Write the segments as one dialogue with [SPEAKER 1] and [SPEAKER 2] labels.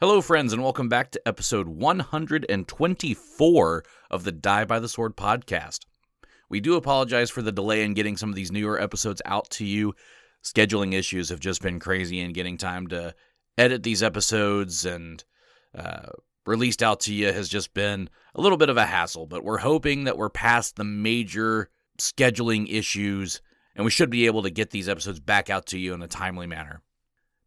[SPEAKER 1] Hello, friends, and welcome back to episode 124 of the Die by the Sword podcast. We do apologize for the delay in getting some of these newer episodes out to you. Scheduling issues have just been crazy, and getting time to edit these episodes and uh, released out to you has just been a little bit of a hassle. But we're hoping that we're past the major scheduling issues, and we should be able to get these episodes back out to you in a timely manner.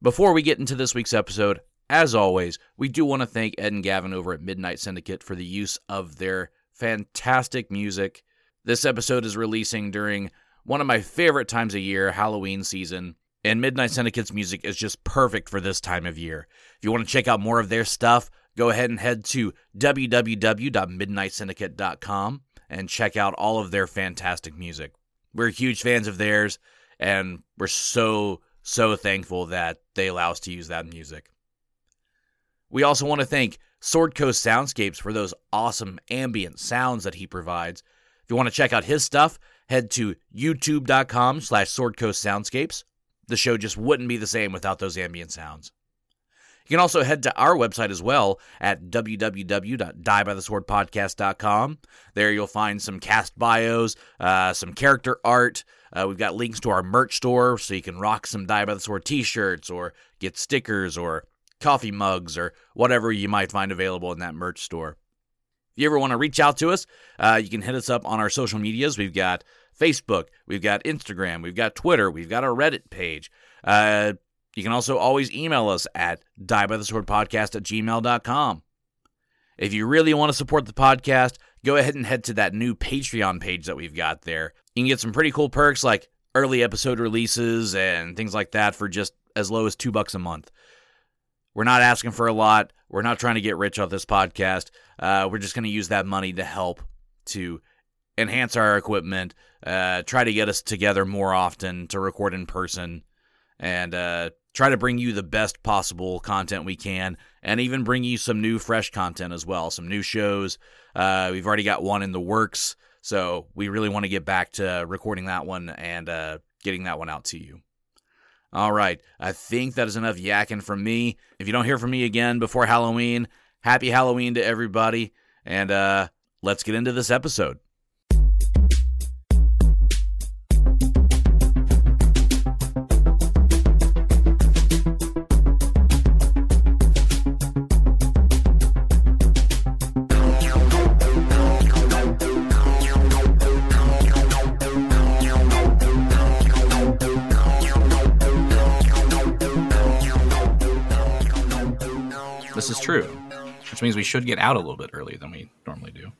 [SPEAKER 1] Before we get into this week's episode, as always, we do want to thank Ed and Gavin over at Midnight Syndicate for the use of their fantastic music. This episode is releasing during one of my favorite times a year, Halloween season, and Midnight Syndicate's music is just perfect for this time of year. If you want to check out more of their stuff, go ahead and head to www.midnightsyndicate.com and check out all of their fantastic music. We're huge fans of theirs, and we're so, so thankful that they allow us to use that music. We also want to thank Sword Coast Soundscapes for those awesome ambient sounds that he provides. If you want to check out his stuff, head to youtube.com slash Sword Coast Soundscapes. The show just wouldn't be the same without those ambient sounds. You can also head to our website as well at www.diebytheswordpodcast.com. There you'll find some cast bios, uh, some character art. Uh, we've got links to our merch store so you can rock some Die by the Sword t shirts or get stickers or coffee mugs, or whatever you might find available in that merch store. If you ever want to reach out to us, uh, you can hit us up on our social medias. We've got Facebook, we've got Instagram, we've got Twitter, we've got our Reddit page. Uh, you can also always email us at diebytheswordpodcast at gmail.com. If you really want to support the podcast, go ahead and head to that new Patreon page that we've got there. You can get some pretty cool perks like early episode releases and things like that for just as low as two bucks a month. We're not asking for a lot. We're not trying to get rich off this podcast. Uh, we're just going to use that money to help to enhance our equipment, uh, try to get us together more often to record in person, and uh, try to bring you the best possible content we can, and even bring you some new, fresh content as well, some new shows. Uh, we've already got one in the works, so we really want to get back to recording that one and uh, getting that one out to you. All right. I think that is enough yakking from me. If you don't hear from me again before Halloween, happy Halloween to everybody. And uh, let's get into this episode. This is true, which means we should get out a little bit earlier than we normally do.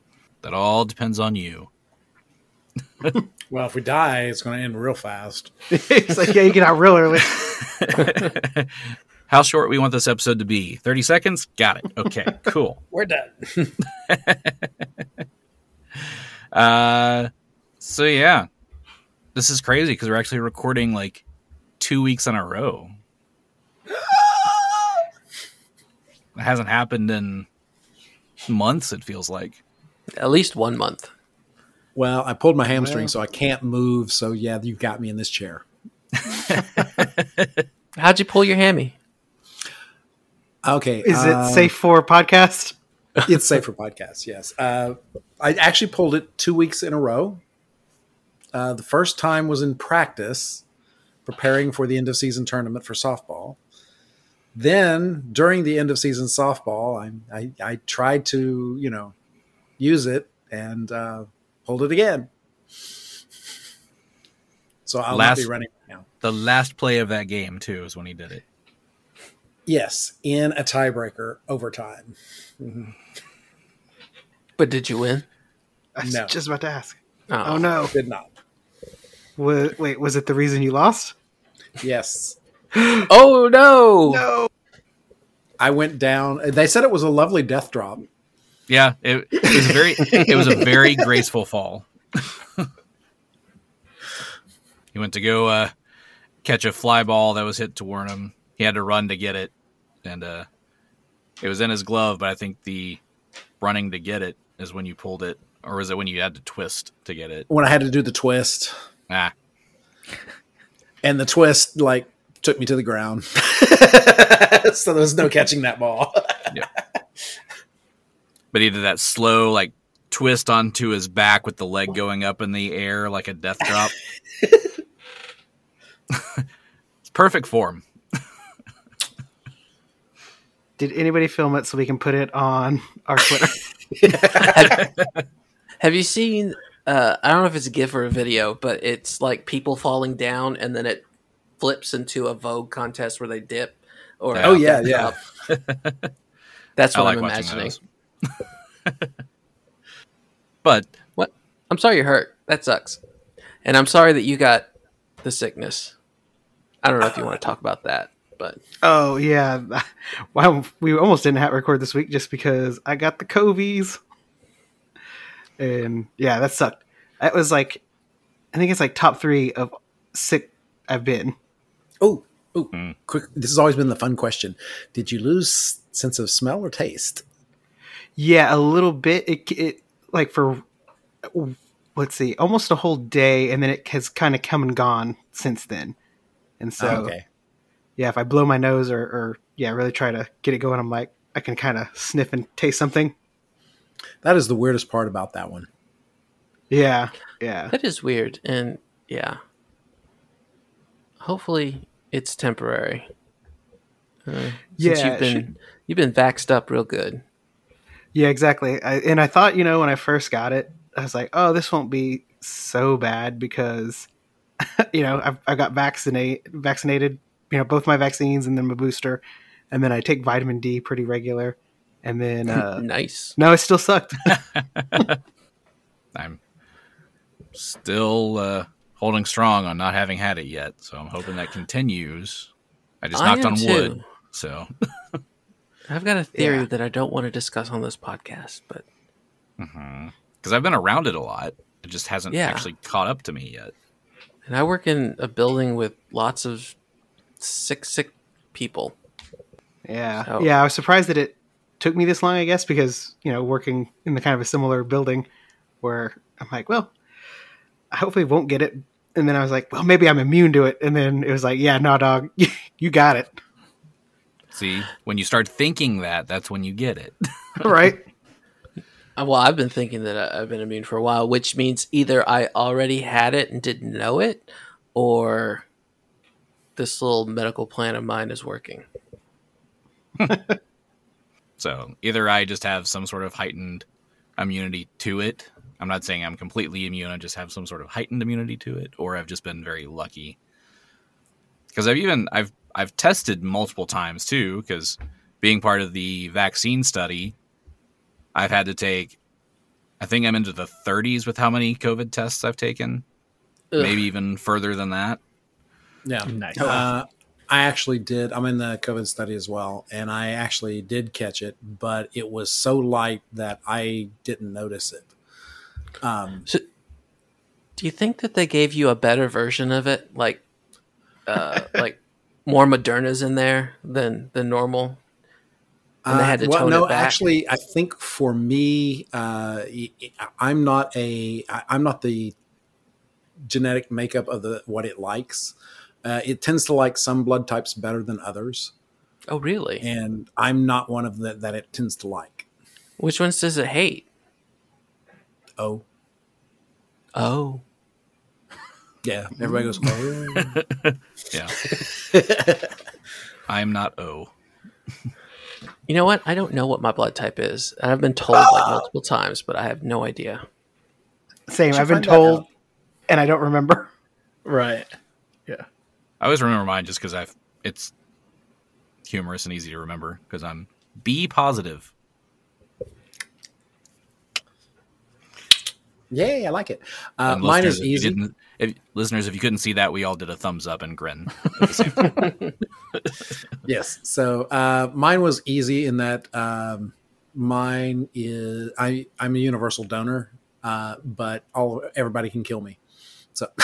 [SPEAKER 1] That all depends on you.
[SPEAKER 2] Well, if we die, it's going to end real fast.
[SPEAKER 3] it's like, yeah, you get out real early.
[SPEAKER 1] How short we want this episode to be? 30 seconds? Got it. Okay, cool.
[SPEAKER 2] We're done.
[SPEAKER 1] Uh, so yeah, this is crazy because we're actually recording like two weeks in a row. it hasn't happened in months. It feels like.
[SPEAKER 4] At least one month.
[SPEAKER 2] Well, I pulled my hamstring, so I can't move. So yeah, you've got me in this chair.
[SPEAKER 4] How'd you pull your hammy?
[SPEAKER 2] Okay,
[SPEAKER 3] Is
[SPEAKER 2] um,
[SPEAKER 3] it safe for a podcast?
[SPEAKER 2] It's safe for podcasts. Yes, uh, I actually pulled it two weeks in a row. Uh, the first time was in practice, preparing for the end of season tournament for softball. Then during the end of season softball, I I, I tried to you know use it and uh, pulled it again. So I'll not be
[SPEAKER 1] Last-
[SPEAKER 2] running right now.
[SPEAKER 1] The last play of that game too is when he did it.
[SPEAKER 2] Yes, in a tiebreaker overtime.
[SPEAKER 4] But did you win?
[SPEAKER 3] I was
[SPEAKER 2] No.
[SPEAKER 3] just about to ask.
[SPEAKER 4] Oh,
[SPEAKER 3] Oh, no.
[SPEAKER 2] Did not.
[SPEAKER 3] Wa- wait, was it the reason you lost?
[SPEAKER 2] Yes.
[SPEAKER 4] Oh no!
[SPEAKER 3] No.
[SPEAKER 2] I went down. They said it was a lovely death drop.
[SPEAKER 1] Yeah, it, it was very. it was a very graceful fall. he went to go uh, catch a fly ball that was hit toward him. He had to run to get it, and uh, it was in his glove. But I think the running to get it is when you pulled it, or is it when you had to twist to get it?
[SPEAKER 2] When I had to do the twist,
[SPEAKER 1] Ah,
[SPEAKER 2] and the twist like took me to the ground. so there was no catching that ball.
[SPEAKER 1] But he did that slow like twist onto his back with the leg going up in the air like a death drop. it's perfect form.
[SPEAKER 3] Did anybody film it so we can put it on our Twitter?
[SPEAKER 4] Have you seen? Uh, I don't know if it's a GIF or a video, but it's like people falling down, and then it flips into a Vogue contest where they dip. Or
[SPEAKER 1] Oh,
[SPEAKER 2] yeah, yeah.
[SPEAKER 4] up. That's
[SPEAKER 1] I
[SPEAKER 4] what
[SPEAKER 1] like
[SPEAKER 4] I'm
[SPEAKER 1] watching
[SPEAKER 4] imagining.
[SPEAKER 1] those. but
[SPEAKER 4] What? I'm sorry you're hurt. That sucks, and I'm sorry that you got the sickness. I don't know if you want to talk about that, but
[SPEAKER 3] oh yeah, wow. We almost didn't have record this week just because I got the covies, and yeah, that sucked. That was like, I think it's like top three of sick I've been.
[SPEAKER 2] Oh, oh, quick. This has always been the fun question. Did you lose sense of smell or taste?
[SPEAKER 3] Yeah, a little bit. It, it like for let's see, almost a whole day, and then it has kind of come and gone since then. And so,
[SPEAKER 4] Oh,
[SPEAKER 2] okay.
[SPEAKER 3] yeah, if I blow my nose or, or yeah, really try to get it going, I'm like, I can kind of sniff and taste something.
[SPEAKER 2] That is the weirdest part about that one.
[SPEAKER 3] Yeah, yeah.
[SPEAKER 4] that is weird, and yeah. Hopefully, it's temporary. Uh, since
[SPEAKER 3] Yeah,
[SPEAKER 4] you've
[SPEAKER 3] it
[SPEAKER 4] been
[SPEAKER 3] should-
[SPEAKER 4] you've been vaxxed up real good.
[SPEAKER 3] Yeah, exactly. I, and I thought, you know, when I first got it, I was like, oh, this won't be so bad because, you know, I've, I got vaccinate, vaccinated, you know, both my vaccines and then my booster. And then I take vitamin D pretty regular. And then, uh,
[SPEAKER 4] nice.
[SPEAKER 3] no, it still sucked.
[SPEAKER 1] I'm still uh, holding strong on not having had it yet, so I'm hoping that continues. I just
[SPEAKER 4] I
[SPEAKER 1] knocked
[SPEAKER 4] am
[SPEAKER 1] on
[SPEAKER 4] too.
[SPEAKER 1] wood, so
[SPEAKER 4] I've got a theory
[SPEAKER 3] Yeah.
[SPEAKER 4] that I don't want to discuss on this podcast, but
[SPEAKER 1] because I've been around it a lot, it just hasn't
[SPEAKER 4] Yeah.
[SPEAKER 1] actually caught up to me yet.
[SPEAKER 4] and I work in a building with lots of sick, sick people.
[SPEAKER 3] Yeah.
[SPEAKER 4] So-
[SPEAKER 3] Yeah. I was surprised that it took me this long, I guess, because, you know, working in the kind of a similar building where I'm like, well, I hopefully won't get it. And then I was like, well, maybe I'm immune to it. And then it was like, yeah, no, dog, you got it.
[SPEAKER 1] See, when you start thinking that, that's when you get it.
[SPEAKER 3] right.
[SPEAKER 4] Uh, Well, I've been thinking that I- I've been immune for a while, which means either I already had it and didn't know it, or this little medical plan of mine is working.
[SPEAKER 1] So either I just have some sort of heightened immunity to it. I'm not saying I'm completely immune. I just have some sort of heightened immunity to it, or I've just been very lucky. Because I've even I've I've tested multiple times too. Because being part of the vaccine study, I've had to take. I think I'm into the 30s with how many COVID tests I've taken.
[SPEAKER 4] Ugh.
[SPEAKER 1] Maybe even further than that.
[SPEAKER 2] Yeah.
[SPEAKER 5] Nice.
[SPEAKER 2] Uh, I actually did. I'm in the COVID study as well, and I actually did catch it, but it was so light that I didn't notice it. Um,
[SPEAKER 4] Do you think that they gave you a better version of it, like, uh, like more Moderna's in there than than normal? And they had to tone
[SPEAKER 2] Uh, no,
[SPEAKER 4] it back?
[SPEAKER 2] actually, I think for me, uh, y- y- I'm not a. I- I'm not the genetic makeup of the what it likes. Uh, it tends to like some blood types better than others,
[SPEAKER 4] Oh, really?
[SPEAKER 2] and I'm not one of the, that it tends to like.
[SPEAKER 4] Which ones does it hate?
[SPEAKER 2] Oh,
[SPEAKER 4] Oh,
[SPEAKER 2] yeah. Everybody goes. Oh.
[SPEAKER 1] Yeah. I'm not O.
[SPEAKER 4] you know what? I don't know what my blood type is, and I've been told like multiple times, but I have no idea.
[SPEAKER 3] Same.
[SPEAKER 2] should
[SPEAKER 3] I've been
[SPEAKER 2] find that
[SPEAKER 3] told,
[SPEAKER 2] out.
[SPEAKER 3] and I don't remember.
[SPEAKER 5] Right. Yeah.
[SPEAKER 1] I always remember mine just because I it's humorous and easy to remember because I'm B positive.
[SPEAKER 2] Yay, I like it. Uh,
[SPEAKER 1] And
[SPEAKER 2] mine
[SPEAKER 1] listeners,
[SPEAKER 2] is
[SPEAKER 1] if you
[SPEAKER 2] easy.
[SPEAKER 1] didn't- if- listeners, if you couldn't see that, we all did a thumbs up and grin.
[SPEAKER 2] yes. So uh, mine was easy in that um, mine is I I'm a universal donor, uh, but all everybody can kill me. So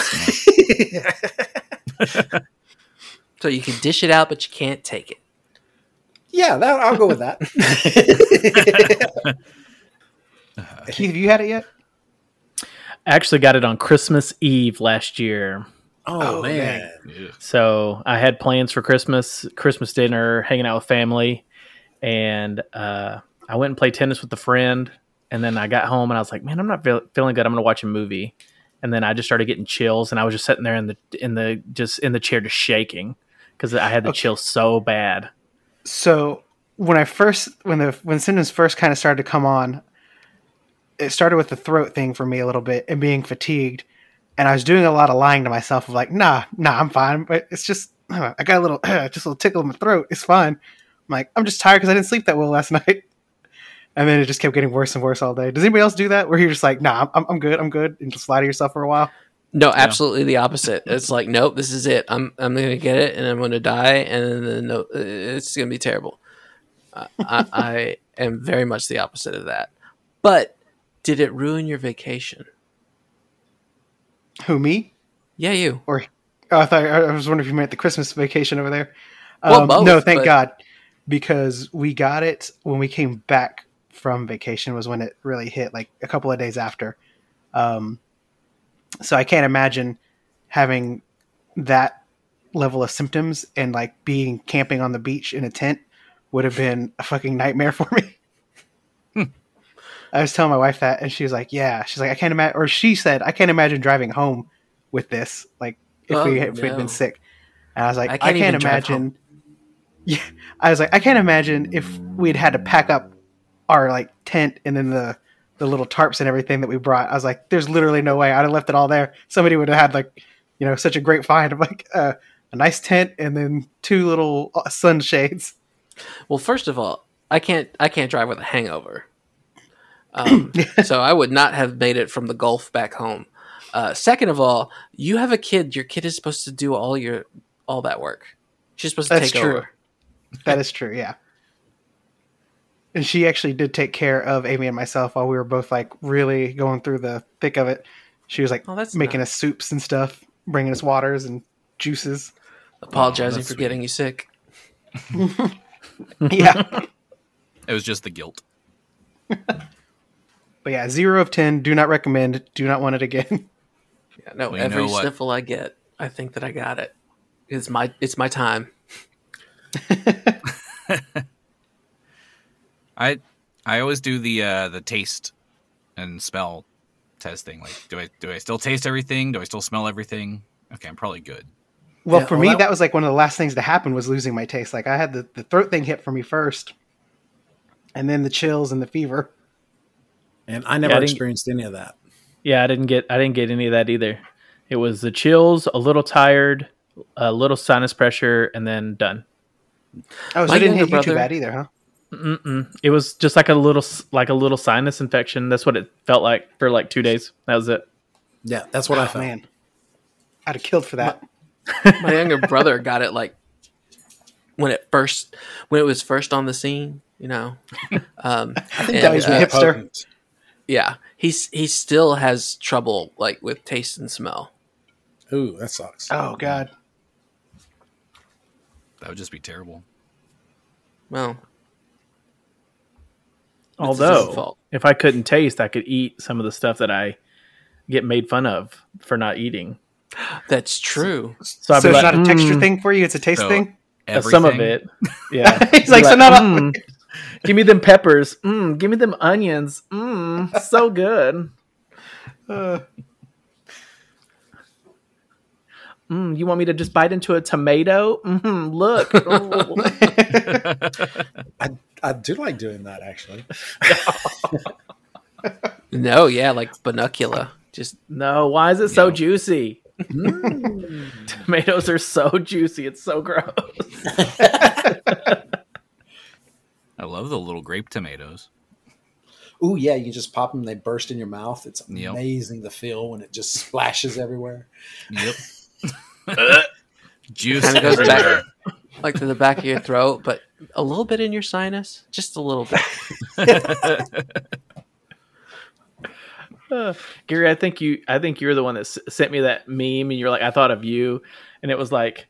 [SPEAKER 4] So you can dish it out, but you can't take it.
[SPEAKER 2] yeah, that, I'll go with that.
[SPEAKER 3] Keith, have you had it yet?
[SPEAKER 5] I actually got it on Christmas Eve last year.
[SPEAKER 2] Oh,
[SPEAKER 3] Oh,
[SPEAKER 2] man.
[SPEAKER 1] Ugh.
[SPEAKER 5] So I had plans for Christmas, Christmas dinner, hanging out with family, and uh, I went and played tennis with a friend. And then I got home and I was like, "Man, I'm not feel- feeling good. I'm gonna watch a movie." And then I just started getting chills, and I was just sitting there in the in the just in the chair, just shaking because I had the chill so bad.
[SPEAKER 3] so when I first when the when symptoms first kind of started to come on, it started with the throat thing for me a little bit and being fatigued, and I was doing a lot of lying to myself of like, nah, nah, I'm fine, but it's just uh, I got a little just a little tickle in my throat. It's fine. I'm like, I'm just tired because I didn't sleep that well last night. And then it just kept getting worse and worse all day. Does anybody else do that? Where you're just like, nah, I'm, I'm good, I'm good, and just lie to yourself for a while.
[SPEAKER 4] No, absolutely the opposite. It's like, nope, this is it. I'm I'm gonna get it, and I'm gonna die, and then no, it's gonna be terrible. I, I, I am very much the opposite of that. But did it ruin your vacation?
[SPEAKER 3] Who me?
[SPEAKER 4] Yeah, you.
[SPEAKER 3] or oh, I thought I was wondering if you meant the Christmas vacation over there.
[SPEAKER 4] Well,
[SPEAKER 3] Um,
[SPEAKER 4] both,
[SPEAKER 3] no, thank
[SPEAKER 4] but-
[SPEAKER 3] God, because we got it when we came back from vacation was when it really hit, like a couple of days after. Um, so I can't imagine having that level of symptoms and like being camping on the beach in a tent would have been a fucking nightmare for me. I was telling my wife that, and she was like, "Yeah." She's like, "I can't imagine," or she said, "I can't imagine driving home with this." Like, if
[SPEAKER 4] Oh,
[SPEAKER 3] we if we'd
[SPEAKER 4] no.
[SPEAKER 3] been sick, and I was like, "I
[SPEAKER 4] I
[SPEAKER 3] can't,
[SPEAKER 4] can't even drive
[SPEAKER 3] imagine." Yeah, I was like, "I can't imagine if we'd had to pack up our like tent and then the the little tarps and everything that we brought." I was like, "There's literally no way I'd have left it all there. Somebody would have had like, you know, such a great find of like uh, a nice tent and then two little uh, sunshades."
[SPEAKER 4] Well, first of all, I can't I can't drive with a hangover. Um, so I would not have made it from the Gulf back home. Uh, second of all, you have a kid. Your kid is supposed to do all your all that work. She's supposed to
[SPEAKER 3] That's
[SPEAKER 4] take
[SPEAKER 3] true.
[SPEAKER 4] over.
[SPEAKER 3] That is true, yeah. And she actually did take care of Amy and myself while we were both like really going through the thick of it. She was like
[SPEAKER 4] Oh, that's
[SPEAKER 3] making us soups and stuff, bringing us waters and juices.
[SPEAKER 1] Oh,
[SPEAKER 4] Apologizing
[SPEAKER 1] that's
[SPEAKER 4] for
[SPEAKER 1] sweet.
[SPEAKER 4] getting you sick.
[SPEAKER 3] Yeah.
[SPEAKER 1] It was just the guilt.
[SPEAKER 3] but yeah, zero of 10. Do not recommend. Do not want it again.
[SPEAKER 4] Yeah, no,
[SPEAKER 1] Well, you
[SPEAKER 4] every
[SPEAKER 1] know what?
[SPEAKER 4] sniffle I get, I think that I got it. It's my it's my time.
[SPEAKER 1] I I always do the uh, the taste and smell test thing. Like, do I do I still taste everything? Do I still smell everything? Okay, I'm probably good.
[SPEAKER 3] Well,
[SPEAKER 4] Yeah,
[SPEAKER 3] for
[SPEAKER 4] well,
[SPEAKER 3] me,
[SPEAKER 4] that-
[SPEAKER 3] that, was like one of the last things to happen was losing my taste. Like I had the, the throat thing hit for me first, and then the chills and the fever.
[SPEAKER 2] And I never
[SPEAKER 5] I didn't-
[SPEAKER 2] experienced any of that.
[SPEAKER 5] Yeah, I didn't get I didn't get any of that either. It was the chills, a little tired, a little sinus pressure, and then done.
[SPEAKER 3] Oh, so
[SPEAKER 4] My
[SPEAKER 3] it didn't hit
[SPEAKER 4] younger
[SPEAKER 3] you too
[SPEAKER 4] brother-
[SPEAKER 3] bad either, huh?
[SPEAKER 5] Mm-mm. It was just like a little s- like a little sinus infection. That's what it felt like for like two days. That was it.
[SPEAKER 2] Yeah, that's what I
[SPEAKER 3] Oh,
[SPEAKER 2] found.
[SPEAKER 3] man. I'd have killed for that.
[SPEAKER 4] My younger brother got it like when it first when it was first on the scene. You know, um, I
[SPEAKER 3] think that was
[SPEAKER 2] It's
[SPEAKER 3] a hipster.
[SPEAKER 2] potent.
[SPEAKER 4] Yeah, he's he still has trouble like with taste and smell.
[SPEAKER 2] Ooh, that sucks.
[SPEAKER 3] Oh god.
[SPEAKER 1] That would just be terrible.
[SPEAKER 4] Well, It's his own
[SPEAKER 5] Although
[SPEAKER 4] fault.
[SPEAKER 5] if I couldn't taste, I could eat some of the stuff that I get made fun of for not eating.
[SPEAKER 4] that's true.
[SPEAKER 5] So, I'd
[SPEAKER 3] so
[SPEAKER 5] be
[SPEAKER 3] it's
[SPEAKER 5] like,
[SPEAKER 3] not a texture
[SPEAKER 5] "Mm,
[SPEAKER 3] thing for you; it's a taste
[SPEAKER 1] So,
[SPEAKER 3] thing.
[SPEAKER 5] uh, Some of
[SPEAKER 1] everything.
[SPEAKER 5] it, yeah.
[SPEAKER 3] He's
[SPEAKER 5] Be
[SPEAKER 3] like, "So not all-
[SPEAKER 5] "Mm, give me them peppers. Mm, give me them onions. Mm, so good.
[SPEAKER 3] Uh,
[SPEAKER 5] Mm, you want me to just bite into a tomato? Mm-hmm, look. Ooh."
[SPEAKER 2] I, I do like doing that actually.
[SPEAKER 4] No, yeah, like binocula. Just
[SPEAKER 5] No, why is it so
[SPEAKER 1] No.
[SPEAKER 5] juicy?
[SPEAKER 2] Mm.
[SPEAKER 5] Tomatoes are so juicy. It's so gross.
[SPEAKER 1] I love the little grape tomatoes.
[SPEAKER 2] Ooh, yeah, you can just pop them; they burst in your mouth. It's
[SPEAKER 1] Yep.
[SPEAKER 2] amazing the feel when it just splashes everywhere.
[SPEAKER 1] Yep. Juice
[SPEAKER 4] kind of goes
[SPEAKER 1] everywhere.
[SPEAKER 4] back like to the back of your throat, but a little bit in your sinus, just a little bit.
[SPEAKER 5] Uh, Gary, I think you. I think you're the one that s- sent me that meme, and you're like, I thought of you, and it was like,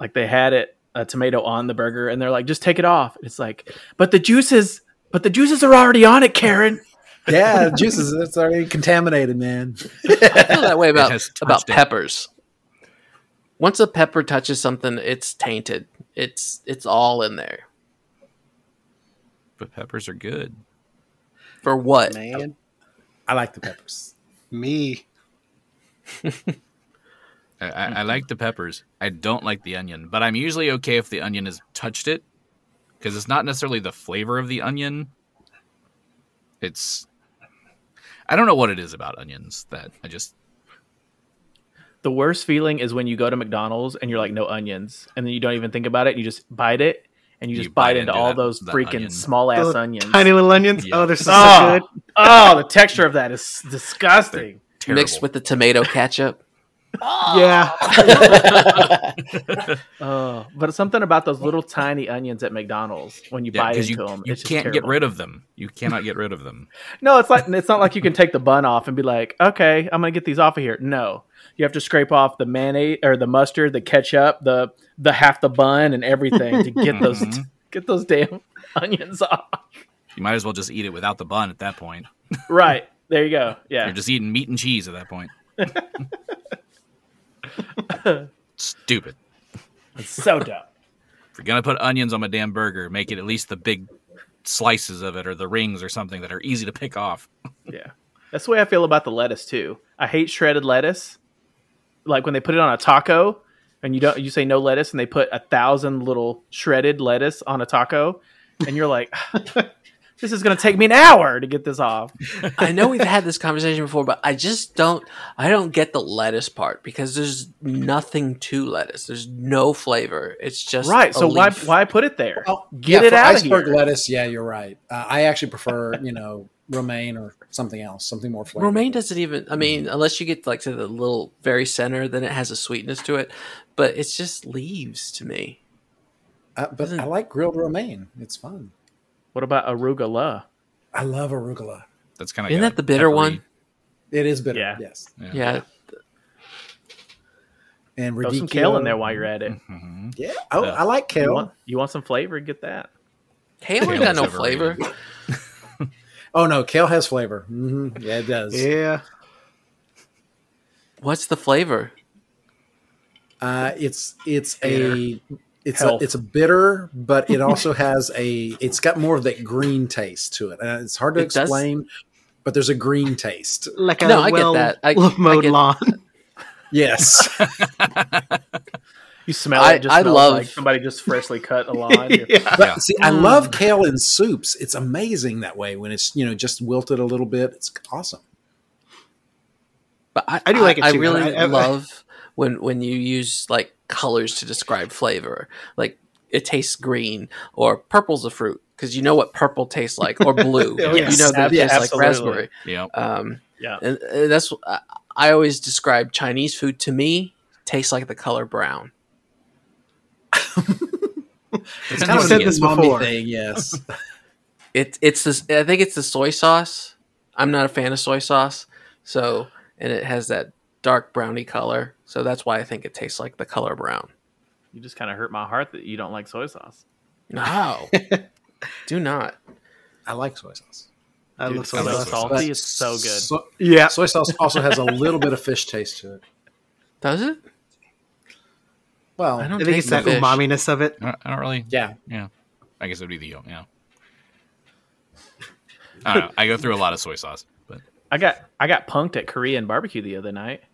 [SPEAKER 5] like they had it a tomato on the burger, and they're like, just take it off. It's like, but the juices, but the juices are already on it, Karen.
[SPEAKER 2] Yeah, juices—it's already contaminated, man.
[SPEAKER 4] I feel that way about
[SPEAKER 1] has touched
[SPEAKER 4] about
[SPEAKER 1] it.
[SPEAKER 4] peppers. once a pepper touches something, it's tainted. It's it's all in there.
[SPEAKER 1] But peppers are good.
[SPEAKER 4] For what?
[SPEAKER 3] man.
[SPEAKER 2] I like the peppers.
[SPEAKER 3] Me.
[SPEAKER 1] I, I, I like the peppers. I don't like the onion, but I'm usually okay if the onion has touched it because it's not necessarily the flavor of the onion. It's I don't know what it is about onions that I just
[SPEAKER 5] The worst feeling is when you go to McDonald's and you're like, no onions, and then you don't even think about it. You just bite it, and you
[SPEAKER 1] You
[SPEAKER 5] just
[SPEAKER 1] bite
[SPEAKER 5] bite into
[SPEAKER 1] into
[SPEAKER 5] all
[SPEAKER 1] that-
[SPEAKER 5] those
[SPEAKER 1] that
[SPEAKER 5] freaking
[SPEAKER 1] onion.
[SPEAKER 5] small ass
[SPEAKER 3] Those
[SPEAKER 5] onions.
[SPEAKER 3] Tiny little onions.
[SPEAKER 1] Yeah.
[SPEAKER 3] Oh, they're so,
[SPEAKER 5] oh,
[SPEAKER 3] good.
[SPEAKER 5] oh, the texture of that is disgusting.
[SPEAKER 1] terrible.
[SPEAKER 4] Mixed with the tomato ketchup.
[SPEAKER 3] Yeah.
[SPEAKER 5] Oh, but something about those little tiny onions at McDonald's when you
[SPEAKER 1] yeah,
[SPEAKER 5] bite
[SPEAKER 1] because
[SPEAKER 5] into
[SPEAKER 1] you,
[SPEAKER 5] them,
[SPEAKER 1] you
[SPEAKER 5] it's just
[SPEAKER 1] can't get
[SPEAKER 5] terrible.
[SPEAKER 1] rid of them. You cannot get rid of them.
[SPEAKER 5] No, it's like it's not like you can take the bun off and be like, okay, I'm gonna get these off of here. No, you have to scrape off the mayonnaise or the mustard, the ketchup, the the half the bun and everything to get those
[SPEAKER 1] Mhm.
[SPEAKER 5] get those damn onions off.
[SPEAKER 1] You might as well just eat it without the bun at that point.
[SPEAKER 5] Right there, you go. Yeah,
[SPEAKER 1] You're just eating meat and cheese at that point. Stupid.
[SPEAKER 5] it's so dumb.
[SPEAKER 1] If you're gonna put onions on my damn burger, make it at least the big slices of it or the rings or something that are easy to pick off.
[SPEAKER 5] Yeah, that's the way I feel about the lettuce too. I hate shredded lettuce. Like when they put it on a taco, and you don't you say no lettuce, and they put a thousand little shredded lettuce on a taco, and you're like, this is gonna take me an hour to get this off.
[SPEAKER 4] I know we've had this conversation before, but I just don't I don't get the lettuce part because there's nothing to lettuce. There's no flavor. It's just
[SPEAKER 5] right.
[SPEAKER 4] a
[SPEAKER 5] So why
[SPEAKER 4] leaf.
[SPEAKER 5] why put it there?
[SPEAKER 2] Oh,
[SPEAKER 5] Get
[SPEAKER 2] yeah,
[SPEAKER 5] it
[SPEAKER 2] for
[SPEAKER 5] out of
[SPEAKER 2] iceberg
[SPEAKER 5] here.
[SPEAKER 2] lettuce. Yeah, you're right. Uh, I actually prefer you know romaine or something else, something more flavorful.
[SPEAKER 4] romaine doesn't even I mean, unless you get like to the little very center, then it has a sweetness to it. But it's just leaves to me.
[SPEAKER 2] uh, but I like grilled romaine. It's fun.
[SPEAKER 5] What about arugula?
[SPEAKER 2] I love arugula.
[SPEAKER 1] That's kind of
[SPEAKER 4] Isn't that the bitter one?
[SPEAKER 2] It is bitter.
[SPEAKER 5] Yeah.
[SPEAKER 2] Yes,
[SPEAKER 1] Yeah.
[SPEAKER 4] Yeah.
[SPEAKER 2] and
[SPEAKER 5] Throw some
[SPEAKER 2] radicchio.
[SPEAKER 5] kale in there while you're at it.
[SPEAKER 4] Mm.
[SPEAKER 1] hmm
[SPEAKER 2] Yeah. Oh,
[SPEAKER 1] Yeah.
[SPEAKER 2] I like
[SPEAKER 5] You
[SPEAKER 2] kale.
[SPEAKER 5] want you want some flavor? Get that.
[SPEAKER 4] Kale ain't
[SPEAKER 1] Kale's
[SPEAKER 4] got no flavor.
[SPEAKER 1] overrated.
[SPEAKER 2] oh no, kale has flavor. hmm Yeah, it does.
[SPEAKER 3] yeah.
[SPEAKER 4] What's the flavor?
[SPEAKER 2] Uh, it's it's a it's a,
[SPEAKER 5] Health.
[SPEAKER 2] it's a bitter, but it also has a it's got more of that green taste to it. Uh, it's hard to
[SPEAKER 4] It does?
[SPEAKER 2] explain, but there's a green taste.
[SPEAKER 3] Like a
[SPEAKER 4] No, I get
[SPEAKER 3] well
[SPEAKER 4] that. I- I
[SPEAKER 3] mowed
[SPEAKER 4] get-
[SPEAKER 3] lawn.
[SPEAKER 2] Yes,
[SPEAKER 5] You smell
[SPEAKER 4] I-
[SPEAKER 5] it. Just
[SPEAKER 4] I
[SPEAKER 5] smells
[SPEAKER 4] love-
[SPEAKER 5] like somebody just freshly cut a line.
[SPEAKER 3] yeah.
[SPEAKER 2] but
[SPEAKER 1] Yeah.
[SPEAKER 2] see, I love kale in soups. It's amazing that way when it's you know just wilted a little bit. It's awesome.
[SPEAKER 4] But I,
[SPEAKER 3] I do like it
[SPEAKER 4] I,
[SPEAKER 3] too.
[SPEAKER 4] really
[SPEAKER 3] I- I-
[SPEAKER 4] love when when you use like colors to describe flavor. Like it tastes green or purple's a fruit because you know what purple tastes like or blue.
[SPEAKER 3] Yeah,
[SPEAKER 4] you know that
[SPEAKER 5] yeah,
[SPEAKER 4] tastes
[SPEAKER 5] absolutely.
[SPEAKER 4] like raspberry.
[SPEAKER 1] Yeah.
[SPEAKER 4] Um,
[SPEAKER 5] Yeah.
[SPEAKER 4] and, and that's I, I always describe Chinese food to me tastes like the color brown.
[SPEAKER 1] It's
[SPEAKER 3] kind of said this
[SPEAKER 2] umami
[SPEAKER 3] before.
[SPEAKER 2] Thing, yes,
[SPEAKER 4] It it's this. I think it's the soy sauce. I'm not a fan of soy sauce, so and it has that dark browny color. So that's why I think it tastes like the color brown.
[SPEAKER 5] You just kind of hurt my heart that you don't like soy sauce.
[SPEAKER 4] No, do not.
[SPEAKER 2] I like soy sauce.
[SPEAKER 3] I
[SPEAKER 5] Dude,
[SPEAKER 3] love
[SPEAKER 5] it's
[SPEAKER 3] soy
[SPEAKER 5] so
[SPEAKER 3] sauce.
[SPEAKER 2] But
[SPEAKER 5] salty. It's so good.
[SPEAKER 2] so-
[SPEAKER 3] Yeah.
[SPEAKER 2] soy sauce also has a little bit of fish taste to it.
[SPEAKER 4] Does it?
[SPEAKER 2] Well,
[SPEAKER 4] I
[SPEAKER 3] I
[SPEAKER 4] don't
[SPEAKER 3] think it's
[SPEAKER 4] the
[SPEAKER 3] that
[SPEAKER 4] fish.
[SPEAKER 3] umaminess of it.
[SPEAKER 1] I don't- I don't really.
[SPEAKER 2] yeah,
[SPEAKER 1] I guess it would be the yolk. Yeah. I don't know. I go through a lot of soy sauce, but
[SPEAKER 5] I got I got punked at Korean barbecue the other night.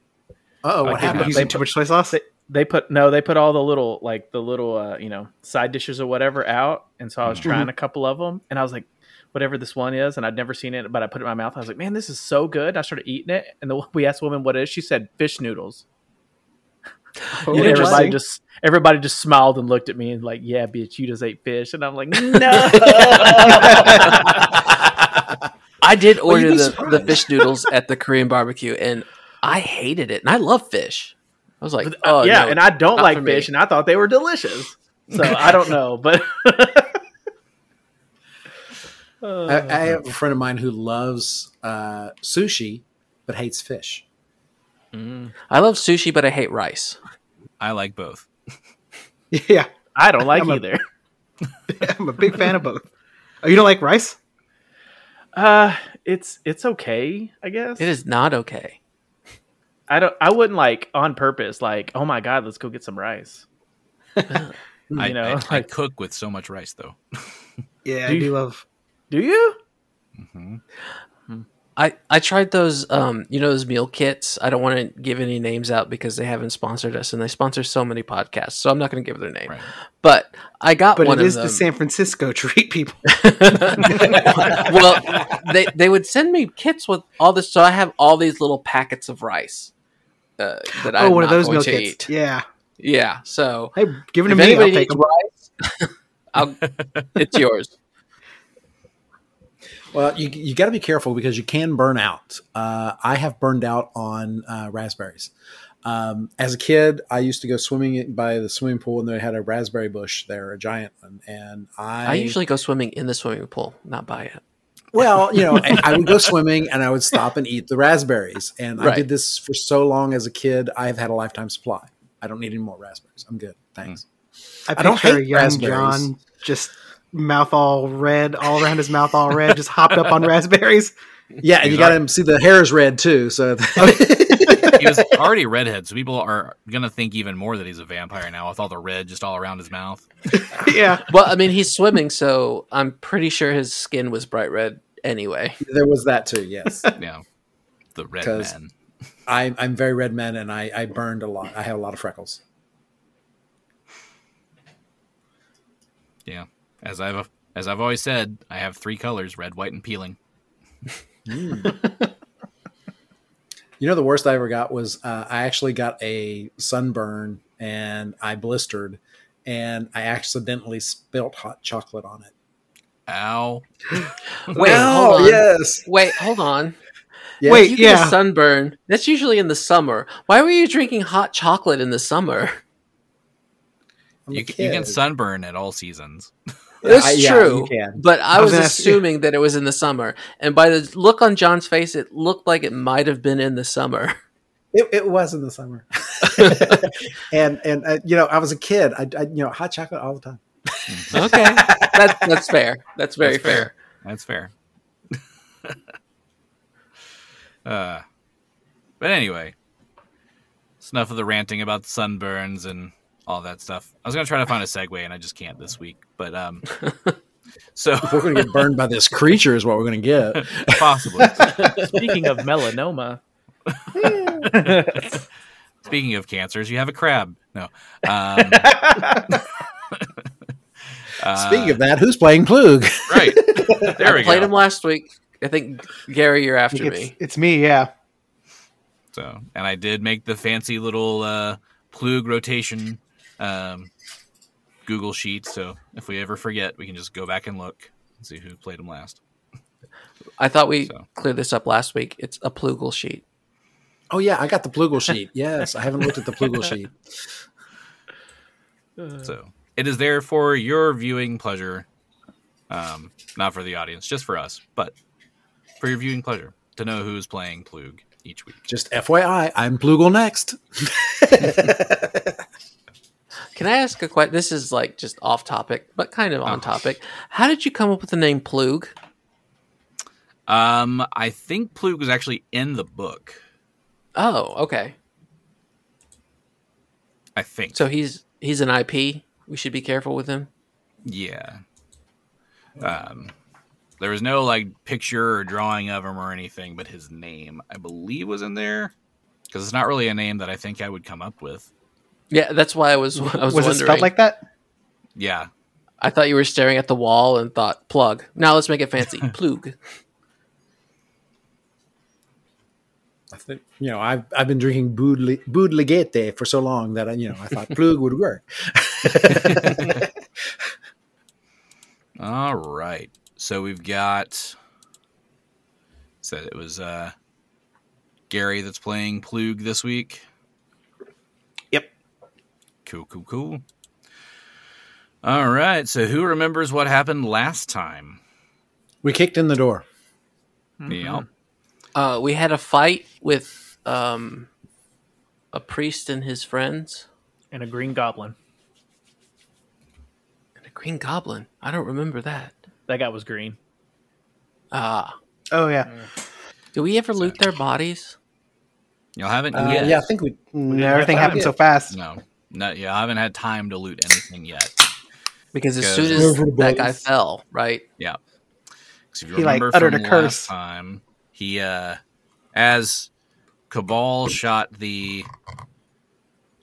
[SPEAKER 2] Oh,
[SPEAKER 1] I
[SPEAKER 2] what
[SPEAKER 1] think
[SPEAKER 2] happened?
[SPEAKER 3] Using too much soy sauce.
[SPEAKER 5] They put no, they put all the little like the little uh, you know side dishes or whatever out, and so I
[SPEAKER 4] Mm-hmm.
[SPEAKER 5] was trying a couple of them, and I was like, whatever this one is, and I'd never seen it, but I put it in my mouth. I was like, man, this is so good. And I started eating it, and the we asked the woman what it is. She said fish noodles.
[SPEAKER 3] Oh,
[SPEAKER 5] and everybody
[SPEAKER 3] interesting.
[SPEAKER 5] just everybody just smiled and looked at me and like, yeah, bitch, you just ate fish, and I'm like, no.
[SPEAKER 4] I did
[SPEAKER 2] Well, you'd
[SPEAKER 4] order
[SPEAKER 2] be
[SPEAKER 4] the,
[SPEAKER 2] surprised.
[SPEAKER 4] the fish noodles at the Korean barbecue, and I hated it. And I love fish. I was like,
[SPEAKER 5] But, uh,
[SPEAKER 4] oh
[SPEAKER 5] yeah,
[SPEAKER 4] no.
[SPEAKER 5] and I don't
[SPEAKER 4] not for
[SPEAKER 5] like
[SPEAKER 4] me.
[SPEAKER 5] fish, and I thought they were delicious. So I don't know, but
[SPEAKER 2] I, I have a friend of mine who loves uh, sushi but hates fish.
[SPEAKER 4] I love sushi, but I hate rice.
[SPEAKER 1] I like both.
[SPEAKER 3] Yeah.
[SPEAKER 5] I don't like
[SPEAKER 3] I'm a-
[SPEAKER 5] either.
[SPEAKER 3] I'm a big fan of both. Oh, you don't like rice?
[SPEAKER 5] Uh, it's it's okay, I guess.
[SPEAKER 4] It is not okay.
[SPEAKER 5] I don't. I wouldn't like on purpose. Like, oh my god, let's go get some rice. you
[SPEAKER 1] I,
[SPEAKER 5] know,
[SPEAKER 1] I, I
[SPEAKER 5] like,
[SPEAKER 1] cook with so much rice though.
[SPEAKER 3] Yeah,
[SPEAKER 5] Do
[SPEAKER 3] I do
[SPEAKER 5] you-
[SPEAKER 3] love.
[SPEAKER 5] do you?
[SPEAKER 1] hmm
[SPEAKER 4] I, I tried those um you know those meal kits. I don't want to give any names out because they haven't sponsored us and they sponsor so many podcasts. So I'm not going to give their name.
[SPEAKER 1] Right.
[SPEAKER 4] But I got
[SPEAKER 3] But
[SPEAKER 4] one
[SPEAKER 3] it
[SPEAKER 4] of
[SPEAKER 3] is
[SPEAKER 4] them.
[SPEAKER 3] the San Francisco treat, people.
[SPEAKER 4] well, they they would send me kits with all this so I have all these little packets of rice. Uh, that
[SPEAKER 3] Oh,
[SPEAKER 4] I'm
[SPEAKER 3] one of
[SPEAKER 4] not
[SPEAKER 3] those
[SPEAKER 4] going
[SPEAKER 3] meal
[SPEAKER 4] to
[SPEAKER 3] kits.
[SPEAKER 4] eat.
[SPEAKER 3] Yeah.
[SPEAKER 4] Yeah, so
[SPEAKER 3] Hey, give it to
[SPEAKER 4] if
[SPEAKER 3] me. I'll
[SPEAKER 4] anybody
[SPEAKER 3] take
[SPEAKER 4] needs
[SPEAKER 3] 'em.
[SPEAKER 4] rice, I'll, it's yours.
[SPEAKER 2] Well, you, you got to be careful because you can burn out. Uh, I have burned out on uh, raspberries. Um, as a kid, I used to go swimming by the swimming pool, and they had a raspberry bush there, a giant one. And I,
[SPEAKER 4] I usually go swimming in the swimming pool, not by it.
[SPEAKER 2] well, you know, I, I would go swimming and I would stop and eat the raspberries. And I
[SPEAKER 4] Right.
[SPEAKER 2] did this for so long as a kid, I have had a lifetime supply. I don't need any more raspberries. I'm good. Thanks.
[SPEAKER 3] I
[SPEAKER 2] I don't
[SPEAKER 3] picture
[SPEAKER 2] hate
[SPEAKER 3] young
[SPEAKER 2] raspberries.
[SPEAKER 3] John just mouth all red, all around his mouth all red, just hopped up on raspberries.
[SPEAKER 4] Mm.
[SPEAKER 2] Yeah, and you got to see the hair is red too. So
[SPEAKER 1] He was already redhead, so people are gonna think even more that he's a vampire now with all the red just all around his mouth.
[SPEAKER 3] yeah.
[SPEAKER 4] Well, I mean, he's swimming, so I'm pretty sure his skin was bright red anyway.
[SPEAKER 2] there was that too. Yes.
[SPEAKER 1] Yeah, the red
[SPEAKER 2] 'Cause-
[SPEAKER 1] man.
[SPEAKER 2] I, I'm very red man, and I, I burned a lot. I have a lot of freckles.
[SPEAKER 1] Yeah, as I've as I've always said, I have three colors: red, white, and peeling.
[SPEAKER 2] You know, the worst I ever got was uh, I actually got a sunburn and I blistered, and I accidentally spilt hot chocolate on it.
[SPEAKER 1] Ow!
[SPEAKER 4] Wait,
[SPEAKER 2] Oh,
[SPEAKER 4] hold on.
[SPEAKER 2] yes.
[SPEAKER 4] Wait, hold on.
[SPEAKER 2] Yeah.
[SPEAKER 3] Wait,
[SPEAKER 4] You get a
[SPEAKER 3] yeah.
[SPEAKER 4] sunburn. That's usually in the summer. Why were you drinking hot chocolate in the summer?
[SPEAKER 2] I'm a
[SPEAKER 1] You, can- you can
[SPEAKER 2] kid.
[SPEAKER 1] sunburn at all seasons.
[SPEAKER 4] That's
[SPEAKER 2] I- yeah,
[SPEAKER 4] true.
[SPEAKER 2] you can.
[SPEAKER 4] But
[SPEAKER 3] I
[SPEAKER 4] I, was,
[SPEAKER 3] was gonna ask-
[SPEAKER 4] assuming that it was in the summer, and by the look on John's face, it looked like it might have been in the summer.
[SPEAKER 2] It, it was in the summer, and and uh, you know I was a kid. I, I you know hot chocolate all the time.
[SPEAKER 4] Okay, that, that's fair. That's very
[SPEAKER 1] That's
[SPEAKER 4] fair.
[SPEAKER 1] fair. That's fair. uh, but anyway, it's enough of the ranting about sunburns and all that stuff. I was gonna try to find a segue, and I just can't this week. But um, so
[SPEAKER 2] We're going to get burned by this creature, is what we're going to get.
[SPEAKER 1] possibly.
[SPEAKER 5] Speaking of melanoma,
[SPEAKER 1] Speaking of cancers, you have a crab. No. Um, uh,
[SPEAKER 2] Speaking of that, who's playing Plug?
[SPEAKER 1] right, there
[SPEAKER 4] I
[SPEAKER 1] we
[SPEAKER 4] played
[SPEAKER 1] go.
[SPEAKER 4] him last week. I think Gary, you're after
[SPEAKER 3] It's,
[SPEAKER 4] me.
[SPEAKER 3] it's me, yeah.
[SPEAKER 1] So, and I did make the fancy little uh, plug rotation um, Google sheet. So if we ever forget, we can just go back and look and see who played him last.
[SPEAKER 4] I thought we
[SPEAKER 1] So.
[SPEAKER 4] cleared this up last week. It's a plugal sheet.
[SPEAKER 2] Oh yeah, I got the Plugel sheet. Yes, I haven't looked at the Plugel sheet.
[SPEAKER 1] So it is there for your viewing pleasure, um, not for the audience, just for us, but for your viewing pleasure to know who's playing plug each week.
[SPEAKER 2] Just FYI, I'm Plugel next.
[SPEAKER 4] Can I ask a question? This is like just off topic, but kind of
[SPEAKER 1] Oh.
[SPEAKER 4] on topic. How did you come up with the name Plug?
[SPEAKER 1] Um, I think plug was actually in the book.
[SPEAKER 4] Oh, okay.
[SPEAKER 1] I think
[SPEAKER 4] So he's he's an IP. We should be careful with him.
[SPEAKER 1] Yeah. Um, there was no like picture or drawing of him or anything, but his name, I believe, was in there because it's not really a name that I think I would come up with.
[SPEAKER 4] Yeah, that's why I was I was,
[SPEAKER 3] Was it
[SPEAKER 4] wondering.
[SPEAKER 3] spelled like that?
[SPEAKER 1] Yeah,
[SPEAKER 4] I thought you were staring at the wall and thought plug. Now let's make it fancy. Plug.
[SPEAKER 2] I think you know I've I've been drinking Budli- Budligete for so long that I you know I thought Plug would work.
[SPEAKER 1] All right. So we've got said it was uh Gary that's playing Plug this week.
[SPEAKER 3] Yep.
[SPEAKER 1] Cool, cool, cool. All right. So who remembers what happened last time?
[SPEAKER 2] We kicked in the door.
[SPEAKER 1] Yeah.
[SPEAKER 4] Uh, we had a fight with um, a priest and his friends
[SPEAKER 5] and a green goblin.
[SPEAKER 4] and a green goblin. I don't remember that.
[SPEAKER 5] That guy was green.
[SPEAKER 4] Ah,
[SPEAKER 3] Oh, yeah.
[SPEAKER 4] do we ever loot their bodies?
[SPEAKER 1] Y'all haven't
[SPEAKER 2] Uh,
[SPEAKER 1] yet.
[SPEAKER 2] Yeah, I think we.
[SPEAKER 3] No, everything
[SPEAKER 2] have
[SPEAKER 3] happened
[SPEAKER 2] that
[SPEAKER 3] so fast.
[SPEAKER 1] No, no, yeah, I haven't had time to loot anything yet.
[SPEAKER 4] because as
[SPEAKER 1] Goes
[SPEAKER 4] soon as
[SPEAKER 2] over the
[SPEAKER 4] that guy
[SPEAKER 2] bullets.
[SPEAKER 4] fell, right?
[SPEAKER 1] 'Cause if you
[SPEAKER 3] He, like,
[SPEAKER 1] remember
[SPEAKER 3] uttered
[SPEAKER 1] from
[SPEAKER 3] a
[SPEAKER 1] last
[SPEAKER 3] curse.
[SPEAKER 1] time, he uh, as Cabal shot the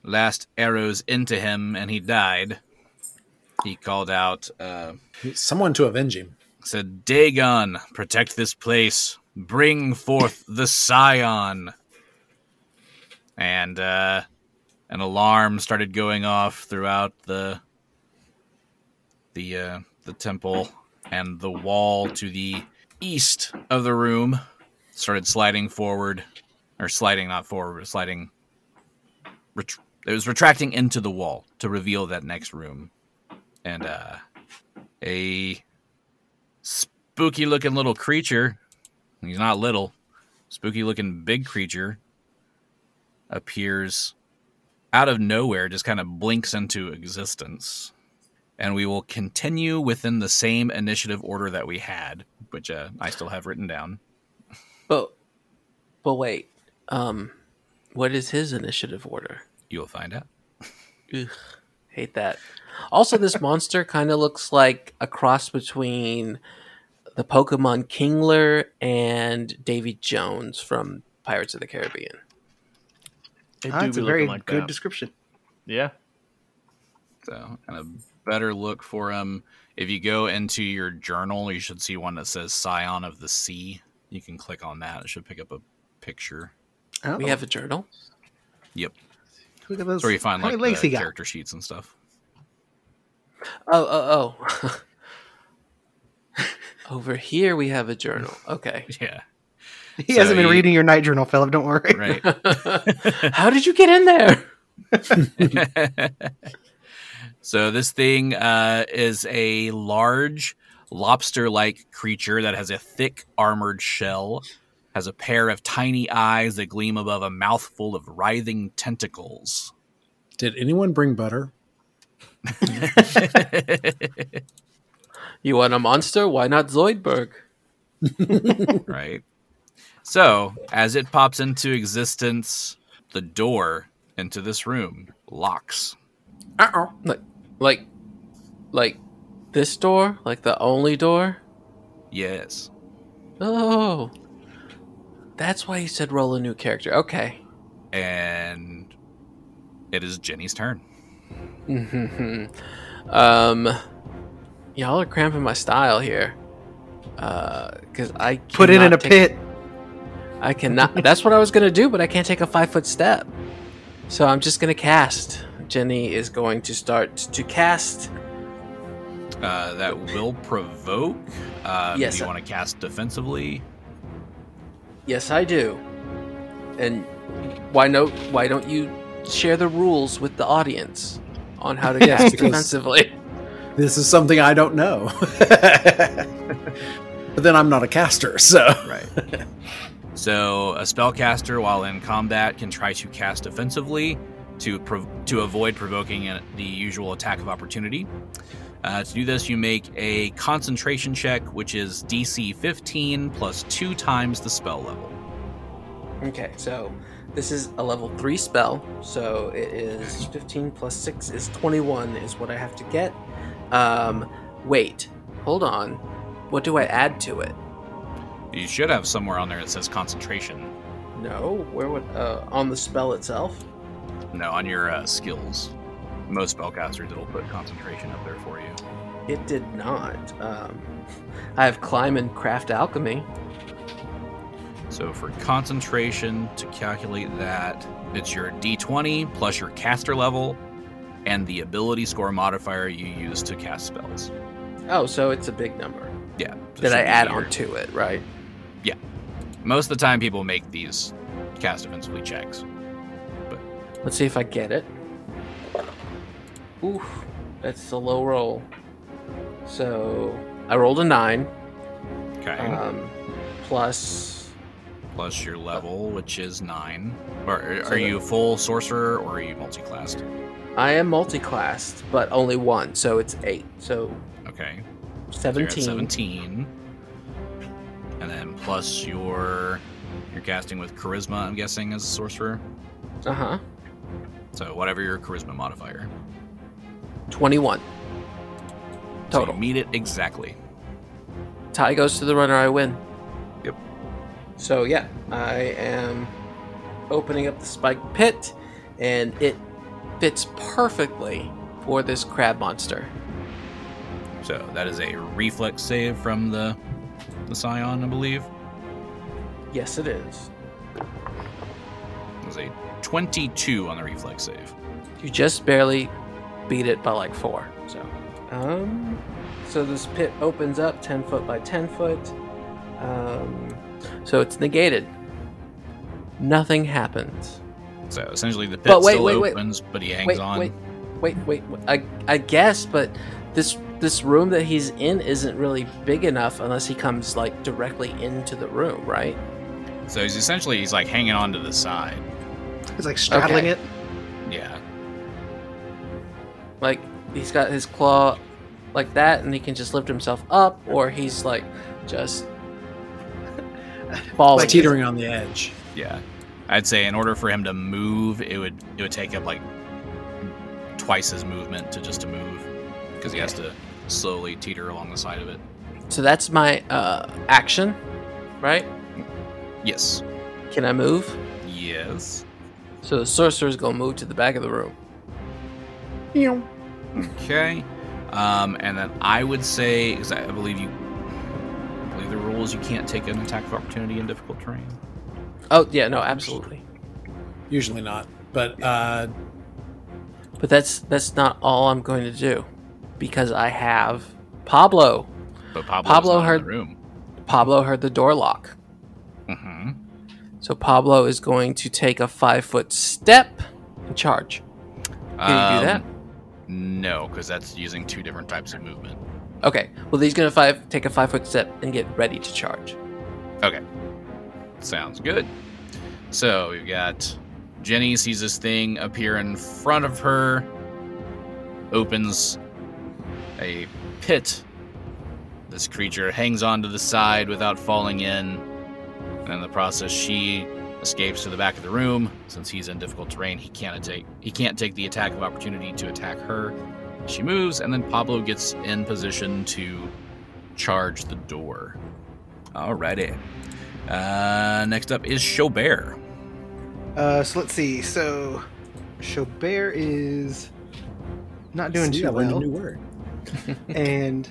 [SPEAKER 1] last arrows into him and he died. He called out, uh,
[SPEAKER 2] Someone to avenge him.
[SPEAKER 1] said, "Dagon, protect this place. Bring forth the Scion." And uh, an alarm started going off throughout the the uh, the temple, and the wall to the east of the room started sliding forward, or sliding not forward, sliding. Ret- it was retracting into the wall to reveal that next room, and uh, a spooky looking little creature. He's not little. Spooky looking big creature appears out of nowhere, just kind of blinks into existence. And we will continue within the same initiative order that we had, which uh, I still have written down.
[SPEAKER 4] But but wait, um, what is his initiative order?
[SPEAKER 1] You'll find out.
[SPEAKER 4] Ugh, hate that. Also, this monster kind of looks like a cross between the Pokemon Kingler and Davy Jones from Pirates of the Caribbean.
[SPEAKER 5] They
[SPEAKER 3] Ah,
[SPEAKER 5] do
[SPEAKER 3] that's
[SPEAKER 5] be
[SPEAKER 3] a
[SPEAKER 5] looking
[SPEAKER 3] very
[SPEAKER 5] like
[SPEAKER 3] good
[SPEAKER 5] that.
[SPEAKER 3] description.
[SPEAKER 5] yeah.
[SPEAKER 1] So, and a better look for him. If you go into your journal, you should see one that says Scion of the Sea. You can click on that. It should pick up a picture.
[SPEAKER 3] Oh,
[SPEAKER 4] We have a journal.
[SPEAKER 1] Yep.
[SPEAKER 3] look at those.
[SPEAKER 1] That's where you find
[SPEAKER 3] how
[SPEAKER 1] like
[SPEAKER 3] many legs
[SPEAKER 4] uh,
[SPEAKER 1] the
[SPEAKER 3] he got?
[SPEAKER 1] character sheets and stuff.
[SPEAKER 4] Oh oh oh. Over here we have a journal. Okay.
[SPEAKER 1] Yeah,
[SPEAKER 3] He hasn't
[SPEAKER 1] So
[SPEAKER 3] been
[SPEAKER 1] he-
[SPEAKER 3] reading your night journal, Philip. Don't worry.
[SPEAKER 1] right.
[SPEAKER 4] How did you get in there?
[SPEAKER 1] so this thing uh, is a large lobster-like creature that has a thick armored shell, has a pair of tiny eyes that gleam above a mouthful of writhing tentacles.
[SPEAKER 2] Did anyone bring butter?
[SPEAKER 4] You want a monster? Why not Zoidberg?
[SPEAKER 1] right? So, as it pops into existence, the door into this room locks.
[SPEAKER 4] Like, like, like this door? Like the only door?
[SPEAKER 1] Yes.
[SPEAKER 4] Oh. That's why you said roll a new character. Okay.
[SPEAKER 1] And it is Jenny's turn.
[SPEAKER 3] Mm-hmm.
[SPEAKER 4] um, y'all are cramping my style here. Uh, cause I
[SPEAKER 3] Put it in
[SPEAKER 4] cannot
[SPEAKER 3] a
[SPEAKER 4] take-
[SPEAKER 3] pit.
[SPEAKER 4] I cannot. that's what I was gonna do, but I can't take a five foot step. So I'm just gonna cast. Jenny is going to start to cast.
[SPEAKER 1] Uh, that will provoke. Um,
[SPEAKER 4] Yes,
[SPEAKER 1] Do you
[SPEAKER 4] I-
[SPEAKER 1] want to cast defensively?
[SPEAKER 4] Yes, I do. And why no? Why don't you share the rules with the audience on how to
[SPEAKER 2] Yes,
[SPEAKER 4] cast
[SPEAKER 2] because-
[SPEAKER 4] defensively?
[SPEAKER 2] This is something I don't know. but then I'm not a caster, so
[SPEAKER 1] Right. so a spellcaster, while in combat, can try to cast defensively to prov- to avoid provoking a- the usual attack of opportunity. Uh, to do this, you make a concentration check, which is DC 15 plus two times the spell level.
[SPEAKER 4] Okay, so this is a level three spell, so it is 15 plus six is 21 is what I have to get. Um, wait, hold on. What do I add to it?
[SPEAKER 1] You should have somewhere on there that says concentration.
[SPEAKER 4] No, where would uh, on the spell itself?
[SPEAKER 1] No, on your uh, skills. Most spellcasters, it'll put concentration up there for you.
[SPEAKER 4] It did not. Um, I have climb and craft alchemy.
[SPEAKER 1] So for concentration, to calculate that, it's your d20 plus your caster level and the ability score modifier you use to cast spells.
[SPEAKER 4] Oh, so it's a big number
[SPEAKER 1] Yeah. so
[SPEAKER 4] that
[SPEAKER 1] it
[SPEAKER 4] I
[SPEAKER 1] should be
[SPEAKER 4] add
[SPEAKER 1] your-
[SPEAKER 4] on to it, right?
[SPEAKER 1] Most of the time, people make these cast defensively checks.
[SPEAKER 4] Let's see if I get it. Oof, that's a low roll. So I rolled a nine.
[SPEAKER 1] Okay.
[SPEAKER 4] Um, plus,
[SPEAKER 1] plus your level, which is nine. Or are,
[SPEAKER 4] So
[SPEAKER 1] are you
[SPEAKER 4] that-
[SPEAKER 1] full sorcerer or are you multiclassed?
[SPEAKER 4] I am multiclassed, but only one, so it's eight. So
[SPEAKER 1] Okay. So you're at
[SPEAKER 4] seventeen.
[SPEAKER 1] 17. And then plus your You're casting with charisma, I'm guessing, as a sorcerer.
[SPEAKER 4] Uh huh.
[SPEAKER 1] So whatever your charisma modifier.
[SPEAKER 4] 21.
[SPEAKER 1] So you
[SPEAKER 4] Total.
[SPEAKER 1] meet it exactly.
[SPEAKER 4] Tie goes to the runner, I win.
[SPEAKER 1] Yep.
[SPEAKER 4] So, yeah, I am opening up the spike pit, and it fits perfectly for this crab monster.
[SPEAKER 1] So that is a reflex save from the the scion, I believe.
[SPEAKER 4] Yes, it is.
[SPEAKER 1] It was a 22 on the reflex save.
[SPEAKER 4] You just barely beat it by like four. So, um, so this pit opens up ten foot by ten foot. Um, so it's negated. Nothing happens.
[SPEAKER 1] So essentially, the pit
[SPEAKER 4] But wait,
[SPEAKER 1] still
[SPEAKER 4] wait, wait.
[SPEAKER 1] opens, but he hangs
[SPEAKER 4] wait,
[SPEAKER 1] on.
[SPEAKER 4] wait, wait, wait, wait. I, I guess, but this this room that he's in isn't really big enough unless he comes like directly into the room, right?
[SPEAKER 1] So he's essentially he's like hanging on to the side.
[SPEAKER 3] It's like straddling
[SPEAKER 4] Okay.
[SPEAKER 3] it.
[SPEAKER 1] Yeah.
[SPEAKER 4] Like he's got his claw like that, and he can just lift himself up, or he's like just falling.
[SPEAKER 2] It's teetering on the edge.
[SPEAKER 1] Yeah. I'd say in order for him to move, it would it would take up like twice his movement to just to move because he has to slowly teeter along the side of it.
[SPEAKER 4] So that's my uh, action, right?
[SPEAKER 1] Yes.
[SPEAKER 4] Can I move?
[SPEAKER 1] Yes.
[SPEAKER 4] So the sorcerer's gonna move to the back of the room.
[SPEAKER 1] Okay. Um, and then I would say because I I believe you I believe the rule is you can't take an attack of opportunity in difficult terrain.
[SPEAKER 4] Oh yeah, no, absolutely.
[SPEAKER 2] Usually not, but uh,
[SPEAKER 4] But that's that's not all I'm going to do, because I have Pablo.
[SPEAKER 1] But Pablo,
[SPEAKER 4] Pablo
[SPEAKER 1] Pablo heard
[SPEAKER 4] heard-
[SPEAKER 1] the room.
[SPEAKER 4] Pablo heard the door lock,
[SPEAKER 1] hmm
[SPEAKER 4] so Pablo is going to take a five foot step and charge. Can you do that?
[SPEAKER 1] Um, No, because that's using two different types of movement.
[SPEAKER 4] Okay, well he's gonna five take a five foot step and get ready to charge.
[SPEAKER 1] Sounds good. So we've got Jenny sees this thing appear in front of her, opens a pit. This creature hangs onto the side without falling in, and in the process, she escapes to the back of the room. Since he's in difficult terrain, he can't take he can't take the attack of opportunity to attack her. She moves, and then Pablo gets in position to charge the door. Alrighty. Uh, next up is Chaubert.
[SPEAKER 3] Uh, so let's see. So Chaubert is not doing
[SPEAKER 2] see,
[SPEAKER 3] too
[SPEAKER 2] I learned
[SPEAKER 3] well,
[SPEAKER 2] a new word.
[SPEAKER 3] and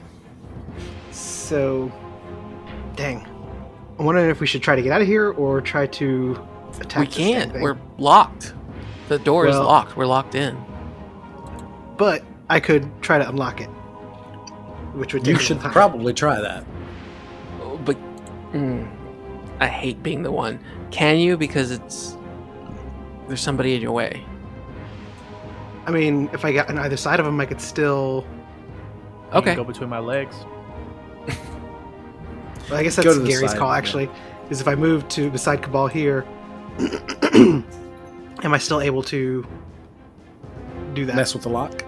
[SPEAKER 3] so dang. I'm wondering if we should try to get out of here or try to attack.
[SPEAKER 4] we
[SPEAKER 3] this
[SPEAKER 4] can't.
[SPEAKER 3] dang thing.
[SPEAKER 4] We're locked. The door is
[SPEAKER 3] Well-
[SPEAKER 4] locked. We're locked in.
[SPEAKER 3] but I could try to unlock it, which would take
[SPEAKER 2] You
[SPEAKER 3] a little
[SPEAKER 2] should
[SPEAKER 3] time.
[SPEAKER 2] probably try that.
[SPEAKER 4] Oh, but mm, I hate being the one. Can you? Because it's there's somebody in your way.
[SPEAKER 3] I mean, if I got on either side of him, I could still.
[SPEAKER 5] You can
[SPEAKER 4] Okay.
[SPEAKER 5] Go between my legs.
[SPEAKER 3] well, I guess
[SPEAKER 2] Go
[SPEAKER 3] that's
[SPEAKER 2] to the
[SPEAKER 3] Gary's
[SPEAKER 2] side,
[SPEAKER 3] call.
[SPEAKER 2] yeah.
[SPEAKER 3] Actually, is if I move to beside Cabal here, am I still able to do that?
[SPEAKER 2] Mess with the lock.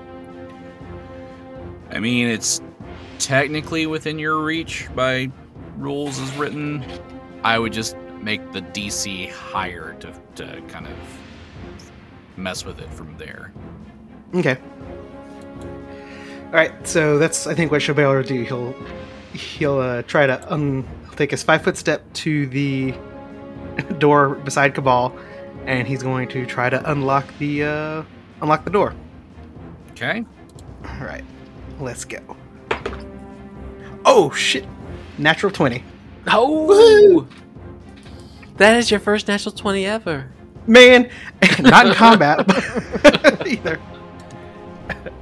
[SPEAKER 1] I mean, it's technically within your reach by rules as written. I would just make the DC higher to, to kind of mess with it from there.
[SPEAKER 3] Okay. All right, so that's I think what Chabert will do. He'll he'll uh, try to un- he'll take his five foot step to the door beside Cabal, and he's going to try to unlock the uh, unlock the door.
[SPEAKER 1] Okay.
[SPEAKER 3] All right, let's go. Oh shit! Natural twenty.
[SPEAKER 4] Oh, that is your first natural twenty ever.
[SPEAKER 3] Man, not in combat but- either.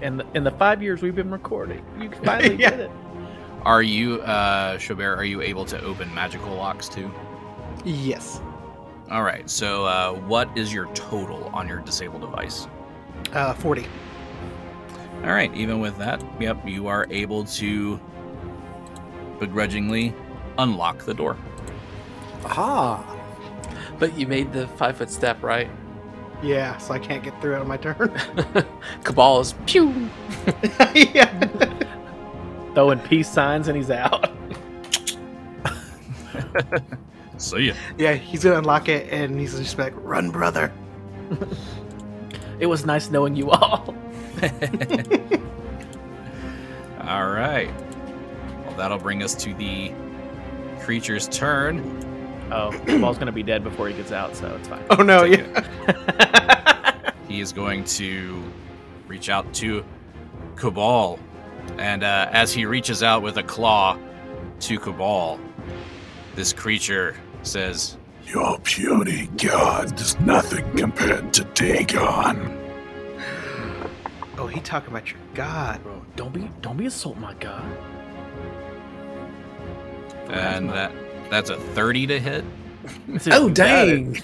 [SPEAKER 5] In the, in the five years we've been recording, you can finally
[SPEAKER 3] Yeah.
[SPEAKER 5] get it.
[SPEAKER 1] Are you, uh, Chaubert, are you able to open magical locks too?
[SPEAKER 3] Yes.
[SPEAKER 1] All right. So, uh, what is your total on your disabled device?
[SPEAKER 3] Uh, Forty.
[SPEAKER 1] All right, even with that, yep, you are able to begrudgingly unlock the door.
[SPEAKER 2] Aha!
[SPEAKER 4] But you made the five foot step, right?
[SPEAKER 3] Yeah, so I can't get through it on my turn.
[SPEAKER 4] Cabal is pew.
[SPEAKER 3] yeah.
[SPEAKER 5] Throwing peace signs and he's out.
[SPEAKER 1] See ya.
[SPEAKER 3] Yeah, he's gonna unlock it and he's just like, "Run, brother!"
[SPEAKER 5] It was nice knowing you all.
[SPEAKER 1] All right. Well, that'll bring us to the creature's turn.
[SPEAKER 5] Oh, Ball's gonna be dead before he gets out, so it's fine.
[SPEAKER 3] Oh no,
[SPEAKER 1] Take
[SPEAKER 3] yeah.
[SPEAKER 1] it. He is going to reach out to Cabal, and uh, as he reaches out with a claw to Cabal, this creature says,
[SPEAKER 6] Your puny god is nothing compared to Dagon.
[SPEAKER 3] Oh, he talking about your god.
[SPEAKER 5] Bro, don't be don't be assault my god.
[SPEAKER 1] and that that's a thirty to hit.
[SPEAKER 2] Oh, dang.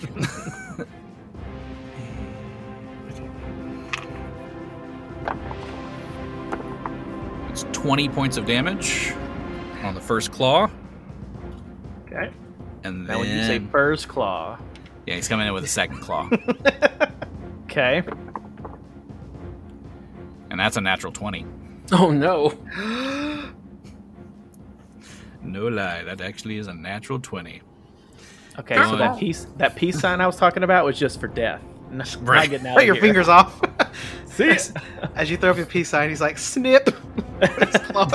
[SPEAKER 1] It's twenty points of damage on the first claw,
[SPEAKER 5] Okay.
[SPEAKER 1] and
[SPEAKER 5] Now
[SPEAKER 1] then
[SPEAKER 5] when you say first claw,
[SPEAKER 1] yeah, he's coming in with a second claw,
[SPEAKER 5] okay.
[SPEAKER 1] and that's a natural twenty.
[SPEAKER 4] Oh no.
[SPEAKER 1] No lie, that actually is a natural twenty.
[SPEAKER 5] Okay,
[SPEAKER 1] First
[SPEAKER 5] so
[SPEAKER 1] of all-
[SPEAKER 5] that peace that peace sign I was talking about was just for death. Not, not
[SPEAKER 1] Right.
[SPEAKER 5] getting out
[SPEAKER 3] Cut
[SPEAKER 5] of
[SPEAKER 3] your
[SPEAKER 5] here.
[SPEAKER 3] fingers off.
[SPEAKER 5] See ya.
[SPEAKER 3] As you throw up your peace sign, he's like, "Snip." With his claws.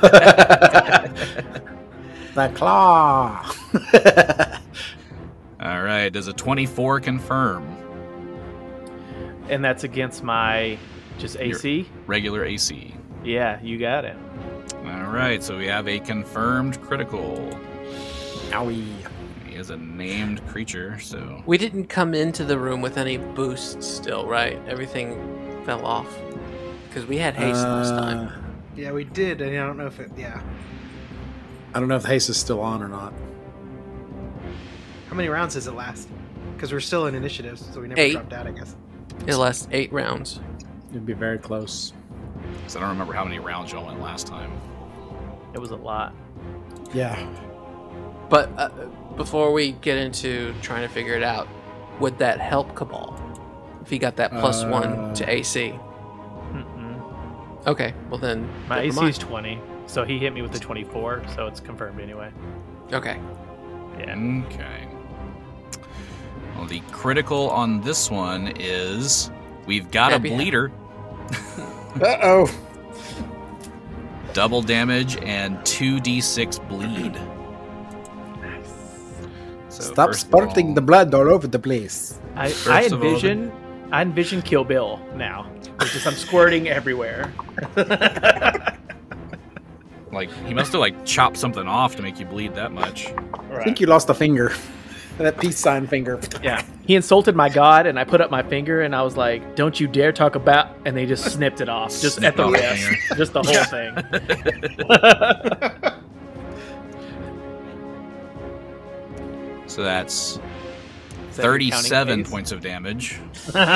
[SPEAKER 2] The claw.
[SPEAKER 1] All right, does a twenty-four confirm
[SPEAKER 5] And that's against my just AC.
[SPEAKER 1] regular AC?
[SPEAKER 5] Yeah, you got it.
[SPEAKER 1] All right, so we have a confirmed critical. Owie. He is a named creature, so
[SPEAKER 4] We didn't come into the room with any boosts still, right? Everything fell off. Because we had haste last time.
[SPEAKER 2] Uh,
[SPEAKER 3] yeah, we did, and I don't know if it. Yeah,
[SPEAKER 2] I don't know if haste is still on or not.
[SPEAKER 3] how many rounds does it last? Because we're still in initiatives, so we never
[SPEAKER 4] Eight.
[SPEAKER 3] dropped out. I guess.
[SPEAKER 4] It lasts eight rounds.
[SPEAKER 2] It'd be very close.
[SPEAKER 1] 'cause I don't remember how many rounds y'all went last time.
[SPEAKER 5] It was a lot.
[SPEAKER 2] Yeah.
[SPEAKER 4] But uh, before we get into trying to figure it out, would that help Cabal? If he got that plus one to AC?
[SPEAKER 5] Mm-mm.
[SPEAKER 4] Okay, well then.
[SPEAKER 5] My
[SPEAKER 4] never
[SPEAKER 5] AC
[SPEAKER 4] mind.
[SPEAKER 5] is twenty, so he hit me with a twenty-four, so it's confirmed anyway.
[SPEAKER 4] Okay.
[SPEAKER 5] Yeah.
[SPEAKER 1] Okay. Well, the critical on this one is we've got a
[SPEAKER 4] Happy ha-
[SPEAKER 1] bleeder,
[SPEAKER 2] Uh oh.
[SPEAKER 1] double damage, and two d6 bleed. So
[SPEAKER 2] Stop
[SPEAKER 1] first of all-
[SPEAKER 2] spurting the blood all over the place.
[SPEAKER 5] I, I
[SPEAKER 1] First of all, the-
[SPEAKER 5] envision I envision Kill Bill now. It's just I'm squirting everywhere.
[SPEAKER 1] Like he must have like chopped something off to make you bleed that much.
[SPEAKER 2] I think you lost a finger. that peace sign finger.
[SPEAKER 5] Yeah. He insulted my god, and I put up my finger, and I was like, "Don't you dare talk about!" And they just snipped it off, just
[SPEAKER 1] Snipped
[SPEAKER 5] at the
[SPEAKER 1] off the
[SPEAKER 5] wrist, just the whole thing.
[SPEAKER 1] So that's
[SPEAKER 5] Is that you counting
[SPEAKER 1] 37
[SPEAKER 5] phase?
[SPEAKER 1] points of damage.
[SPEAKER 5] All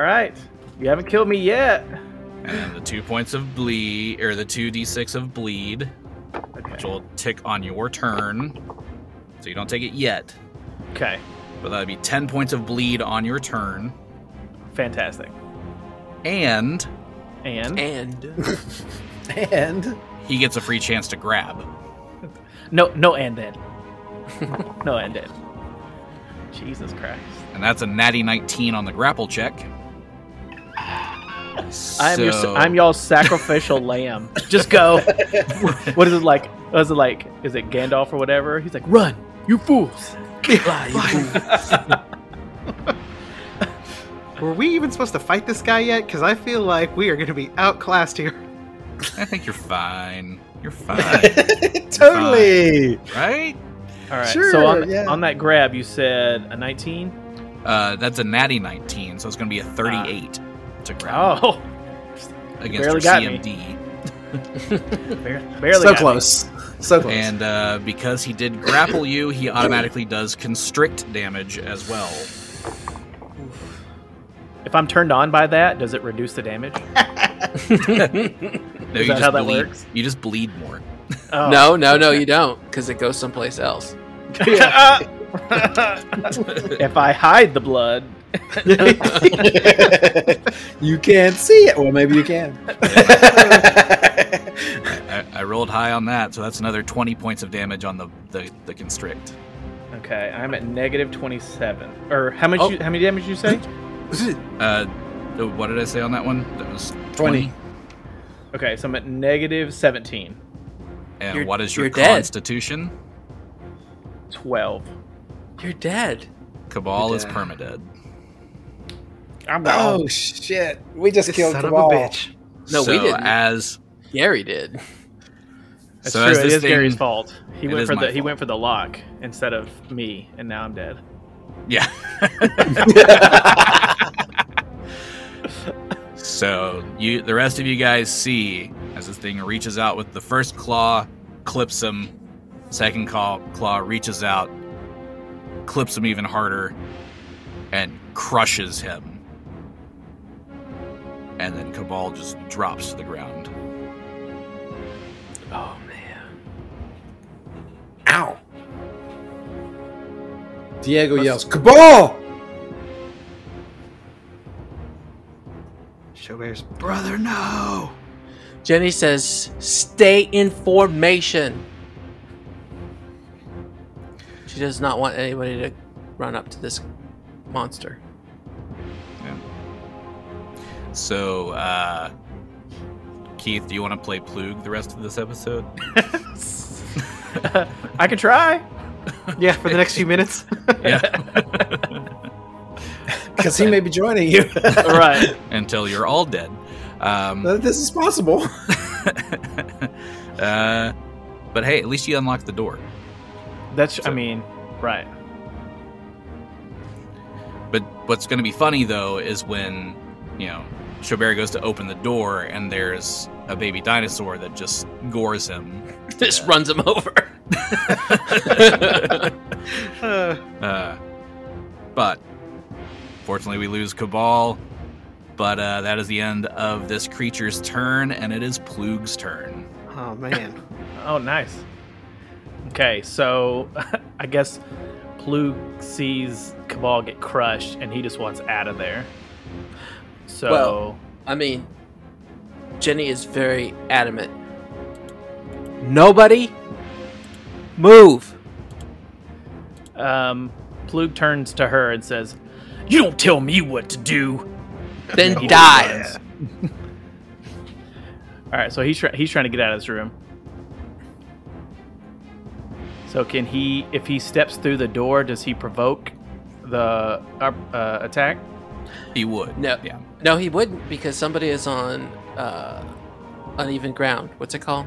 [SPEAKER 5] right, you haven't killed me yet.
[SPEAKER 1] And the two points of bleed, or the two d6 of bleed, which will tick on your turn. So you don't take it yet,
[SPEAKER 5] Okay,
[SPEAKER 1] but that'd be 10 points of bleed on your turn.
[SPEAKER 5] fantastic.
[SPEAKER 1] And
[SPEAKER 5] And
[SPEAKER 4] And.
[SPEAKER 2] And
[SPEAKER 1] he gets a free chance to grab.
[SPEAKER 5] no, no, and then, no, and then. Jesus Christ!
[SPEAKER 1] And that's a natty 19 on the grapple check.
[SPEAKER 5] I am your,
[SPEAKER 1] So-
[SPEAKER 5] I'm y'all's sacrificial lamb. Just go. what is it like? What is it like? Is it Gandalf or whatever? He's like, run, you fools.
[SPEAKER 4] Fly, you fool.
[SPEAKER 3] Were we even supposed to fight this guy yet? Because I feel like we are going to be outclassed here.
[SPEAKER 1] I think you're fine. You're fine,
[SPEAKER 2] totally.
[SPEAKER 1] right?
[SPEAKER 5] All right.
[SPEAKER 2] Sure,
[SPEAKER 5] so on,
[SPEAKER 2] yeah.
[SPEAKER 5] on that grab, you said a 19.
[SPEAKER 1] Uh, that's a natty 19, so it's going to be a 38 to grab
[SPEAKER 5] Oh,
[SPEAKER 1] against
[SPEAKER 5] barely
[SPEAKER 1] your
[SPEAKER 5] got me.
[SPEAKER 1] CMD.
[SPEAKER 5] bar- barely.
[SPEAKER 2] so
[SPEAKER 5] got
[SPEAKER 2] close. So close.
[SPEAKER 1] And uh, because he did grapple you, he automatically does constrict damage as well.
[SPEAKER 5] me. If I'm turned on by that, does it reduce the damage?
[SPEAKER 1] No,
[SPEAKER 5] Is that how that
[SPEAKER 1] bleed,
[SPEAKER 5] works?
[SPEAKER 1] You just bleed more.
[SPEAKER 5] Oh.
[SPEAKER 4] No, no, no, you don't, because it goes someplace else.
[SPEAKER 1] Uh,
[SPEAKER 5] if I hide the blood,
[SPEAKER 2] you can't see it. Well, maybe you can.
[SPEAKER 1] I, I rolled high on that, so that's another 20 points of damage on the, the, the constrict.
[SPEAKER 5] Okay, I'm at negative 27. Or how much?
[SPEAKER 1] Oh.
[SPEAKER 5] You, how many damage you say?
[SPEAKER 1] Uh, the- what did I say on that one? That was
[SPEAKER 2] 20.
[SPEAKER 1] 20.
[SPEAKER 5] Okay, so I'm at negative 17.
[SPEAKER 1] And
[SPEAKER 4] You're-
[SPEAKER 1] what is your
[SPEAKER 4] you're dead.
[SPEAKER 1] constitution?
[SPEAKER 5] 12.
[SPEAKER 4] You're dead.
[SPEAKER 1] Cabal
[SPEAKER 4] You're
[SPEAKER 1] is
[SPEAKER 4] dead.
[SPEAKER 1] permadead.
[SPEAKER 5] I'm
[SPEAKER 2] Oh,
[SPEAKER 5] out.
[SPEAKER 2] shit! We just killed
[SPEAKER 3] son
[SPEAKER 2] Cabal.
[SPEAKER 3] of a bitch.
[SPEAKER 4] No, we
[SPEAKER 1] So
[SPEAKER 4] didn't.
[SPEAKER 1] As
[SPEAKER 4] Gary did.
[SPEAKER 5] That's
[SPEAKER 1] so
[SPEAKER 5] true.
[SPEAKER 1] as
[SPEAKER 5] It
[SPEAKER 1] this
[SPEAKER 5] is
[SPEAKER 1] thing-
[SPEAKER 5] Gary's fault. He
[SPEAKER 1] It
[SPEAKER 5] went
[SPEAKER 1] is
[SPEAKER 5] for the
[SPEAKER 1] my
[SPEAKER 5] he
[SPEAKER 1] fault.
[SPEAKER 5] went for the lock instead of me, and now I'm dead.
[SPEAKER 1] Yeah. so you, the rest of you guys see as this thing reaches out with the first claw, clips him. Second claw, claw reaches out, clips him even harder, and crushes him. And then Cabal just drops to the ground.
[SPEAKER 4] Oh man.
[SPEAKER 2] Ow! Diego yells, "Cabal!"
[SPEAKER 3] Shobear's
[SPEAKER 1] Brother, no!
[SPEAKER 4] Jenny says, "Stay in formation." She does not want anybody to run up to this monster.
[SPEAKER 1] So, uh, Keith, do you want to play Plug the rest of this episode?
[SPEAKER 5] I can try.
[SPEAKER 3] yeah for the next few minutes.
[SPEAKER 1] Yeah.
[SPEAKER 2] Because he may be joining you.
[SPEAKER 5] All right.
[SPEAKER 1] until you're all dead. Um,
[SPEAKER 2] this is possible.
[SPEAKER 1] uh, but hey, at least you unlocked the door.
[SPEAKER 5] That's. I
[SPEAKER 1] So-
[SPEAKER 5] mean, right.
[SPEAKER 1] But what's going to be funny though is when you know Chobert goes to open the door and there's a baby dinosaur that just gores him.
[SPEAKER 4] This runs him over.
[SPEAKER 3] Uh,
[SPEAKER 1] Uh, but fortunately, we lose Cabal. But uh, that is the end of this creature's turn, and it is Plug's turn.
[SPEAKER 3] oh man.
[SPEAKER 5] Oh, nice. Okay, so I guess Plug sees Cabal get crushed, and he just wants out of there. So
[SPEAKER 4] Well- I mean, Jenny is very adamant. Nobody move.
[SPEAKER 5] um, Plug turns to her and says, "You don't tell me what to do."
[SPEAKER 4] Then
[SPEAKER 5] dies.
[SPEAKER 4] die.
[SPEAKER 5] All right, so he's try- he's trying to get out of this room. So can he, if he steps through the door, does he provoke the uh, uh, attack?
[SPEAKER 1] He would.
[SPEAKER 4] No.
[SPEAKER 1] Yeah.
[SPEAKER 4] No, he wouldn't because somebody is on uh, uneven ground. What's it called?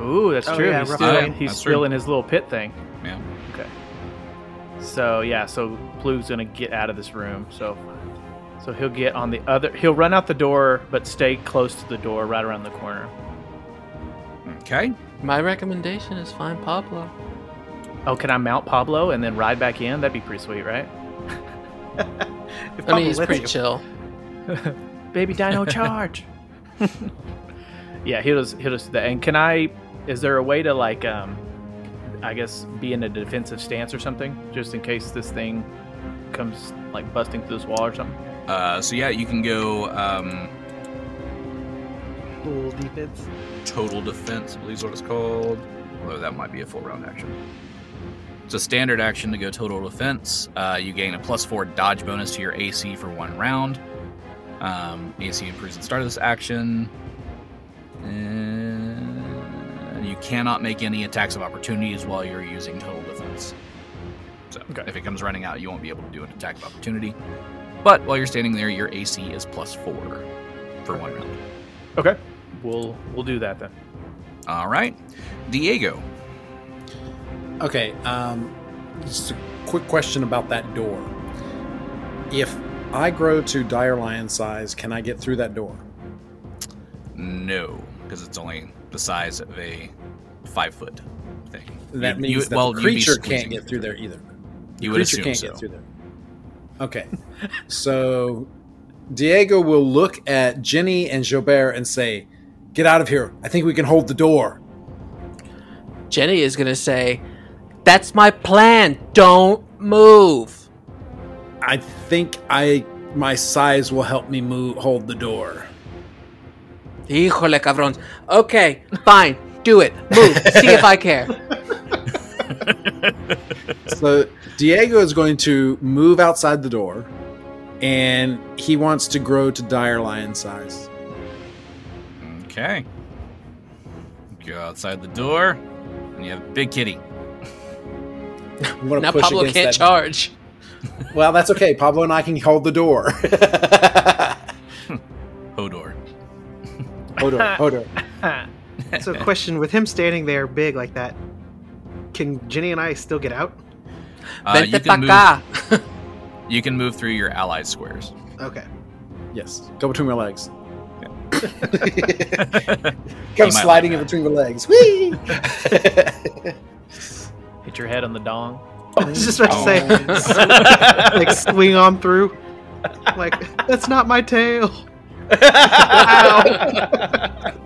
[SPEAKER 5] Ooh, that's
[SPEAKER 3] Oh,
[SPEAKER 5] true.
[SPEAKER 3] yeah,
[SPEAKER 5] he's
[SPEAKER 3] rough
[SPEAKER 5] still,
[SPEAKER 1] terrain.
[SPEAKER 5] he's
[SPEAKER 1] That's
[SPEAKER 5] still
[SPEAKER 1] true.
[SPEAKER 5] in his little pit thing.
[SPEAKER 1] Yeah.
[SPEAKER 5] Okay. So yeah, so Blue's gonna get out of this room. So, so he'll get on the other. He'll run out the door, but stay close to the door, right around the corner.
[SPEAKER 1] Okay.
[SPEAKER 4] My recommendation is find Pablo.
[SPEAKER 5] Oh, can I mount Pablo and then ride back in? That'd be pretty sweet, right?
[SPEAKER 3] If
[SPEAKER 4] I
[SPEAKER 3] Pablo
[SPEAKER 4] mean, he's
[SPEAKER 3] lets
[SPEAKER 4] pretty
[SPEAKER 3] you.
[SPEAKER 4] chill.
[SPEAKER 5] Baby Dino charge. yeah, he'll just he'll just do that. And can I? Is there a way to like um, I guess be in a defensive stance or something, just in case this thing comes like busting through this wall or something?
[SPEAKER 1] Uh, so yeah, you can go um,
[SPEAKER 3] Full defense.
[SPEAKER 1] total defense, I believe is what it's called. Although that might be a full round action. It's a standard action to go total defense. Uh, you gain a plus four dodge bonus to your AC for one round. Um, AC improves at the start of this action. And you cannot make any attacks of opportunities while you're using total defense. So
[SPEAKER 5] Okay.
[SPEAKER 1] if it comes running out, you won't be able to do an attack of opportunity. But while you're standing there, your AC is plus four for one round.
[SPEAKER 5] Okay, we'll we'll do that then.
[SPEAKER 1] All right, Diego.
[SPEAKER 2] Okay, um, just a quick question about that door. If I grow to dire lion size, can I get through that door?
[SPEAKER 1] No, because it's only the size of a five foot thing.
[SPEAKER 2] That
[SPEAKER 1] You-
[SPEAKER 2] means
[SPEAKER 1] you-
[SPEAKER 2] that
[SPEAKER 1] well,
[SPEAKER 2] the
[SPEAKER 1] you'd be
[SPEAKER 2] creature
[SPEAKER 1] squeezing
[SPEAKER 2] can't get through there either.
[SPEAKER 1] You would
[SPEAKER 2] creature
[SPEAKER 1] assume
[SPEAKER 2] can't
[SPEAKER 1] so.
[SPEAKER 2] get through there. Okay, so Diego will look at Jenny and Jobert and say, "Get out of here! I think we can hold the door."
[SPEAKER 4] Jenny is gonna say, "That's my plan. Don't move."
[SPEAKER 2] I think I my size will help me move hold the door.
[SPEAKER 4] Híjole, cabrón. Okay, fine. Do it. Move. See if I care.
[SPEAKER 2] So Diego is going to move outside the door, and he wants to grow to dire lion size.
[SPEAKER 1] Okay. Go outside the door, and you have a big kitty.
[SPEAKER 2] We wanna
[SPEAKER 4] Now
[SPEAKER 2] push
[SPEAKER 4] Pablo
[SPEAKER 2] against
[SPEAKER 4] can't
[SPEAKER 2] that-
[SPEAKER 4] charge.
[SPEAKER 2] Well, that's okay. Pablo and I can hold the door.
[SPEAKER 1] Hodor.
[SPEAKER 2] hold on, hold on.
[SPEAKER 3] So, question: With him standing there big like that, can Jenny and I still get out?
[SPEAKER 1] Uh,
[SPEAKER 4] Vente
[SPEAKER 1] you,
[SPEAKER 4] pa
[SPEAKER 1] can move,
[SPEAKER 4] acá.
[SPEAKER 1] you can move through your allied squares.
[SPEAKER 3] Okay.
[SPEAKER 2] Yes, go between my legs.
[SPEAKER 1] might
[SPEAKER 2] Come
[SPEAKER 1] like
[SPEAKER 2] sliding in
[SPEAKER 1] that.
[SPEAKER 2] between my legs. Whee!
[SPEAKER 5] Hit your head on the dong.
[SPEAKER 3] I was just about to say,
[SPEAKER 5] Oh.
[SPEAKER 3] like swing on through. Like that's not my tail. Ow.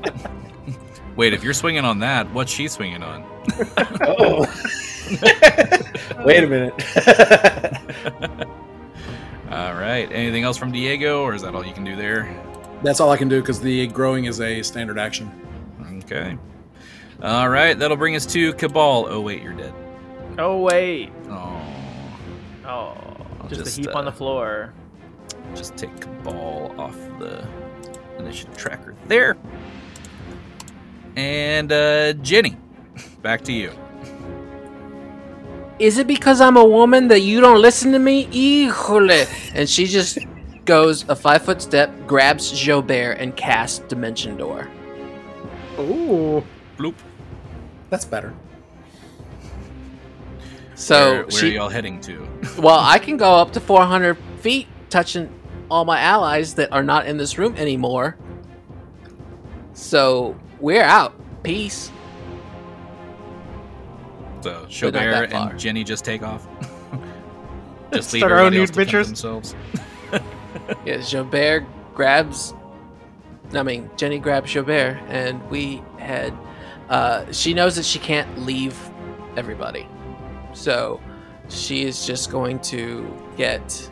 [SPEAKER 1] Wait, if you're swinging on that, what's she swinging on?
[SPEAKER 2] oh. Wait a minute.
[SPEAKER 1] All right. Anything else from Diego, or is that all you can do there?
[SPEAKER 2] That's all I can do because the growing is a standard action.
[SPEAKER 1] Okay. All right. That'll bring us to Cabal. Oh wait, you're dead.
[SPEAKER 5] Oh wait.
[SPEAKER 1] Oh.
[SPEAKER 5] Oh, just,
[SPEAKER 1] just,
[SPEAKER 5] a heap
[SPEAKER 1] uh,
[SPEAKER 5] on the floor.
[SPEAKER 1] Just take Cabal off the initiative tracker there. And uh, Jenny, back to you.
[SPEAKER 4] Is it because I'm a woman that you don't listen to me? Híjole. And she just goes a five foot step, grabs Jobert, and casts Dimension Door.
[SPEAKER 3] Ooh.
[SPEAKER 1] Bloop.
[SPEAKER 2] That's better.
[SPEAKER 4] So
[SPEAKER 1] where, where
[SPEAKER 4] she,
[SPEAKER 1] are y'all heading to?
[SPEAKER 4] Well, I can go up to 400 feet, touching all my allies that are not in this room anymore. So we're out. Peace.
[SPEAKER 1] So
[SPEAKER 4] We're not that
[SPEAKER 1] Chaubert
[SPEAKER 4] far.
[SPEAKER 1] and Jenny just take off. just leave
[SPEAKER 3] Start our own
[SPEAKER 1] everybody else
[SPEAKER 3] nude
[SPEAKER 1] to fend
[SPEAKER 3] pictures?
[SPEAKER 1] themselves.
[SPEAKER 4] Yeah, Jobert grabs. I mean, Jenny grabs Jobert, and we head. Uh, she knows that she can't leave everybody. So she is just going to get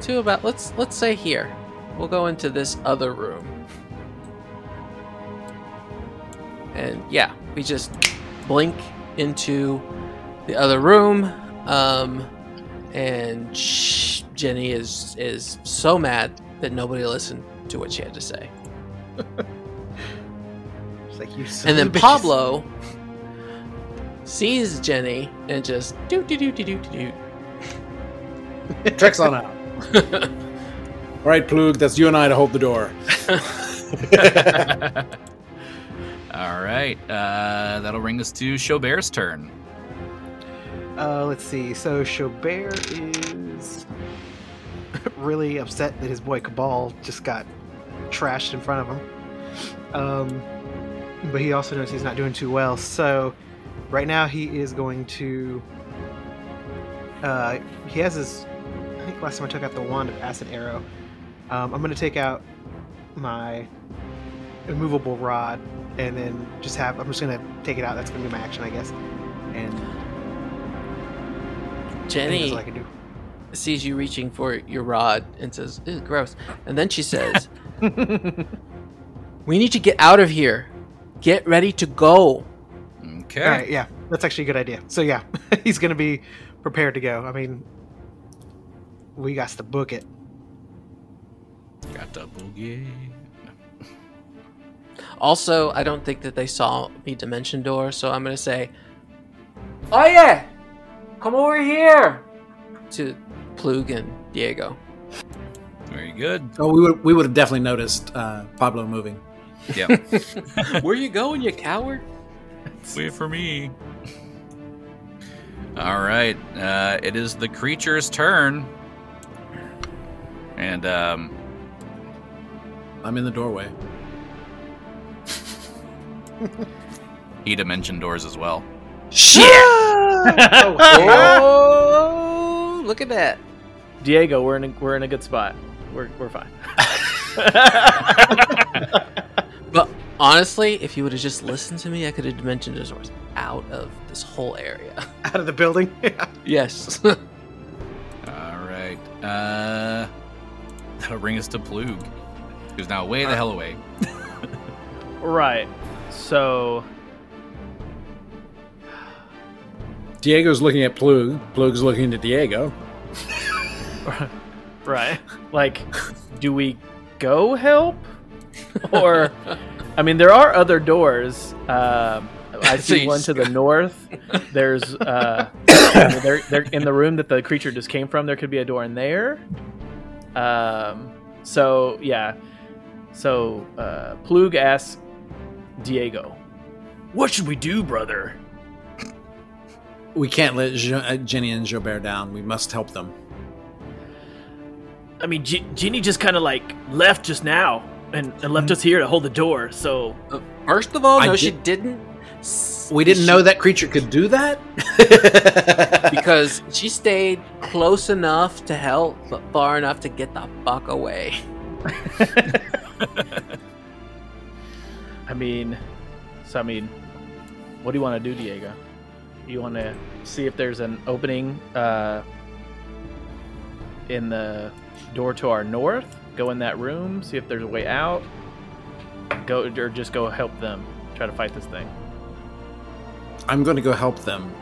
[SPEAKER 4] to about let's let's say here. We'll go into this other room. And yeah, we just blink into the other room. Um, and sh- Jenny is is so mad that nobody listened to what she had to say.
[SPEAKER 3] It's like you. son
[SPEAKER 4] And
[SPEAKER 3] of
[SPEAKER 4] then
[SPEAKER 3] a bitch.
[SPEAKER 4] Pablo sees Jenny and just do do do do do do.
[SPEAKER 2] Tricks on out. All right, Plug, that's you and I to hold the door.
[SPEAKER 1] All right. Uh, that'll bring us to Chaubert's turn.
[SPEAKER 3] Uh, let's see. So Chaubert is really upset that his boy Cabal just got trashed in front of him. Um, but he also knows he's not doing too well. So right now he is going to. Uh, he has his. I think last time I took out the wand of acid arrow. Um, I'm going to take out my immovable rod and then just have. I'm just going to take it out. That's going to be my action, I guess. And I think that's
[SPEAKER 4] Jenny
[SPEAKER 3] all I can do.
[SPEAKER 4] sees you reaching for your rod and says, "Ew, "Gross." And then she says, "We need to get out of here. Get ready to go."
[SPEAKER 1] Okay.
[SPEAKER 3] All right, yeah, that's actually a good idea. So yeah, he's gonna be prepared to go. I mean, we got to book it.
[SPEAKER 1] Got double gay.
[SPEAKER 4] Also, I don't think that they saw me dimension door, so I'm gonna say, "Oh yeah, come over here," to Plug and Diego.
[SPEAKER 1] Very good.
[SPEAKER 2] Oh, we would we would have definitely noticed uh, Pablo moving.
[SPEAKER 1] Yep.
[SPEAKER 4] Where you going, you coward?
[SPEAKER 1] Wait for me. All right. Uh, it is the creature's turn. And um,
[SPEAKER 2] I'm in the doorway.
[SPEAKER 1] he dimension doors as well.
[SPEAKER 5] Oh,
[SPEAKER 4] Oh, look at that!
[SPEAKER 5] Diego, we're in a, we're in a good spot. We're, we're fine.
[SPEAKER 4] But honestly, if you would have just listened to me, I could have dimension doors out of this whole area.
[SPEAKER 3] Out of the building.
[SPEAKER 4] Yes.
[SPEAKER 1] All right. Uh, that'll bring us to Plug, who's now way the hell away.
[SPEAKER 5] right. So
[SPEAKER 2] Diego's looking at Plug. Plug's looking at Diego.
[SPEAKER 5] right, like, do we go help, or I mean, there are other doors. Um I
[SPEAKER 4] So
[SPEAKER 5] see
[SPEAKER 4] you
[SPEAKER 5] one
[SPEAKER 4] just-
[SPEAKER 5] to the north. There's uh, there, there in the room that the creature just came from. There could be a door in there. Um, so yeah, so uh, Plug asks Diego, "What should we do, brother?"
[SPEAKER 2] We can't let Je- uh, Jenny and Jobert down. We must help them.
[SPEAKER 5] I mean, G- Ginny just kind of like left just now and, and left us here to hold the door. So
[SPEAKER 4] First of all,
[SPEAKER 2] I
[SPEAKER 4] no,
[SPEAKER 2] did-
[SPEAKER 4] she didn't. S-
[SPEAKER 2] We didn't
[SPEAKER 4] she-
[SPEAKER 2] know that creature could do that.
[SPEAKER 4] because she stayed close enough to help, but far enough to get the fuck away.
[SPEAKER 5] I mean, so I mean, what do you want to do, Diego? You want to see if there's an opening uh, in the door to our north? Go in that room, see if there's a way out. Go or just go help them try to fight this thing.
[SPEAKER 2] I'm going to go help them.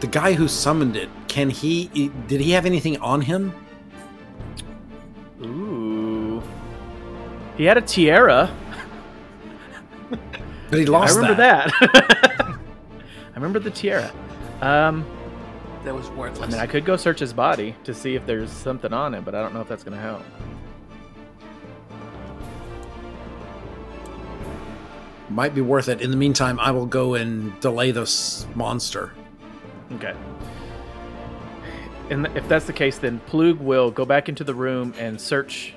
[SPEAKER 2] The guy who summoned it, can he? i- Did he have anything on him?
[SPEAKER 5] Ooh, he had a tiara.
[SPEAKER 2] But he lost
[SPEAKER 5] I remember that. I remember the tiara. Um,
[SPEAKER 4] That was
[SPEAKER 5] I
[SPEAKER 4] worthless.
[SPEAKER 5] mean, I could go search his body to see if there's something on it, but I don't know if that's gonna help.
[SPEAKER 2] Might be worth it. In the meantime, I will go and delay this monster.
[SPEAKER 5] Okay. And if that's the case, then Plug will go back into the room and search.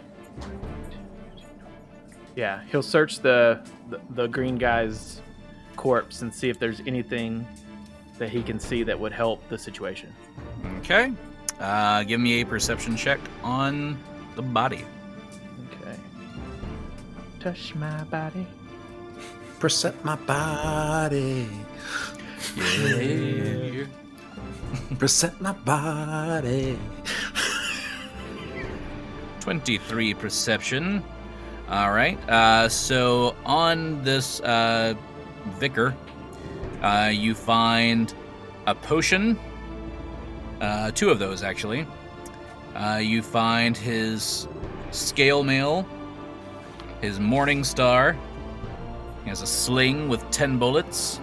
[SPEAKER 5] Yeah, he'll search the the, the green guy's corpse and see if there's anything that he can see that would help the situation.
[SPEAKER 1] Okay. Uh, give me a perception check on the body.
[SPEAKER 5] Okay. Touch my body.
[SPEAKER 2] Percept my body.
[SPEAKER 4] Yeah.
[SPEAKER 2] Percept my body.
[SPEAKER 1] 23 perception. All right. Uh, so on this uh, vicar, uh, you find a potion. Uh, two of those, actually. Uh, you find his scale mail, his morning star. He has a sling with 10 bullets.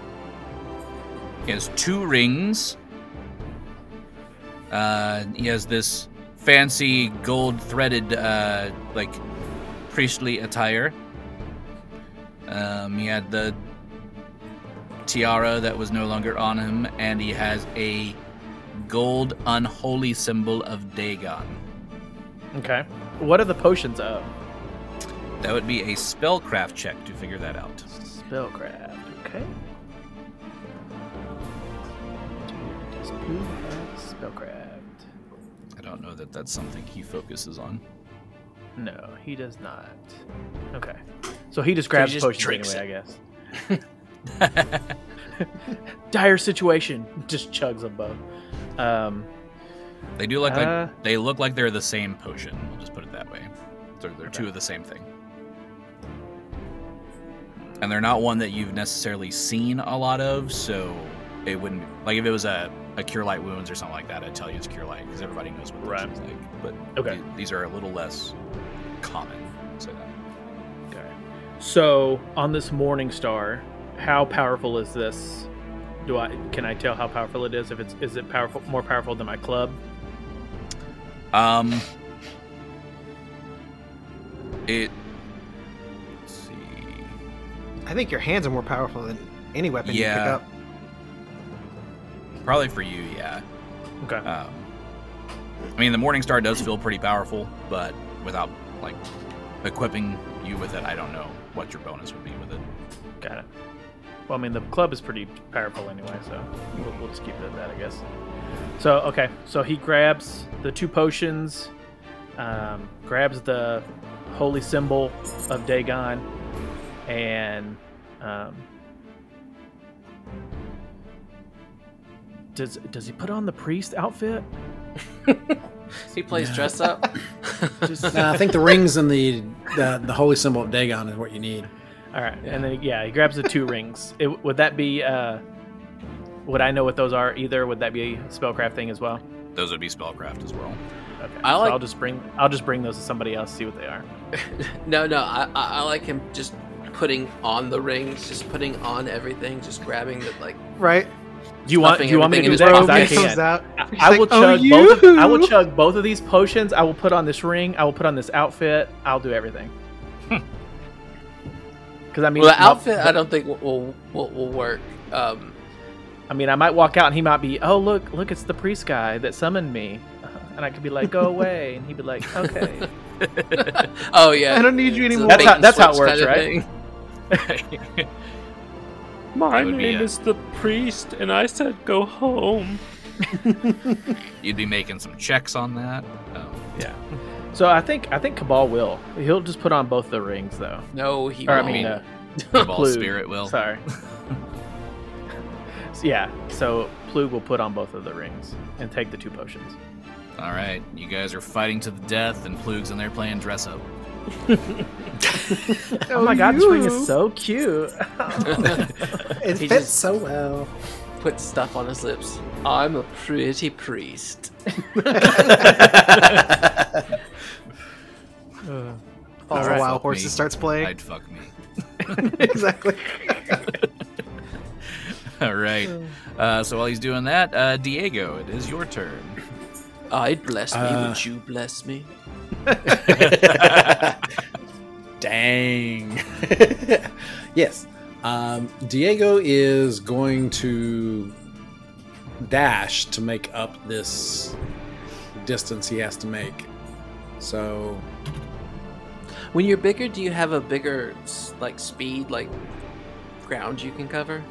[SPEAKER 1] He has two rings. Uh, he has this fancy gold threaded uh, like priestly attire. Um, he had the tiara that was no longer on him, and he has a gold unholy symbol of Dagon.
[SPEAKER 5] Okay. What are the potions of?
[SPEAKER 1] That would be a spellcraft check to figure that out.
[SPEAKER 5] Spellcraft. Okay. Does Plug have Spellcraft.
[SPEAKER 1] I don't know that that's something he focuses on.
[SPEAKER 5] No, he does not. Okay. So he just grabs
[SPEAKER 4] just
[SPEAKER 5] potions
[SPEAKER 4] drinks
[SPEAKER 5] anyway, I guess. Dire situation. Just chugs them both. Um,
[SPEAKER 1] They do look
[SPEAKER 5] Uh.
[SPEAKER 1] like they look like they're the same potion. We'll just put it that way. They're, they're two of the same thing, and they're not one that you've necessarily seen a lot of. So it wouldn't like if it was a, a cure light wounds or something like that. I'd tell you it's cure light because everybody knows what
[SPEAKER 5] Right.
[SPEAKER 1] that is like. But
[SPEAKER 5] Okay.
[SPEAKER 1] th- these are a little less common. So that.
[SPEAKER 5] okay. So on this Morning Star, how powerful is this? Do I can I tell how powerful it is? If it's is it powerful more powerful than my club?
[SPEAKER 1] Um, it. Let's see.
[SPEAKER 3] I think your hands are more powerful than any weapon
[SPEAKER 1] Yeah.
[SPEAKER 3] you pick up.
[SPEAKER 1] Probably for you, yeah.
[SPEAKER 5] Okay.
[SPEAKER 1] Um, I mean, the Morning Star does feel pretty powerful, but without like equipping you with it, I don't know what your bonus would be with it.
[SPEAKER 5] Got it. Well, I mean, the club is pretty powerful anyway, so we'll, we'll just keep it at that, I guess. So, okay. So he grabs the two potions, um, grabs the holy symbol of Dagon, and. Um, does, does he put on the priest outfit?
[SPEAKER 4] He plays dress up.
[SPEAKER 5] Just,
[SPEAKER 2] Nah, I think the rings and the, the the holy symbol of Dagon is what you need.
[SPEAKER 5] All right, and then yeah, he grabs the two rings. It, would that be? Uh, would I know what those are either? Would that be a spellcraft thing as well?
[SPEAKER 1] Those would be spellcraft as well.
[SPEAKER 5] Okay,
[SPEAKER 4] I
[SPEAKER 5] so
[SPEAKER 4] like-
[SPEAKER 5] I'll just bring I'll just bring those to somebody else, see what they are.
[SPEAKER 4] No, no, I, I, I like him just putting on the rings, just putting on everything, just grabbing the like.
[SPEAKER 3] Right?
[SPEAKER 5] Do you want
[SPEAKER 4] Stuffing
[SPEAKER 5] do you want me to do
[SPEAKER 4] everything
[SPEAKER 5] that? Oh,
[SPEAKER 4] in
[SPEAKER 3] comes out.
[SPEAKER 4] his pocket.
[SPEAKER 5] Because I can. I,
[SPEAKER 3] He's
[SPEAKER 5] I
[SPEAKER 3] like,
[SPEAKER 5] will
[SPEAKER 3] "Oh,
[SPEAKER 5] chug both. Of, I will
[SPEAKER 3] yoo-hoo."
[SPEAKER 5] chug both of these potions. I will put on this ring. I will put on this outfit. I'll do everything. Because I mean,
[SPEAKER 4] Well, the
[SPEAKER 5] my-
[SPEAKER 4] outfit I don't think will will, will, will work. Um,
[SPEAKER 5] I mean, I might walk out and he might be, oh look, look, it's the priest guy that summoned me, and I could be like, go away, and he'd be like, okay.
[SPEAKER 4] oh yeah,
[SPEAKER 3] I don't need you
[SPEAKER 4] It's a
[SPEAKER 3] anymore.
[SPEAKER 5] That's
[SPEAKER 4] bait
[SPEAKER 5] how-
[SPEAKER 4] and
[SPEAKER 5] that's how it
[SPEAKER 4] switch
[SPEAKER 5] works,
[SPEAKER 4] kind of
[SPEAKER 5] right?
[SPEAKER 4] thing.
[SPEAKER 7] My
[SPEAKER 1] That would be
[SPEAKER 7] name
[SPEAKER 1] it.
[SPEAKER 7] is the priest, and I said go home.
[SPEAKER 1] You'd be making some checks on that. Um,
[SPEAKER 5] so I think I think Cabal will. He'll just put on both the rings though.
[SPEAKER 4] No, he.
[SPEAKER 5] Or I
[SPEAKER 4] won't.
[SPEAKER 5] mean, uh,
[SPEAKER 1] Cabal
[SPEAKER 5] Plug.
[SPEAKER 1] Spirit will.
[SPEAKER 5] Sorry. So, yeah, so Plug will put on both of the rings and take the two potions.
[SPEAKER 1] All right, you guys are fighting to the death, and Plug's in there playing dress up.
[SPEAKER 5] Oh, my god, this ring is so cute.
[SPEAKER 2] It
[SPEAKER 4] He
[SPEAKER 2] fits
[SPEAKER 4] just-
[SPEAKER 2] so well.
[SPEAKER 4] put stuff on his lips. I'm a pretty priest.
[SPEAKER 3] Falls
[SPEAKER 1] Alright,
[SPEAKER 3] a while
[SPEAKER 1] fuck
[SPEAKER 3] Oh, horses
[SPEAKER 1] me.
[SPEAKER 3] starts playing.
[SPEAKER 1] I'd fuck me.
[SPEAKER 3] exactly.
[SPEAKER 1] All right. Uh, so while he's doing that, uh, Diego, it is your turn.
[SPEAKER 4] I'd bless me.
[SPEAKER 2] Uh.
[SPEAKER 4] Would you bless me?
[SPEAKER 2] Dang. yes. Um, Diego is going to dash to make up this distance he has to make. So
[SPEAKER 4] When you're bigger, do you have a bigger s- like speed, like ground you can cover?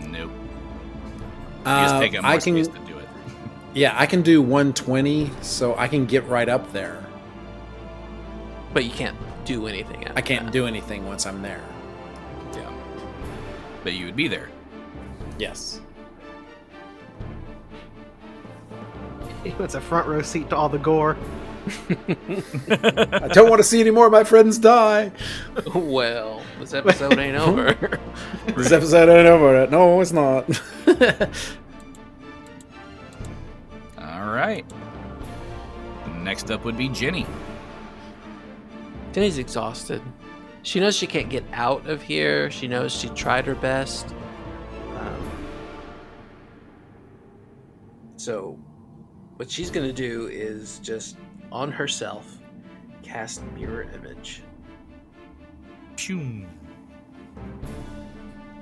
[SPEAKER 1] Nope. You just
[SPEAKER 2] uh,
[SPEAKER 1] take up more
[SPEAKER 2] I can,
[SPEAKER 1] space to do it.
[SPEAKER 2] yeah, I can do 120, so I can get right up there.
[SPEAKER 4] But you can't do anything. After
[SPEAKER 2] I can't
[SPEAKER 4] that.
[SPEAKER 2] do anything once I'm there.
[SPEAKER 1] But you would be there.
[SPEAKER 2] Yes.
[SPEAKER 3] He puts a front row seat to all the gore.
[SPEAKER 2] I don't want to see any more of my friends die.
[SPEAKER 4] Well, this episode ain't over.
[SPEAKER 2] This episode ain't over. yet. No, it's not.
[SPEAKER 1] All right. Next up would be Jenny.
[SPEAKER 4] Jenny's exhausted. She knows she can't get out of here. She knows she tried her best. Um, so, what she's gonna do is just on herself cast mirror image.
[SPEAKER 1] Pew.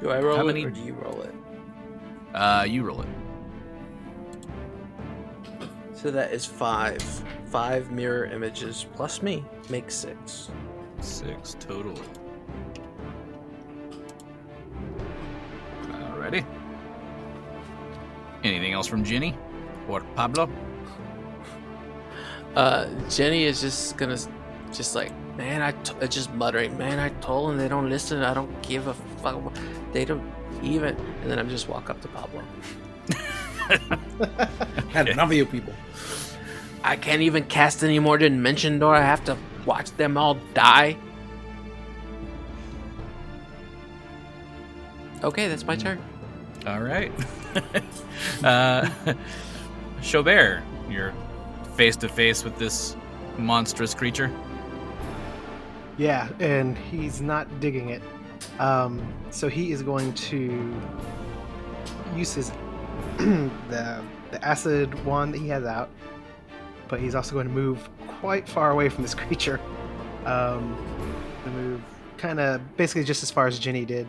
[SPEAKER 4] Do I roll
[SPEAKER 1] How
[SPEAKER 4] it
[SPEAKER 1] many-
[SPEAKER 4] or do you roll it?
[SPEAKER 1] Uh, you roll it.
[SPEAKER 4] So that is five. Five mirror images plus me make six.
[SPEAKER 1] Six total. Alrighty. Anything else from Jenny or Pablo?
[SPEAKER 4] Uh, Jenny is just gonna, s- just like, man, I, t- uh, just muttering, man, I told them they don't listen. I don't give a fuck. wha- They don't even. And then I'm just walk up to Pablo.
[SPEAKER 2] Had enough of you people.
[SPEAKER 4] I can't even cast any more dimension door. I have to watch them all die. Okay, that's my turn.
[SPEAKER 1] Alright. uh, Chaubert, you're face to face with this monstrous creature.
[SPEAKER 3] Yeah, and he's not digging it. Um, so he is going to use his the the acid wand that he has out, but he's also going to move quite far away from this creature. Um, to move kind of basically just as far as Jenny did,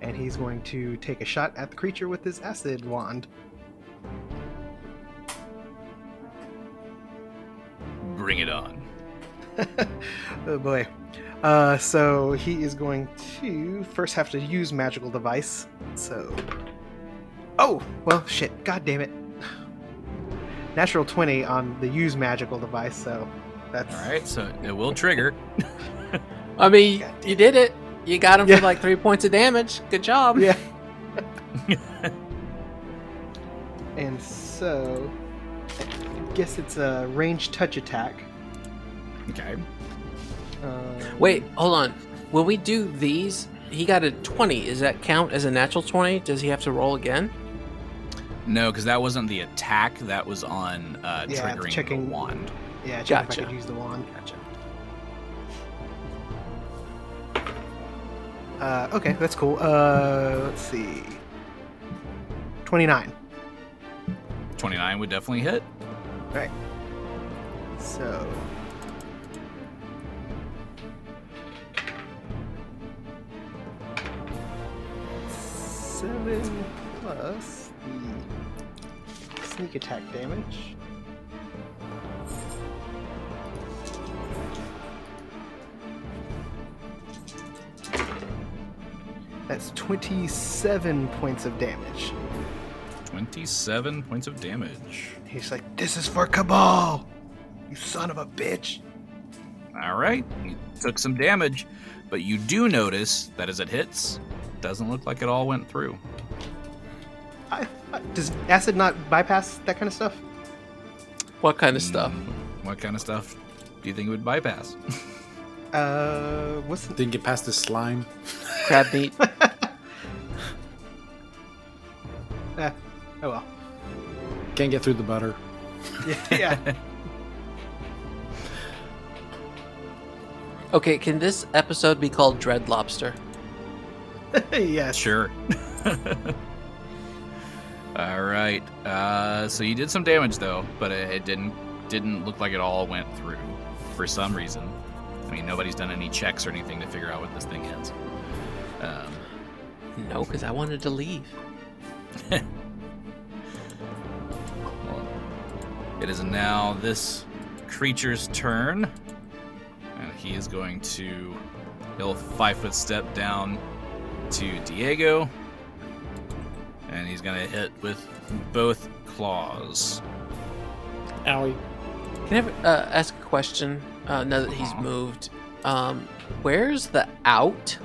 [SPEAKER 3] and he's going to take a shot at the creature with his acid wand.
[SPEAKER 1] Bring it on.
[SPEAKER 3] Oh boy. Uh, so he is going to first have to use magical device. So. Oh! Well, shit. God damn it. Natural 20 on the use magical device, so that's.
[SPEAKER 1] Alright, so it will trigger.
[SPEAKER 4] I mean, you did it. You got him
[SPEAKER 3] Yeah.
[SPEAKER 4] for like three points of damage. Good job.
[SPEAKER 3] Yeah. and so. I guess it's a range touch attack.
[SPEAKER 1] Okay.
[SPEAKER 3] Um,
[SPEAKER 4] Wait, hold on. When we do these, he got a 20. Is that count as a natural 20? Does he have to roll again?
[SPEAKER 1] No, because that wasn't the attack. That was on uh,
[SPEAKER 3] Yeah,
[SPEAKER 1] triggering
[SPEAKER 3] checking-
[SPEAKER 1] the wand.
[SPEAKER 3] Yeah, check if
[SPEAKER 4] Gotcha.
[SPEAKER 3] I could use the wand.
[SPEAKER 4] Gotcha.
[SPEAKER 3] Uh, okay, that's cool. Uh, let's see. 29.
[SPEAKER 1] Twenty nine would definitely hit.
[SPEAKER 3] So. Seven plus the sneak attack damage. That's 27 points of damage.
[SPEAKER 1] Twenty seven points of damage.
[SPEAKER 3] He's like, This is for Cabal! You son of a bitch!
[SPEAKER 1] All right, you took some damage, but you do notice that as it hits, doesn't look like it all went through.
[SPEAKER 3] I, I- does acid not bypass that kind of stuff?
[SPEAKER 4] What kind of stuff?
[SPEAKER 1] Hmm, What kind of stuff do you think it would bypass?
[SPEAKER 3] Uh, what's the,
[SPEAKER 2] Didn't get past this slime.
[SPEAKER 4] Crab meat?
[SPEAKER 3] eh, oh well,
[SPEAKER 2] Can't get through the butter.
[SPEAKER 3] yeah.
[SPEAKER 4] Okay, can this episode be called Dread Lobster?
[SPEAKER 3] yes.
[SPEAKER 1] Sure. all right. Uh, so you did some damage though, but it, it didn't didn't look like it all went through for some reason. I mean, nobody's done any checks or anything to figure out what this thing is. Um,
[SPEAKER 4] No, because I wanted to leave.
[SPEAKER 1] Well, It is now this creature's turn, and he is going to he'll five foot step down to Diego, and he's gonna hit with both claws.
[SPEAKER 7] Owie.
[SPEAKER 4] Can I uh, ask a question uh, now that he's moved? Um, where's the out?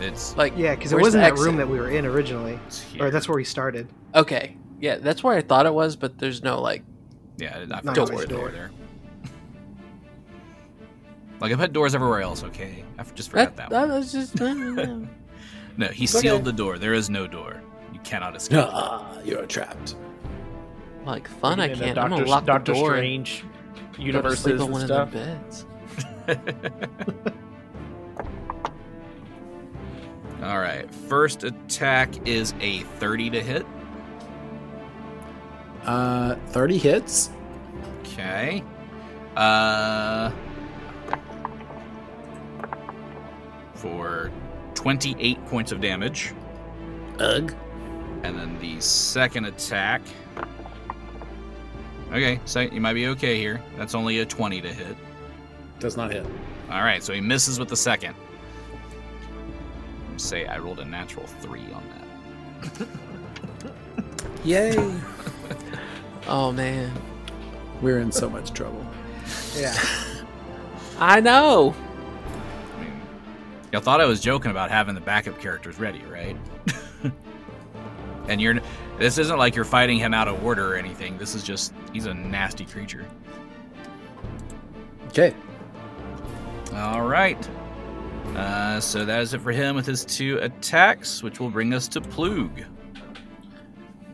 [SPEAKER 1] It's
[SPEAKER 4] Like,
[SPEAKER 3] Yeah, because it
[SPEAKER 4] where's the
[SPEAKER 3] wasn't that
[SPEAKER 4] exit?
[SPEAKER 3] room that we were in originally,
[SPEAKER 1] it's
[SPEAKER 3] or
[SPEAKER 1] here.
[SPEAKER 3] that's where we started.
[SPEAKER 4] Okay, yeah, that's where I thought it was, but there's no like.
[SPEAKER 1] yeah. I did not
[SPEAKER 3] Not
[SPEAKER 1] forget
[SPEAKER 4] door.
[SPEAKER 1] the door there. like I've had doors everywhere else. Okay, I just forgot
[SPEAKER 4] That,
[SPEAKER 1] that,
[SPEAKER 4] that
[SPEAKER 1] one.
[SPEAKER 4] was just.
[SPEAKER 1] No, he
[SPEAKER 2] Okay.
[SPEAKER 1] sealed the door. There is no door. You cannot escape.
[SPEAKER 2] Ah, you're trapped.
[SPEAKER 4] like fun, I
[SPEAKER 5] And the
[SPEAKER 4] can't. I'm
[SPEAKER 5] Doctor,
[SPEAKER 4] gonna lock
[SPEAKER 5] Doctor
[SPEAKER 4] the door. and
[SPEAKER 5] Strange
[SPEAKER 4] go to
[SPEAKER 5] universes
[SPEAKER 4] sleep on
[SPEAKER 5] and
[SPEAKER 4] one
[SPEAKER 5] stuff.
[SPEAKER 4] of the beds.
[SPEAKER 1] All right. First attack is a 30 to hit.
[SPEAKER 2] Uh, 30 hits.
[SPEAKER 1] Okay. Uh for 28 points of damage.
[SPEAKER 2] Ugh.
[SPEAKER 1] And then the second attack. Okay, so you might be okay here. That's only a 20 to hit.
[SPEAKER 2] Does not hit.
[SPEAKER 1] All right, so he misses with the second. Say I rolled a natural 3 on that.
[SPEAKER 2] Yay.
[SPEAKER 4] Oh man,
[SPEAKER 2] We're in so much trouble.
[SPEAKER 3] Yeah.
[SPEAKER 4] I know.
[SPEAKER 1] I mean, y'all thought I was joking about having the backup characters ready, right? and you're this isn't like you're fighting him out of order or anything. This is just he's a nasty creature.
[SPEAKER 2] Okay.
[SPEAKER 1] All right. Uh, so that is it for him with his two attacks, which will bring us to Plug.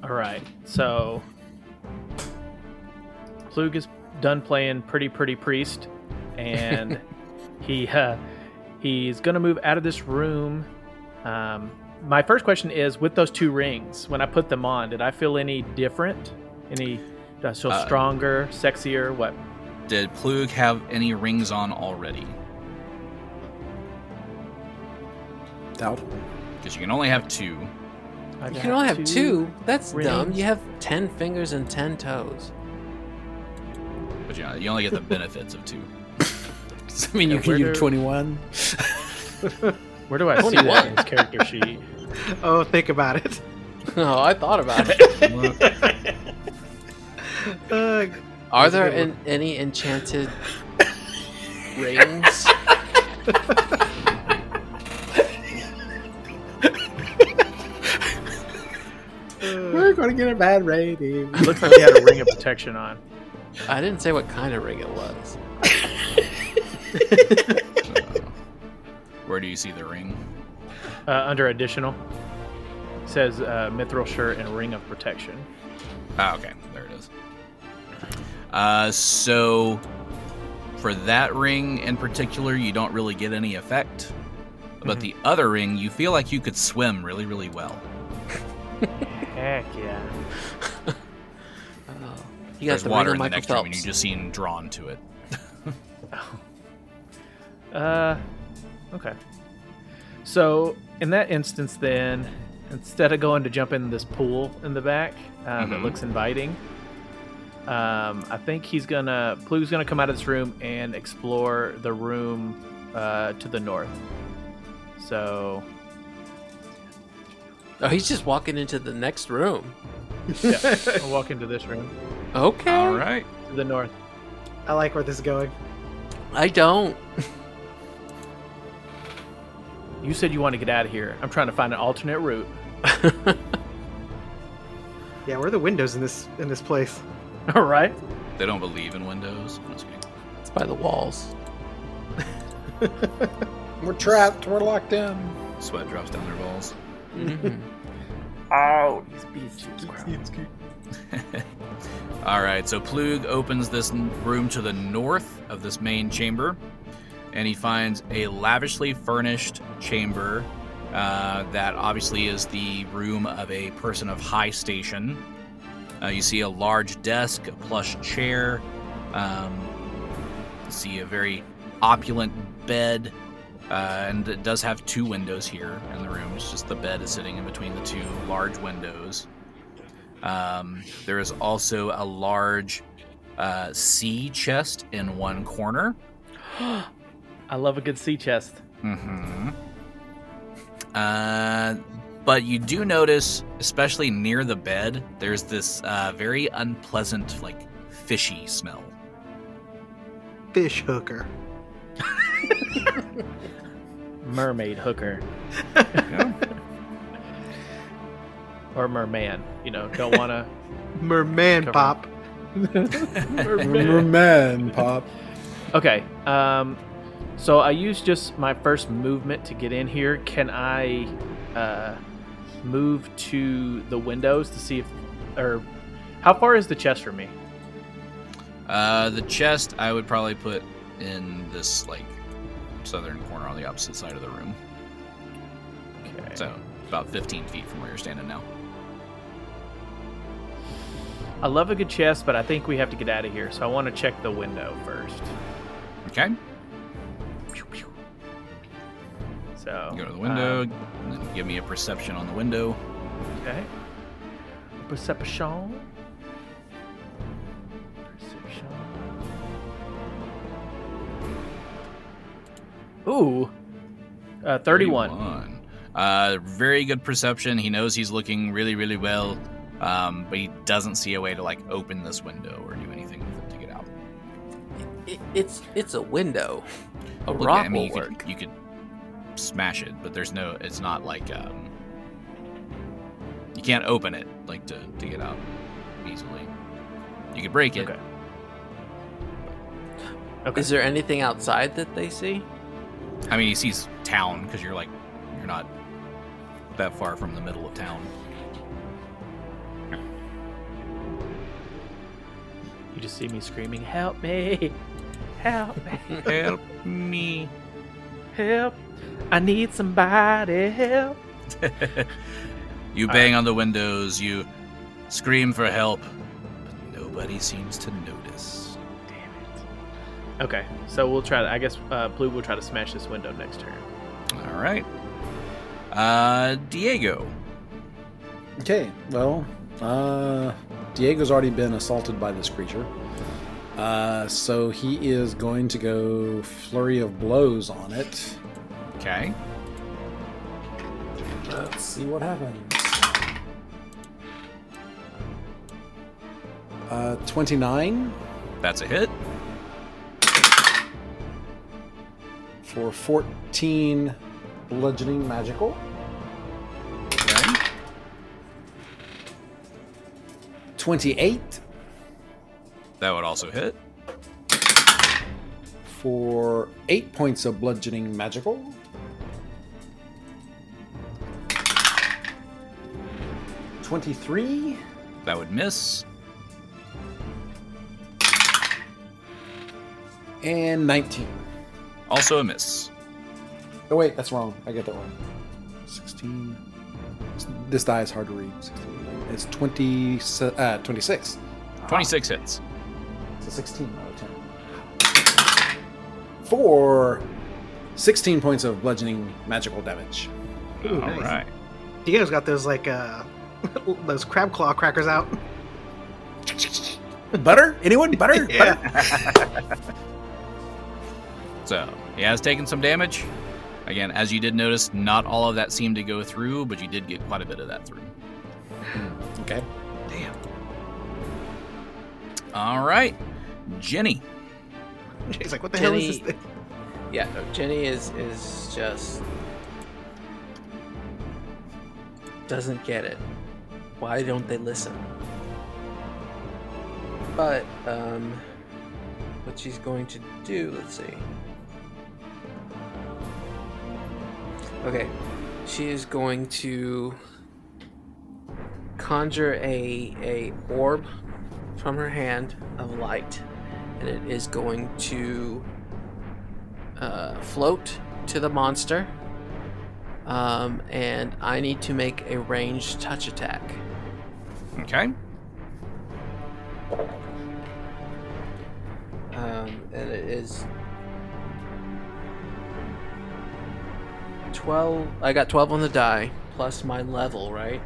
[SPEAKER 5] All right, so Plug is done playing Pretty Pretty Priest, and he uh, he's gonna move out of this room. Um, my first question is: with those two rings, when I put them on, did I feel any different? Any? Did I feel
[SPEAKER 1] Uh,
[SPEAKER 5] stronger, sexier? What?
[SPEAKER 1] Did Plug have any rings on already?
[SPEAKER 2] Doubt.
[SPEAKER 1] Because you can only have two.
[SPEAKER 5] I
[SPEAKER 4] You
[SPEAKER 5] got
[SPEAKER 4] can only have two. That's dumb.
[SPEAKER 5] rings.
[SPEAKER 4] You have ten fingers and ten toes.
[SPEAKER 1] But you, you only get the benefits of two.
[SPEAKER 2] I mean,
[SPEAKER 5] you can use
[SPEAKER 2] 21.
[SPEAKER 5] Where do I see that in his character sheet?
[SPEAKER 3] oh, think about it.
[SPEAKER 4] Oh, I thought about it.
[SPEAKER 3] Uh,
[SPEAKER 4] Are
[SPEAKER 3] That's a
[SPEAKER 4] there
[SPEAKER 3] good
[SPEAKER 4] an, any enchanted rings?
[SPEAKER 2] We're going to get a bad rating.
[SPEAKER 5] It looks like he had a ring of protection on.
[SPEAKER 4] I didn't say what kind of ring it was.
[SPEAKER 1] Where do you see the ring?
[SPEAKER 5] Uh, under additional, it says uh, mithril shirt and ring of protection.
[SPEAKER 1] Ah, okay, there it is. Uh, so for that ring in particular, you don't really get any effect.
[SPEAKER 4] Mm-hmm.
[SPEAKER 1] But the other ring, you feel like you could swim really, really well.
[SPEAKER 5] Heck yeah!
[SPEAKER 4] Oh, you got
[SPEAKER 1] There's
[SPEAKER 4] the
[SPEAKER 1] water
[SPEAKER 4] water
[SPEAKER 1] in the
[SPEAKER 4] Michael
[SPEAKER 1] next room, and you
[SPEAKER 4] Phelps.
[SPEAKER 1] just seem drawn to it.
[SPEAKER 5] Uh, okay. So in that instance, then instead of going to jump in this pool in the back um, that
[SPEAKER 1] Mhm.
[SPEAKER 5] looks inviting, um, I think he's gonna Plu's gonna come out of this room and explore the room uh, to the north. So
[SPEAKER 4] Oh, he's just walking into the next room.
[SPEAKER 5] I'll walk into this room
[SPEAKER 4] Okay.
[SPEAKER 1] All right.
[SPEAKER 5] to the north.
[SPEAKER 3] I like where this is going.
[SPEAKER 4] I don't.
[SPEAKER 5] You said you want to get out of here. I'm trying to find an alternate route.
[SPEAKER 3] Yeah, where are the windows in this in this place?
[SPEAKER 5] All right.
[SPEAKER 1] They don't believe in windows. I'm just kidding.
[SPEAKER 4] It's by the walls.
[SPEAKER 2] We're trapped. We're locked in.
[SPEAKER 1] Sweat drops down their balls. Mm-hmm.
[SPEAKER 5] Oh, these beasts.
[SPEAKER 1] All right, so Plug opens this n- room to the north of this main chamber, and he finds a lavishly furnished chamber uh, that obviously is the room of a person of high station. Uh, you see a large desk, a plush chair, um, you see a very opulent bed, uh, and it does have two windows here in the room. It's just the bed is sitting in between the two large windows. Um, there is also a large uh, sea chest in one corner.
[SPEAKER 5] I love a good sea chest.
[SPEAKER 1] Mm-hmm. Uh, but you do notice, especially near the bed, there's this uh, very unpleasant, like fishy smell.
[SPEAKER 3] Fish hooker.
[SPEAKER 5] mermaid hooker. or merman. You know, don't want to.
[SPEAKER 3] Merman
[SPEAKER 5] Cover.
[SPEAKER 3] pop.
[SPEAKER 2] Man, pop.
[SPEAKER 5] Okay. Um, so I used just my first movement to get in here. Can I uh, move to the windows to see if. Or how far is the chest from me?
[SPEAKER 1] Uh, the chest I would probably put in this like southern corner on the opposite side of the room,
[SPEAKER 5] Okay.
[SPEAKER 1] so about 15 feet from where you're standing now.
[SPEAKER 5] I love a good chest, but I think we have to get out of here. So I want to check the window first.
[SPEAKER 1] Okay,
[SPEAKER 5] So
[SPEAKER 1] go to the
[SPEAKER 5] um,
[SPEAKER 1] window, and then give me a perception on the window.
[SPEAKER 5] Okay. Perception. Perception. Ooh. Uh, 31.
[SPEAKER 1] 31. Uh, very good perception. He knows he's looking really, really well, um, but he doesn't see a way to like open this window or do anything with it to get out.
[SPEAKER 4] It, it's it's a window. A
[SPEAKER 1] Oh, Look,
[SPEAKER 4] rock
[SPEAKER 1] I mean,
[SPEAKER 4] will
[SPEAKER 1] you
[SPEAKER 4] work.
[SPEAKER 1] Could, you could smash it, but there's no. It's not like um, you can't open it like to to get out easily. You could break it.
[SPEAKER 5] Okay. Okay.
[SPEAKER 4] Is there anything outside that they see?
[SPEAKER 1] I mean, he sees town because you're like you're not that far from the middle of town.
[SPEAKER 5] You just see me screaming, Help me! Help me!
[SPEAKER 1] Help me.
[SPEAKER 5] Help! I need somebody! Help!
[SPEAKER 1] you
[SPEAKER 5] All
[SPEAKER 1] bang on the windows, you scream for help, but nobody seems to notice.
[SPEAKER 5] Damn it. Okay, so we'll try to. I guess uh, Blue will try to smash this window next turn.
[SPEAKER 1] All right. Uh, Diego.
[SPEAKER 2] Okay, well, uh, Diego's already been assaulted by this creature. Uh, so he is going to go flurry of blows on it.
[SPEAKER 1] Okay.
[SPEAKER 2] Let's see what happens. Uh, 29
[SPEAKER 1] That's a hit.
[SPEAKER 2] for 14 bludgeoning magical.
[SPEAKER 1] Okay.
[SPEAKER 2] 28
[SPEAKER 1] That would also hit.
[SPEAKER 2] for 8 points of bludgeoning magical. 23.
[SPEAKER 1] That would miss.
[SPEAKER 2] And 19.
[SPEAKER 1] Also a miss.
[SPEAKER 2] Oh, wait, that's wrong. I get that wrong. 16. This die is hard to read. 16. It's 20, uh, 26.
[SPEAKER 1] Ah. 26 hits.
[SPEAKER 2] It's a 16, not a 10. For 16 points of bludgeoning magical damage.
[SPEAKER 1] All
[SPEAKER 3] Ooh,
[SPEAKER 1] right.
[SPEAKER 3] nice. Diego's got those like uh those crab claw crackers out.
[SPEAKER 2] Butter? Anyone? Butter? Butter?
[SPEAKER 1] So he has taken some damage. Again, as you did notice, not all of that seemed to go through, but you did get quite a bit of that through.
[SPEAKER 2] Okay.
[SPEAKER 1] All right, Jenny.
[SPEAKER 3] He's like, what the hell is
[SPEAKER 4] Jenny-
[SPEAKER 3] this thing?
[SPEAKER 4] Yeah, no, Jenny is is just doesn't get it. Why don't they listen? But um, what she's going to do? Let's see. Okay, she is going to conjure a a orb from her hand of light, and it is going to uh, float to the monster. Um, and I need to make a ranged touch attack.
[SPEAKER 1] Okay.
[SPEAKER 4] Um, and it is 12. I got 12 on the die, plus my level, right?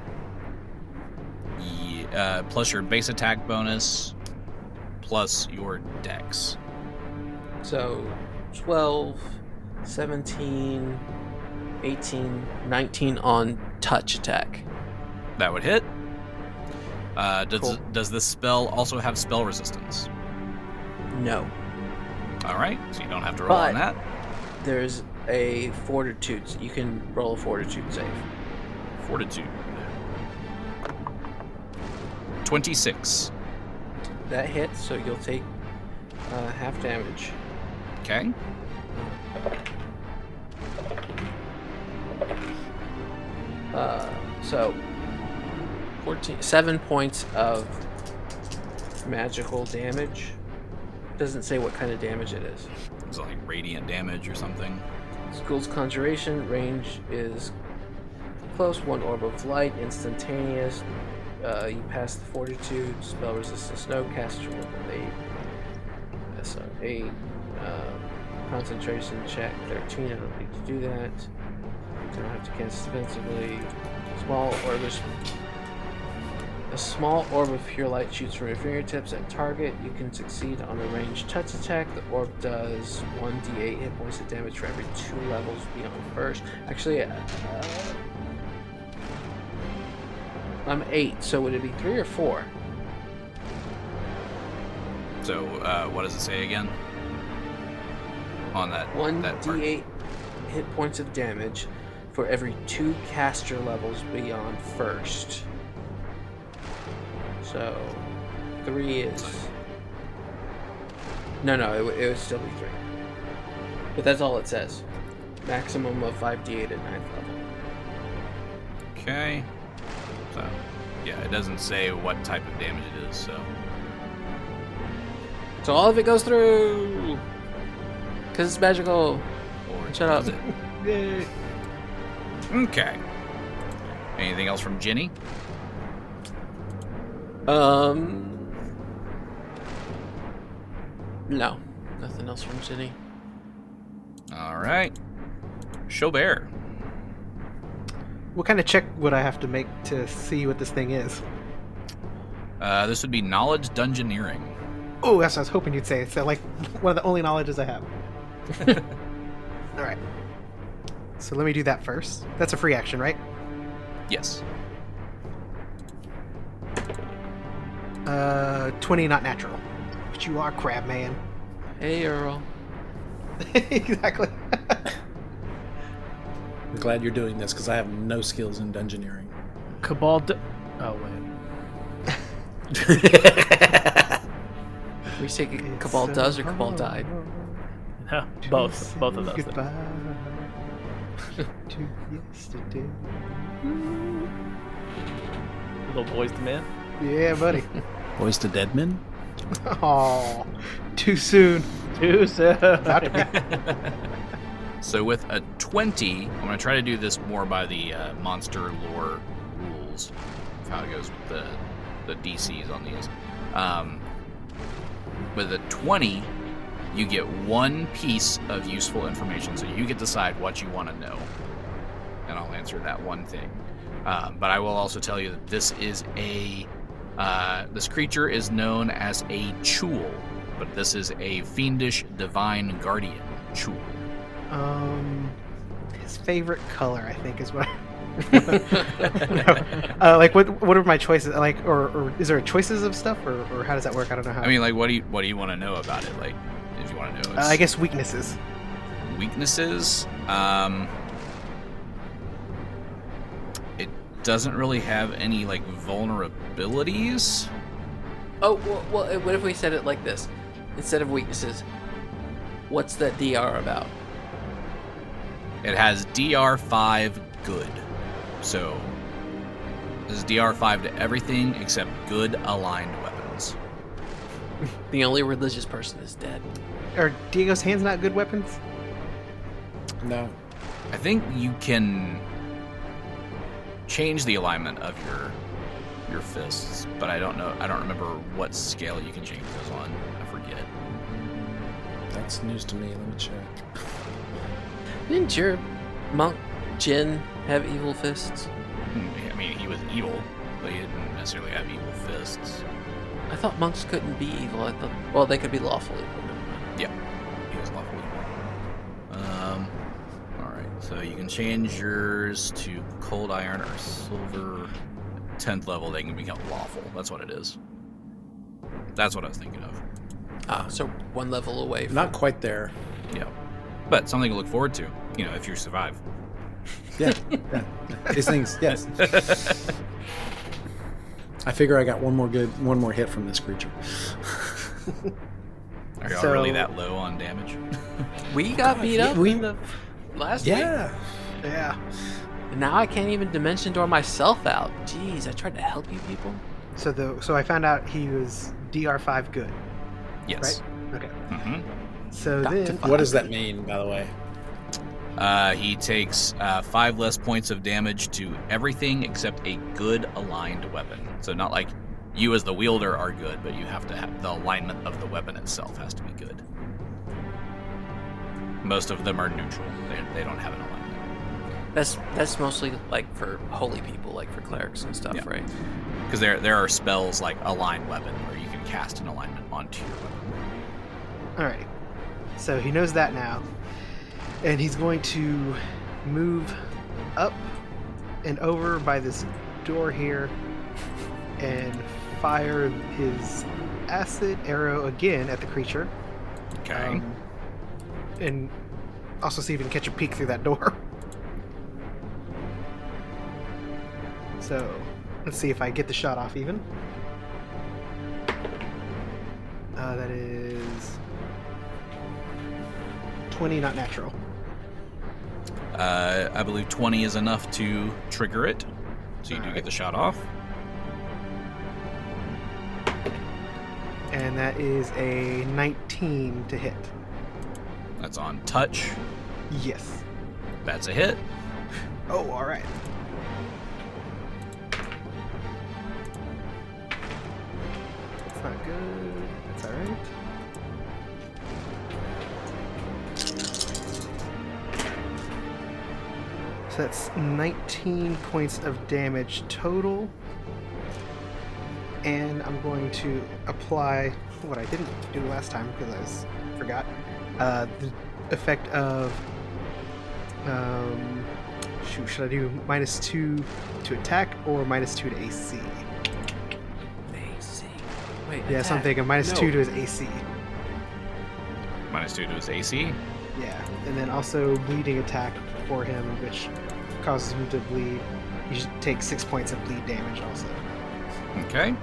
[SPEAKER 1] Ye- uh, plus your base attack bonus, plus your dex.
[SPEAKER 4] So 12, 17, 18, 19 on touch attack.
[SPEAKER 1] That would hit. Uh, does
[SPEAKER 4] Cool.
[SPEAKER 1] does this spell also have spell resistance?
[SPEAKER 4] No.
[SPEAKER 1] All right, so you don't have to roll on
[SPEAKER 4] But-
[SPEAKER 1] that.
[SPEAKER 4] There's a fortitude. You can roll a fortitude save.
[SPEAKER 1] Fortitude. 26.
[SPEAKER 4] That hits, so you'll take uh, half damage.
[SPEAKER 1] Okay.
[SPEAKER 4] Uh, so, 14, 7 points of magical damage. Doesn't say what kind of damage it is.
[SPEAKER 1] It's like radiant damage or something.
[SPEAKER 4] School's conjuration range is close, one orb of light, instantaneous. Uh, you pass the fortitude, spell resistance, no caster with a SR8. Uh, concentration check 13, I don't need to do that. Don't have to cast defensively. Small orbish. A small orb of pure light shoots from your fingertips at target. You can succeed on a ranged touch attack. The orb does 1d8 hit points of damage for every two levels beyond first. Actually, uh, I'm eight, so would it be three or four?
[SPEAKER 1] So, uh, what does it say again? On that
[SPEAKER 4] One
[SPEAKER 1] that part.
[SPEAKER 4] d8 hit points of damage for every two caster levels beyond first. So three is no, no, it, would- it would still be three. But that's all it says. Maximum of five d8 at ninth level.
[SPEAKER 1] Okay. So, yeah, it doesn't say what type of damage it is. So,
[SPEAKER 4] So all of it goes through because it's magical.
[SPEAKER 1] or
[SPEAKER 4] Shut up.
[SPEAKER 1] does it? Okay. Anything else from Ginny?
[SPEAKER 4] Um. No, nothing else from Ginny.
[SPEAKER 1] All right. Chaubert.
[SPEAKER 3] What kind of check would I have to make to see what this thing is?
[SPEAKER 1] Uh, this would be knowledge dungeoneering.
[SPEAKER 3] Oh, that's what I was hoping you'd say. It's uh, like one of the only knowledges I have. All right. So let me do that first. That's a free action, right?
[SPEAKER 1] Yes.
[SPEAKER 3] Uh, 20 not natural. But you are crab man.
[SPEAKER 4] Hey, Earl.
[SPEAKER 3] exactly.
[SPEAKER 2] I'm glad you're doing this because I have no skills in dungeoneering.
[SPEAKER 5] Cabal. D- oh wait.
[SPEAKER 4] We say Cabal
[SPEAKER 3] It's, uh, oh,
[SPEAKER 4] does or Cabal died.
[SPEAKER 5] No, both. Both of those.
[SPEAKER 3] Goodbye to yesterday.
[SPEAKER 5] Little boys to men.
[SPEAKER 3] Yeah, buddy.
[SPEAKER 8] Boys to dead men?
[SPEAKER 3] Oh, too soon.
[SPEAKER 5] Too soon.
[SPEAKER 3] About to be
[SPEAKER 1] So with a 20, I'm going to try to do this more by the uh, monster lore rules of how it goes with the, the DCs on these. Um, with a 20, you get one piece of useful information, so you get to decide what you want to know. And I'll answer that one thing. Um, but I will also tell you that this is a. Uh, this creature is known as a Chul, but this is a fiendish divine guardian Chul.
[SPEAKER 3] Um, his favorite color, I think, is what. uh, like what? What are my choices? Like, or, or is there choices of stuff, or, or how does that work? I don't know how.
[SPEAKER 1] I mean, like, what do you what do you want to know about it? Like, if you want to know,
[SPEAKER 3] uh, I guess weaknesses.
[SPEAKER 1] weaknesses. Um, it doesn't really have any like vulnerabilities.
[SPEAKER 4] Oh, well, well, eh, what if we said it like this? Instead of weaknesses, what's that DR about?
[SPEAKER 1] It has DR five good, so this is DR five to everything except good aligned weapons.
[SPEAKER 4] The only religious person is dead.
[SPEAKER 3] Are Diego's hands not good weapons?
[SPEAKER 2] No.
[SPEAKER 1] I think you can change the alignment of your your fists, but I don't know. I don't remember what scale you can change those on. I forget.
[SPEAKER 2] That's news to me. Let me check.
[SPEAKER 4] Didn't your monk Jin have evil fists?
[SPEAKER 1] I mean, he was evil, but he didn't necessarily have evil fists.
[SPEAKER 4] I thought monks couldn't be evil. I thought, well, they could be lawful evil.
[SPEAKER 1] He was lawful evil. Um, all right. So you can change yours to cold iron or silver. Tenth level, they can become lawful. That's what it is. That's what I was thinking of.
[SPEAKER 4] Ah, so one level away. From,
[SPEAKER 2] Not quite there.
[SPEAKER 1] Yeah, but something to look forward to. You know, if you survive.
[SPEAKER 2] Yeah. yeah. These things. Yes. I figure I got one more good, one more hit from this creature.
[SPEAKER 1] Are y'all
[SPEAKER 3] So-
[SPEAKER 1] really that low on damage?
[SPEAKER 4] we got beat up
[SPEAKER 2] we-
[SPEAKER 4] in the last week.
[SPEAKER 2] Yeah.
[SPEAKER 3] Yeah.
[SPEAKER 4] And Now I can't even dimension door myself out. Jeez, I tried to help you people.
[SPEAKER 3] So the so I found out he was DR five good.
[SPEAKER 1] Yes.
[SPEAKER 3] Okay.
[SPEAKER 1] hmm
[SPEAKER 3] So
[SPEAKER 4] Doctor
[SPEAKER 3] then,
[SPEAKER 4] Fuck.
[SPEAKER 2] What does that mean, by the way?
[SPEAKER 1] Uh, he takes uh, five less points of damage to everything except a good aligned weapon. So not like you as the wielder are good, but you have to have the alignment of the weapon itself has to be good. Most of them are neutral. They, they don't have an alignment
[SPEAKER 4] That's that's mostly like for holy people, like for clerics and stuff,
[SPEAKER 1] Yeah.
[SPEAKER 4] right?
[SPEAKER 1] because there there are spells like align weapon where you can cast an alignment onto your weapon.
[SPEAKER 3] all right. So he knows that now, and he's going to move up and over by this door here, and fire his acid arrow again at the creature,
[SPEAKER 1] Okay.
[SPEAKER 3] um, and also see if he can catch a peek through that door. So, let's see if I get the shot off even. Uh, that is 20, not natural.
[SPEAKER 1] uh, I believe twenty is enough to trigger it, so you do get the shot off.
[SPEAKER 3] And that is a 19 to hit.
[SPEAKER 1] That's on touch.
[SPEAKER 3] Yes.
[SPEAKER 1] That's a hit.
[SPEAKER 3] Oh, all right. That's not good. That's all right. So that's 19 points of damage total. And I'm going to apply what I didn't do last time because I s- forgot uh, the effect of um, shoot, should I do minus two to attack or minus two to AC?
[SPEAKER 4] AC. Wait.
[SPEAKER 3] Yeah, so I'm
[SPEAKER 4] attack.
[SPEAKER 3] thinking minus
[SPEAKER 4] No.
[SPEAKER 3] two to his AC.
[SPEAKER 1] Minus two to his AC.
[SPEAKER 3] Yeah, and then also bleeding attack for him, which causes him to bleed. You should take six points of bleed damage also.
[SPEAKER 1] Okay.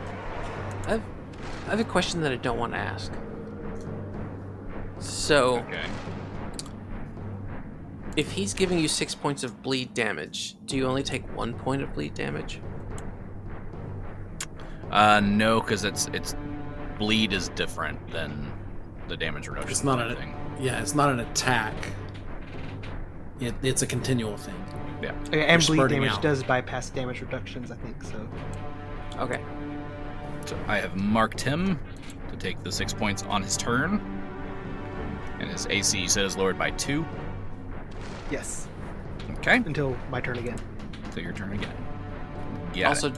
[SPEAKER 4] I've, I have a question that I don't want to ask. So,
[SPEAKER 1] Okay.
[SPEAKER 4] if he's giving you six points of bleed damage, do you only take one point of bleed damage?
[SPEAKER 1] Uh, no, because it's it's bleed is different than the damage reduction.
[SPEAKER 2] It's not an
[SPEAKER 1] thing.
[SPEAKER 2] yeah, it's not an attack. It, it's a continual thing.
[SPEAKER 3] Okay, and bleed
[SPEAKER 2] spurting
[SPEAKER 3] damage
[SPEAKER 2] out.
[SPEAKER 3] does bypass damage reductions, I think. So
[SPEAKER 4] Okay.
[SPEAKER 1] So I have marked him to take the six points on his turn, and his AC you said is lowered by two.
[SPEAKER 3] yes,
[SPEAKER 1] Okay,
[SPEAKER 3] until my turn again.
[SPEAKER 1] so your turn again. Yeah.
[SPEAKER 4] also,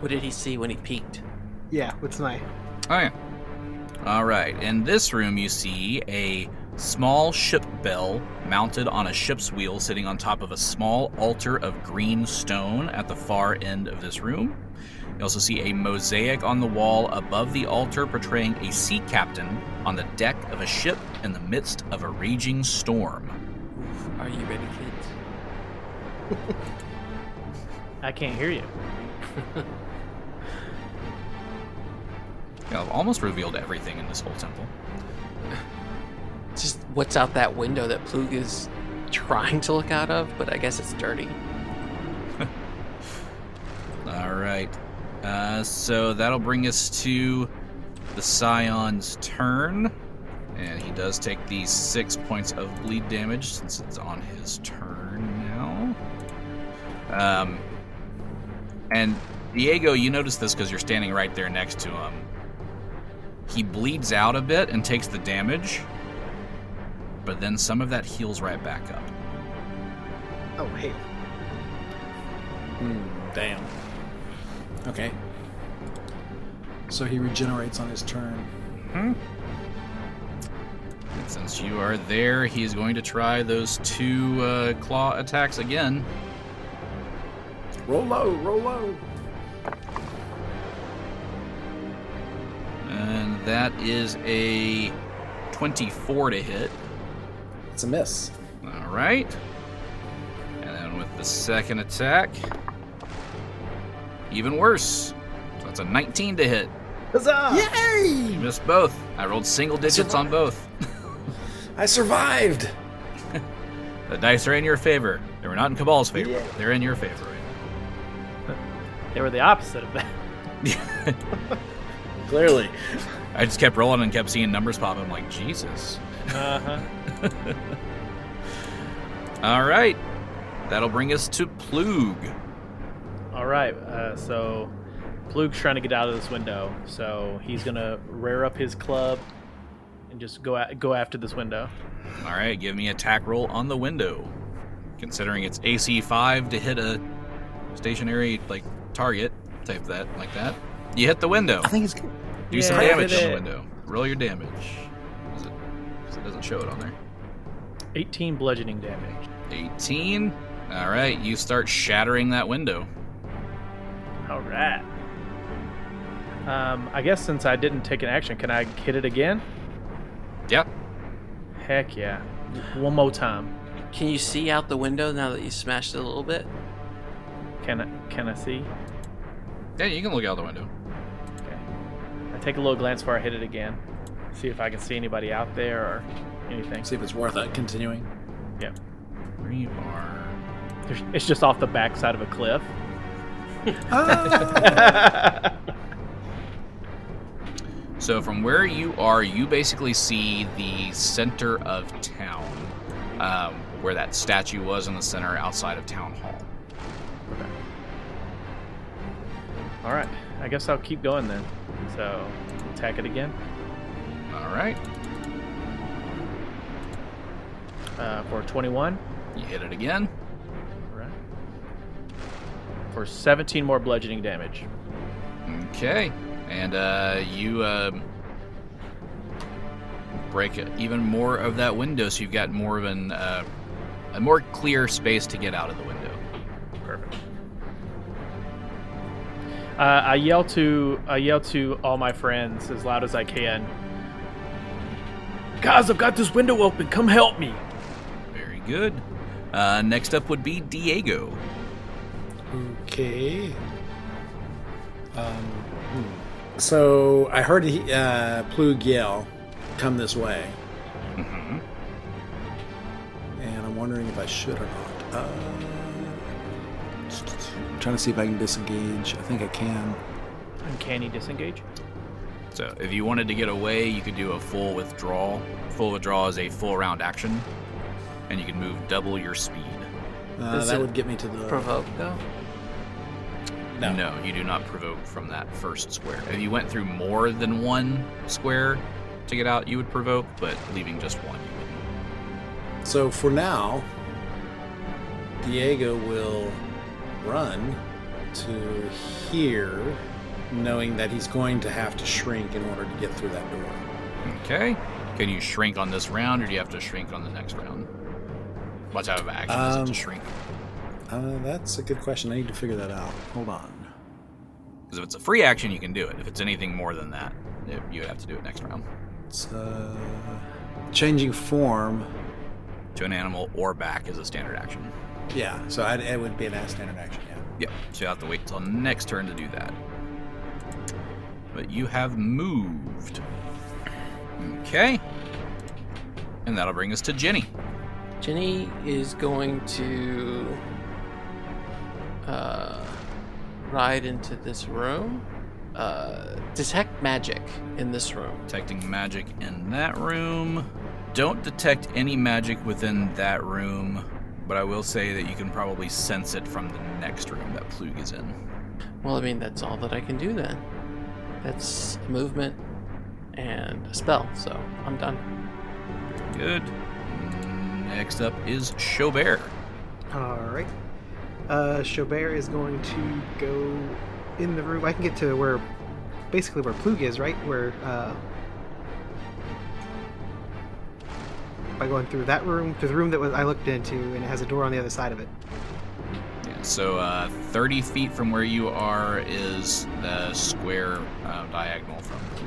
[SPEAKER 4] what did he see when he peeked?
[SPEAKER 3] Yeah, what's my?
[SPEAKER 1] Oh yeah. All right. In this room, you see a small ship bell mounted on a ship's wheel, sitting on top of a small altar of green stone at the far end of this room. You also see a mosaic on the wall above the altar portraying a sea captain on the deck of a ship in the midst of a raging storm.
[SPEAKER 4] Oof, are you ready, kids?
[SPEAKER 5] I can't hear you.
[SPEAKER 1] You know, I've almost revealed everything in this whole temple.
[SPEAKER 4] Just what's out that window that Plug is trying to look out of, but I guess it's dirty.
[SPEAKER 1] All right. Uh, so that'll bring us to the Scion's turn. And he does take the six points of bleed damage since it's on his turn now. Um, and Diego, you notice this because you're standing right there next to him. He bleeds out a bit and takes the damage, but then some of that heals right back up.
[SPEAKER 3] Oh hey,
[SPEAKER 2] Hmm, Damn. Okay. So he regenerates on his turn.
[SPEAKER 1] And since you are there, he's going to try those two uh, claw attacks again.
[SPEAKER 2] Roll low, roll low.
[SPEAKER 1] And that is a 24 to hit.
[SPEAKER 2] It's a miss.
[SPEAKER 1] All right. And then with the second attack, even worse. So that's a 19 to hit.
[SPEAKER 3] huzzah!
[SPEAKER 1] You missed both. I rolled single digits on both.
[SPEAKER 2] I survived.
[SPEAKER 1] The dice are in your favor. They were not in Cabal's favor. They're in your favor right now.
[SPEAKER 5] They were the opposite of that.
[SPEAKER 2] Clearly.
[SPEAKER 1] I just kept rolling and kept seeing numbers pop. I'm like, Jesus.
[SPEAKER 5] Uh-huh.
[SPEAKER 1] All right. That'll bring us to Plug.
[SPEAKER 5] All right. Uh, so Plug's trying to get out of this window, so he's gonna rear up his club and just go a- go after this window.
[SPEAKER 1] All right, give me attack roll on the window. Considering it's AC five to hit a stationary like target, type that like that. You hit the window.
[SPEAKER 2] think it's good.
[SPEAKER 1] Do some
[SPEAKER 5] Yeah, I
[SPEAKER 1] damage
[SPEAKER 5] did
[SPEAKER 1] on the
[SPEAKER 5] it.
[SPEAKER 1] window. Roll your damage. Is it, 'cause it doesn't show it on there.
[SPEAKER 5] 18 bludgeoning damage.
[SPEAKER 1] 18. All right, you start shattering that window.
[SPEAKER 5] All right. Um, I guess since I didn't take an action, can I hit it again?
[SPEAKER 1] Yeah.
[SPEAKER 5] Heck yeah! W- One more time.
[SPEAKER 4] Can you see out the window now that you smashed it a little bit?
[SPEAKER 5] Can I? Can I see?
[SPEAKER 1] Yeah, you can look out the window.
[SPEAKER 5] Okay. I take a little glance before I hit it again. See if I can see anybody out there or anything.
[SPEAKER 2] See if it's worth it continuing.
[SPEAKER 1] Where you are.
[SPEAKER 5] There's- It's just off the backside of a cliff.
[SPEAKER 2] Ah!
[SPEAKER 1] So from where you are, you basically see the center of town, um, where that statue was in the center outside of town hall.
[SPEAKER 5] All right. I guess I'll keep going then. So attack it again
[SPEAKER 1] All right.
[SPEAKER 5] uh, for 21.
[SPEAKER 1] You hit it again.
[SPEAKER 5] All right. For 17 more bludgeoning damage.
[SPEAKER 1] Okay. And uh, you um, break even more of that window, so you've got more of an uh, a more clear space to get out of the window.
[SPEAKER 5] Perfect. Uh, I yell to I yell to all my friends as loud as I can. Guys, I've got this window open. Come help me.
[SPEAKER 1] Very good. Uh, next up would be Diego.
[SPEAKER 2] Okay. Um, hmm. So I heard he, uh, Plug yell, "Come this way,"
[SPEAKER 1] Mm-hmm.
[SPEAKER 2] and I'm wondering if I should or not. Uh, I'm trying to see if I can disengage. I think I can.
[SPEAKER 5] I Uncanny disengage.
[SPEAKER 1] So if you wanted to get away, you could do a full withdrawal. Full withdrawal is a full round action, and you can move double your speed.
[SPEAKER 2] Uh,
[SPEAKER 4] Is
[SPEAKER 2] that
[SPEAKER 4] it
[SPEAKER 2] would get me to the
[SPEAKER 4] Provoke though.
[SPEAKER 2] No.
[SPEAKER 1] you do not provoke from that first square. If you went through more than one square to get out, you would provoke, but leaving just one, you wouldn't.
[SPEAKER 2] So for now, Diego will run to here, knowing that he's going to have to shrink in order to get through that door.
[SPEAKER 1] Okay. Can you shrink on this round, or do you have to shrink on the next round? What type of action is it
[SPEAKER 2] Um,
[SPEAKER 1] to shrink?
[SPEAKER 2] Uh, that's a good question. I need to figure that out. Hold on.
[SPEAKER 1] Because if it's a free action, you can do it. If it's anything more than that, it- you would have to do it next round.
[SPEAKER 2] It's uh, changing form.
[SPEAKER 1] To an animal or back is a standard action.
[SPEAKER 2] Yeah, so I'd, it would be an ass standard action. Yeah.
[SPEAKER 1] Yep. So you have to wait till next turn to do that. But you have moved. Okay. And that'll bring us to Jenny.
[SPEAKER 4] Jenny is going to uh, ride into this room. Uh, detect magic in this room.
[SPEAKER 1] Detecting magic in that room. Don't detect any magic within that room, but I will say that you can probably sense it from the next room that Plug is in.
[SPEAKER 4] Well, I mean, that's all that I can do then. That's a movement and a spell, so I'm done.
[SPEAKER 1] Good. Next up is Chaubert.
[SPEAKER 3] All right. Uh, Chaubert is going to go in the room. I can get to where, basically where Plug is, right? Where uh, by going through that room to the room that was I looked into, and it has a door on the other side of it.
[SPEAKER 1] Yeah, so uh, 30 feet from where you are is the square uh, diagonal from Plug.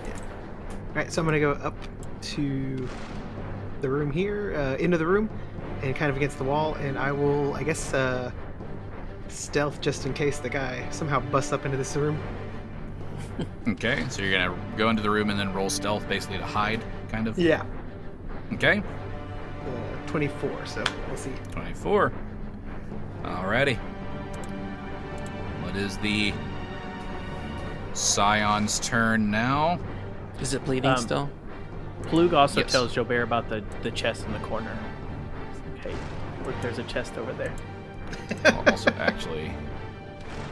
[SPEAKER 3] All right, so I'm gonna go up to the room here, uh, into the room, and kind of against the wall, and I will, I guess, uh, stealth just in case the guy somehow busts up into this room.
[SPEAKER 1] Okay, so you're gonna go into the room and then roll stealth basically to hide, kind of.
[SPEAKER 3] Yeah.
[SPEAKER 1] Okay,
[SPEAKER 3] Uh, 24, so we'll see.
[SPEAKER 1] 24. Alrighty. What is the Scion's turn now?
[SPEAKER 4] Is it bleeding
[SPEAKER 5] Um,
[SPEAKER 4] still?
[SPEAKER 5] Plug also
[SPEAKER 1] Yes.
[SPEAKER 5] tells Jobert about the, the chest in the corner. Hey, look, there's a chest over there.
[SPEAKER 1] also, actually,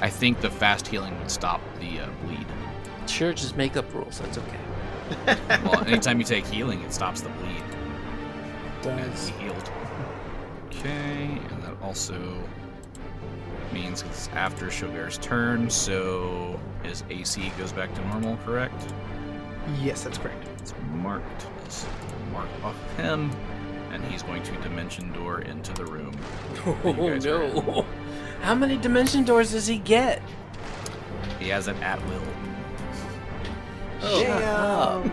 [SPEAKER 1] I think the fast healing would stop the uh, bleed.
[SPEAKER 4] Sure, just make up rules. That's okay.
[SPEAKER 1] Well, anytime you take healing, it stops the bleed.
[SPEAKER 2] Does
[SPEAKER 1] healed. Okay, and that also means it's after Shogar's turn, so his AC goes back to normal, correct?
[SPEAKER 3] Yes, that's correct.
[SPEAKER 1] It's marked. Let's mark off him, and he's going to dimension door into the room.
[SPEAKER 4] Oh
[SPEAKER 1] you guys are in.
[SPEAKER 4] no! How many dimension doors does he get?
[SPEAKER 1] He has an at will.
[SPEAKER 4] Damn.
[SPEAKER 2] Oh,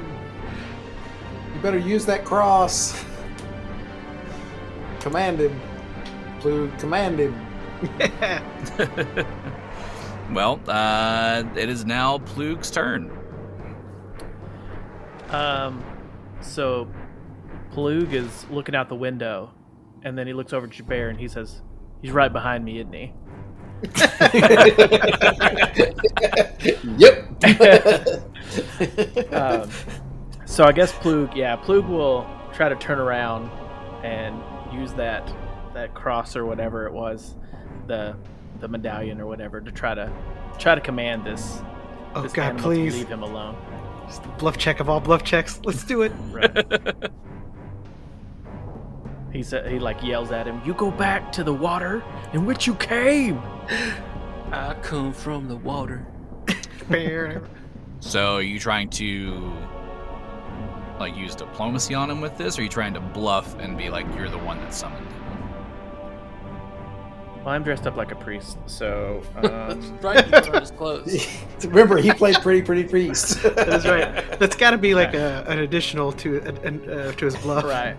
[SPEAKER 2] you better use that cross. Command him, Plug. Command him.
[SPEAKER 1] Well, uh, it is now Plug's turn.
[SPEAKER 5] Um, so Plug is looking out the window, and then he looks over at Jabert and he says, "He's right behind me, isn't he?"
[SPEAKER 2] Yep.
[SPEAKER 5] Um, so I guess Plug, yeah, Plug will try to turn around and use that that cross or whatever it was, the the medallion or whatever to try to try to command this.
[SPEAKER 3] Oh
[SPEAKER 5] this
[SPEAKER 3] god,
[SPEAKER 5] animal to
[SPEAKER 3] please.
[SPEAKER 5] leave him alone.
[SPEAKER 3] Just the bluff check of all bluff checks. Let's do it.
[SPEAKER 5] He said he like yells at him, "You go back to the water in which you came."
[SPEAKER 4] I come from the water.
[SPEAKER 3] Bear.
[SPEAKER 1] So, are you trying to like use diplomacy on him with this, or are you trying to bluff and be like you're the one that summoned him?
[SPEAKER 5] Well, I'm dressed up like a priest, so um,
[SPEAKER 4] Right before his clothes.
[SPEAKER 2] Remember, he played Pretty Pretty Priest.
[SPEAKER 3] that's right. That's got to be like a, an additional to an, uh, to his bluff.
[SPEAKER 5] right.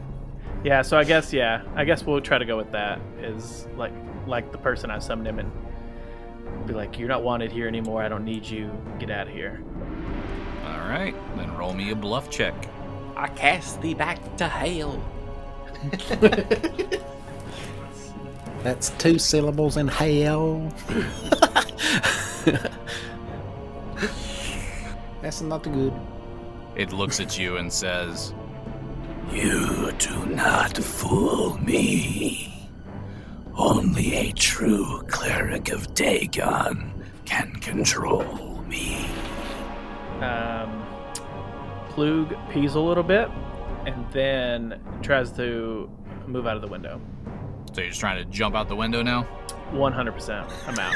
[SPEAKER 5] Yeah, so I guess yeah, I guess we'll try to go with that. Is like like the person I summoned him and be like, "You're not wanted here anymore. I don't need you. Get out of here."
[SPEAKER 1] All right, then roll me a bluff check.
[SPEAKER 4] I cast thee back to hell.
[SPEAKER 2] That's two syllables in hell. That's not good.
[SPEAKER 1] It looks at you and says,
[SPEAKER 6] You do not fool me. Only a true cleric of Dagon can control me.
[SPEAKER 5] um, Plug pees a little bit, and then tries to move out of the window.
[SPEAKER 1] So you're just trying to jump out the window now?
[SPEAKER 5] 100%. I'm out.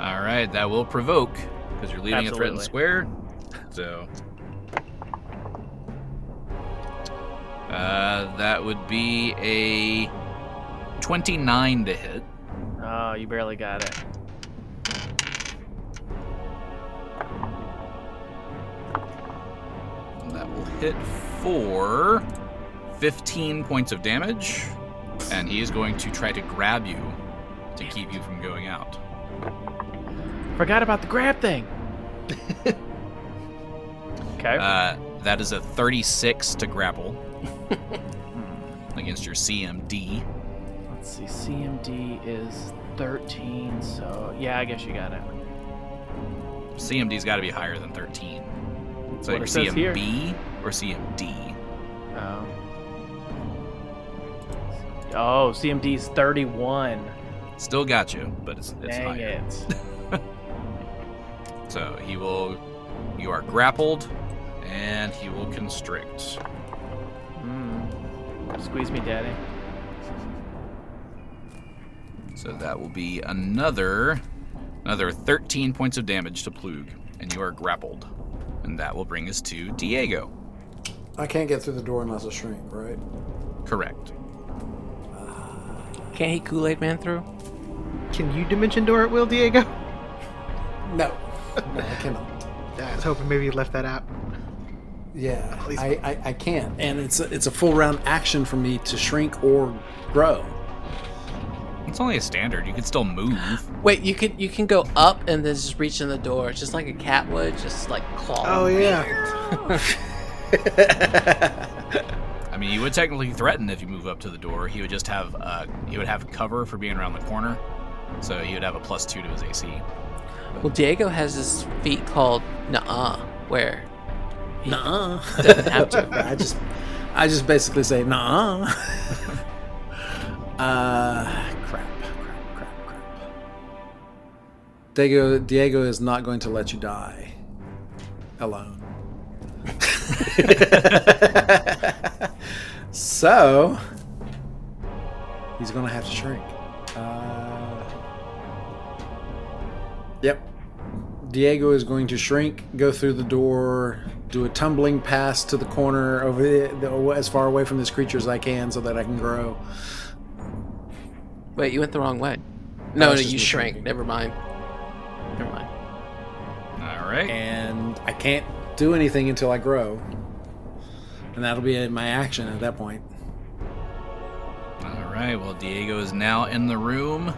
[SPEAKER 1] All right, that will provoke because you're leaving a threatened
[SPEAKER 5] Absolutely.
[SPEAKER 1] square. So uh, that would be a 29 to hit.
[SPEAKER 5] Oh, you barely got it.
[SPEAKER 1] That will hit for 15 points of damage, and he is going to try to grab you to keep you from going out.
[SPEAKER 5] Forgot about the grab thing. okay.
[SPEAKER 1] Uh, that is a 36 to grapple against your CMD.
[SPEAKER 5] Hmm. Let's see. CMD is 13, so yeah, I guess you got it.
[SPEAKER 1] CMD's got to be higher than 13. So
[SPEAKER 5] What
[SPEAKER 1] your
[SPEAKER 5] it says
[SPEAKER 1] CMB
[SPEAKER 5] here.
[SPEAKER 1] or CMD?
[SPEAKER 5] Oh. Oh, CMD is 31.
[SPEAKER 1] Still got you, but it's, it's
[SPEAKER 5] Dang
[SPEAKER 1] higher.
[SPEAKER 5] it.
[SPEAKER 1] So he will. You are grappled, and he will constrict.
[SPEAKER 5] Mm. Squeeze me, daddy.
[SPEAKER 1] So that will be another, another 13 points of damage to Plug, and you are grappled, and that will bring us to Diego.
[SPEAKER 8] I can't get through the door unless I shrink, right?
[SPEAKER 1] Correct.
[SPEAKER 4] Can't he Kool Aid Man through?
[SPEAKER 3] Can you dimension door at will, Diego?
[SPEAKER 8] No, no, I cannot.
[SPEAKER 3] I was hoping maybe you left that out.
[SPEAKER 8] Yeah,
[SPEAKER 3] least-
[SPEAKER 8] I, I, I can't.
[SPEAKER 2] And it's a, it's a full round action for me to shrink or grow.
[SPEAKER 1] It's only a standard. You can still move.
[SPEAKER 4] Wait, you can you can go up and then just reach in the door, just like a cat would, just like claw.
[SPEAKER 3] Oh yeah.
[SPEAKER 1] I mean, you would technically threaten if you move up to the door. He would just have uh, he would have cover for being around the corner, so he would have a plus two to his AC.
[SPEAKER 4] Well, Diego has this feat called Nah, where
[SPEAKER 2] Nah.
[SPEAKER 4] doesn't have to.
[SPEAKER 2] I just I just basically say nah. uh crap, crap, crap, crap. Diego Diego is not going to let you die alone. so he's gonna have to shrink. Uh, yep. Diego is going to shrink, go through the door, do a tumbling pass to the corner over the, the, as far away from this creature as I can, so that I can grow.
[SPEAKER 4] Wait, you went the wrong way. No, no,
[SPEAKER 2] was just
[SPEAKER 4] you
[SPEAKER 2] me
[SPEAKER 4] shrank.
[SPEAKER 2] shrinking.
[SPEAKER 4] Never mind. Never mind.
[SPEAKER 1] All right.
[SPEAKER 2] And I can't do anything until I grow, and that'll be my action at that point.
[SPEAKER 1] All right. Well, Diego is now in the room,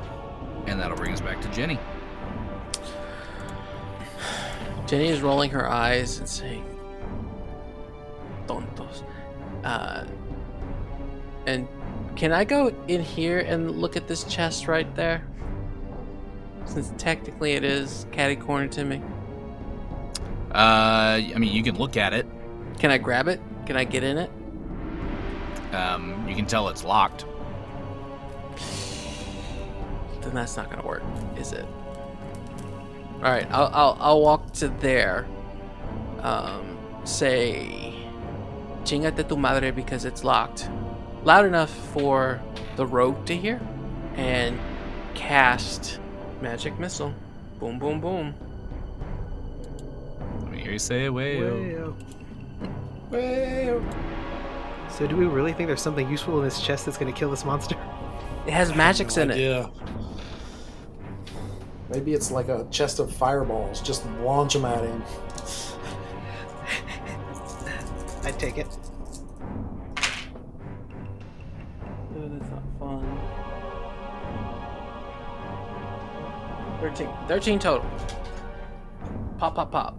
[SPEAKER 1] and that'll bring us back to Jenny.
[SPEAKER 4] Jenny is rolling her eyes and saying, "Tontos." Uh, and can I go in here and look at this chest right there? Since technically it is catty corner to me.
[SPEAKER 1] Uh, I mean, you can look at it.
[SPEAKER 4] Can I grab it? Can I get in it?
[SPEAKER 1] Um, you can tell it's locked.
[SPEAKER 4] Then that's not gonna work, is it? All right, I'll I'll, I'll walk to there. Um, say, chingate tu madre because it's locked. Loud enough for the rogue to hear, and cast magic missile. Boom, boom, boom.
[SPEAKER 1] Let me hear you say away.
[SPEAKER 3] Well. So do we really think there's something useful in this chest that's going to kill this monster?
[SPEAKER 4] It has magics in it.
[SPEAKER 8] Yeah. Maybe it's like a chest of fireballs. Just launch them at him.
[SPEAKER 3] I'd take it.
[SPEAKER 4] Ooh, that's not fun. 13. 13 total. Pop, pop, pop.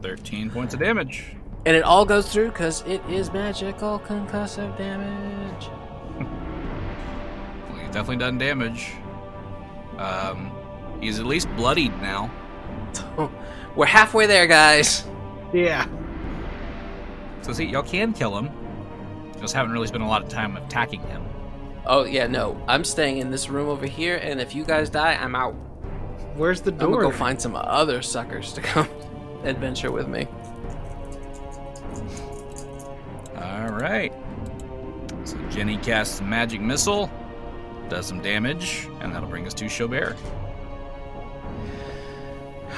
[SPEAKER 1] Thirteen points of damage.
[SPEAKER 4] And it all goes through because it is magical concussive damage.
[SPEAKER 1] Well, he's definitely done damage. Um, he's at least bloodied now.
[SPEAKER 4] We're halfway there, guys.
[SPEAKER 3] Yeah.
[SPEAKER 1] So see, y'all can kill him. Just haven't really spent a lot of time attacking him.
[SPEAKER 4] Oh yeah, no. I'm staying in this room over here, and if you guys die, I'm out.
[SPEAKER 3] Where's the
[SPEAKER 4] I'm
[SPEAKER 3] door?
[SPEAKER 4] gonna go find some other suckers to come adventure with me.
[SPEAKER 1] All right. So Jenny casts a magic missile, does some damage, and that'll bring us to Chaubert.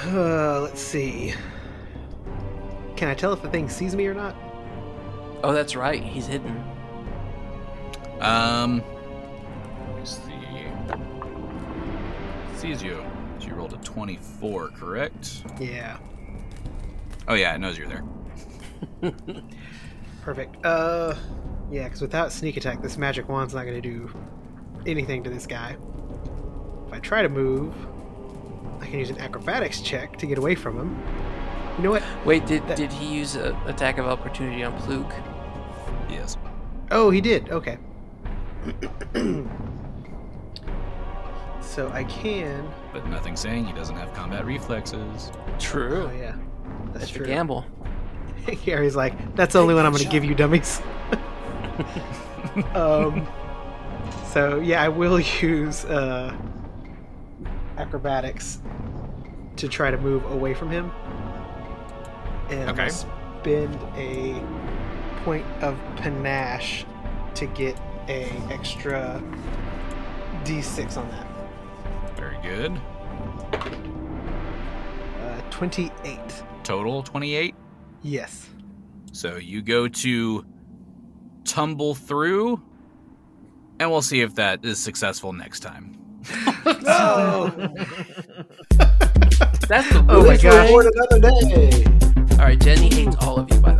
[SPEAKER 3] Uh, let's see. Can I tell if the thing sees me or not?
[SPEAKER 4] Oh, that's right. He's hidden.
[SPEAKER 1] Um, let's see. Sees you. She rolled a 24, correct?
[SPEAKER 3] Yeah.
[SPEAKER 1] Oh yeah, it knows you're there.
[SPEAKER 3] Perfect. Uh, yeah, because without sneak attack, this magic wand's not going to do anything to this guy. If I try to move, I can use an acrobatics check to get away from him. You know what?
[SPEAKER 4] Wait, did
[SPEAKER 3] That-
[SPEAKER 4] did he use a attack of opportunity on Pluke?
[SPEAKER 1] Yes.
[SPEAKER 3] Oh, he did. Okay. so I can.
[SPEAKER 1] But nothing saying he doesn't have combat reflexes.
[SPEAKER 4] True.
[SPEAKER 3] Oh yeah, that's
[SPEAKER 4] That's
[SPEAKER 3] true.
[SPEAKER 4] your gamble.
[SPEAKER 3] Gary's like, that's the only one I'm going to give you, dummies. um, so yeah, I will use uh, acrobatics to try to move away from him, and I'm
[SPEAKER 1] Okay.
[SPEAKER 3] gonna spend a point of panache to get a extra d6 on that.
[SPEAKER 1] Very good.
[SPEAKER 3] Uh, Twenty-eight.
[SPEAKER 1] Total 28.
[SPEAKER 3] Yes.
[SPEAKER 1] So you go to tumble through, and we'll see if that is successful next time.
[SPEAKER 4] That's the
[SPEAKER 3] Oh my
[SPEAKER 4] rule.
[SPEAKER 3] gosh.
[SPEAKER 8] Another day.
[SPEAKER 3] Oh
[SPEAKER 4] All right, Jenny hates all of you, by the way.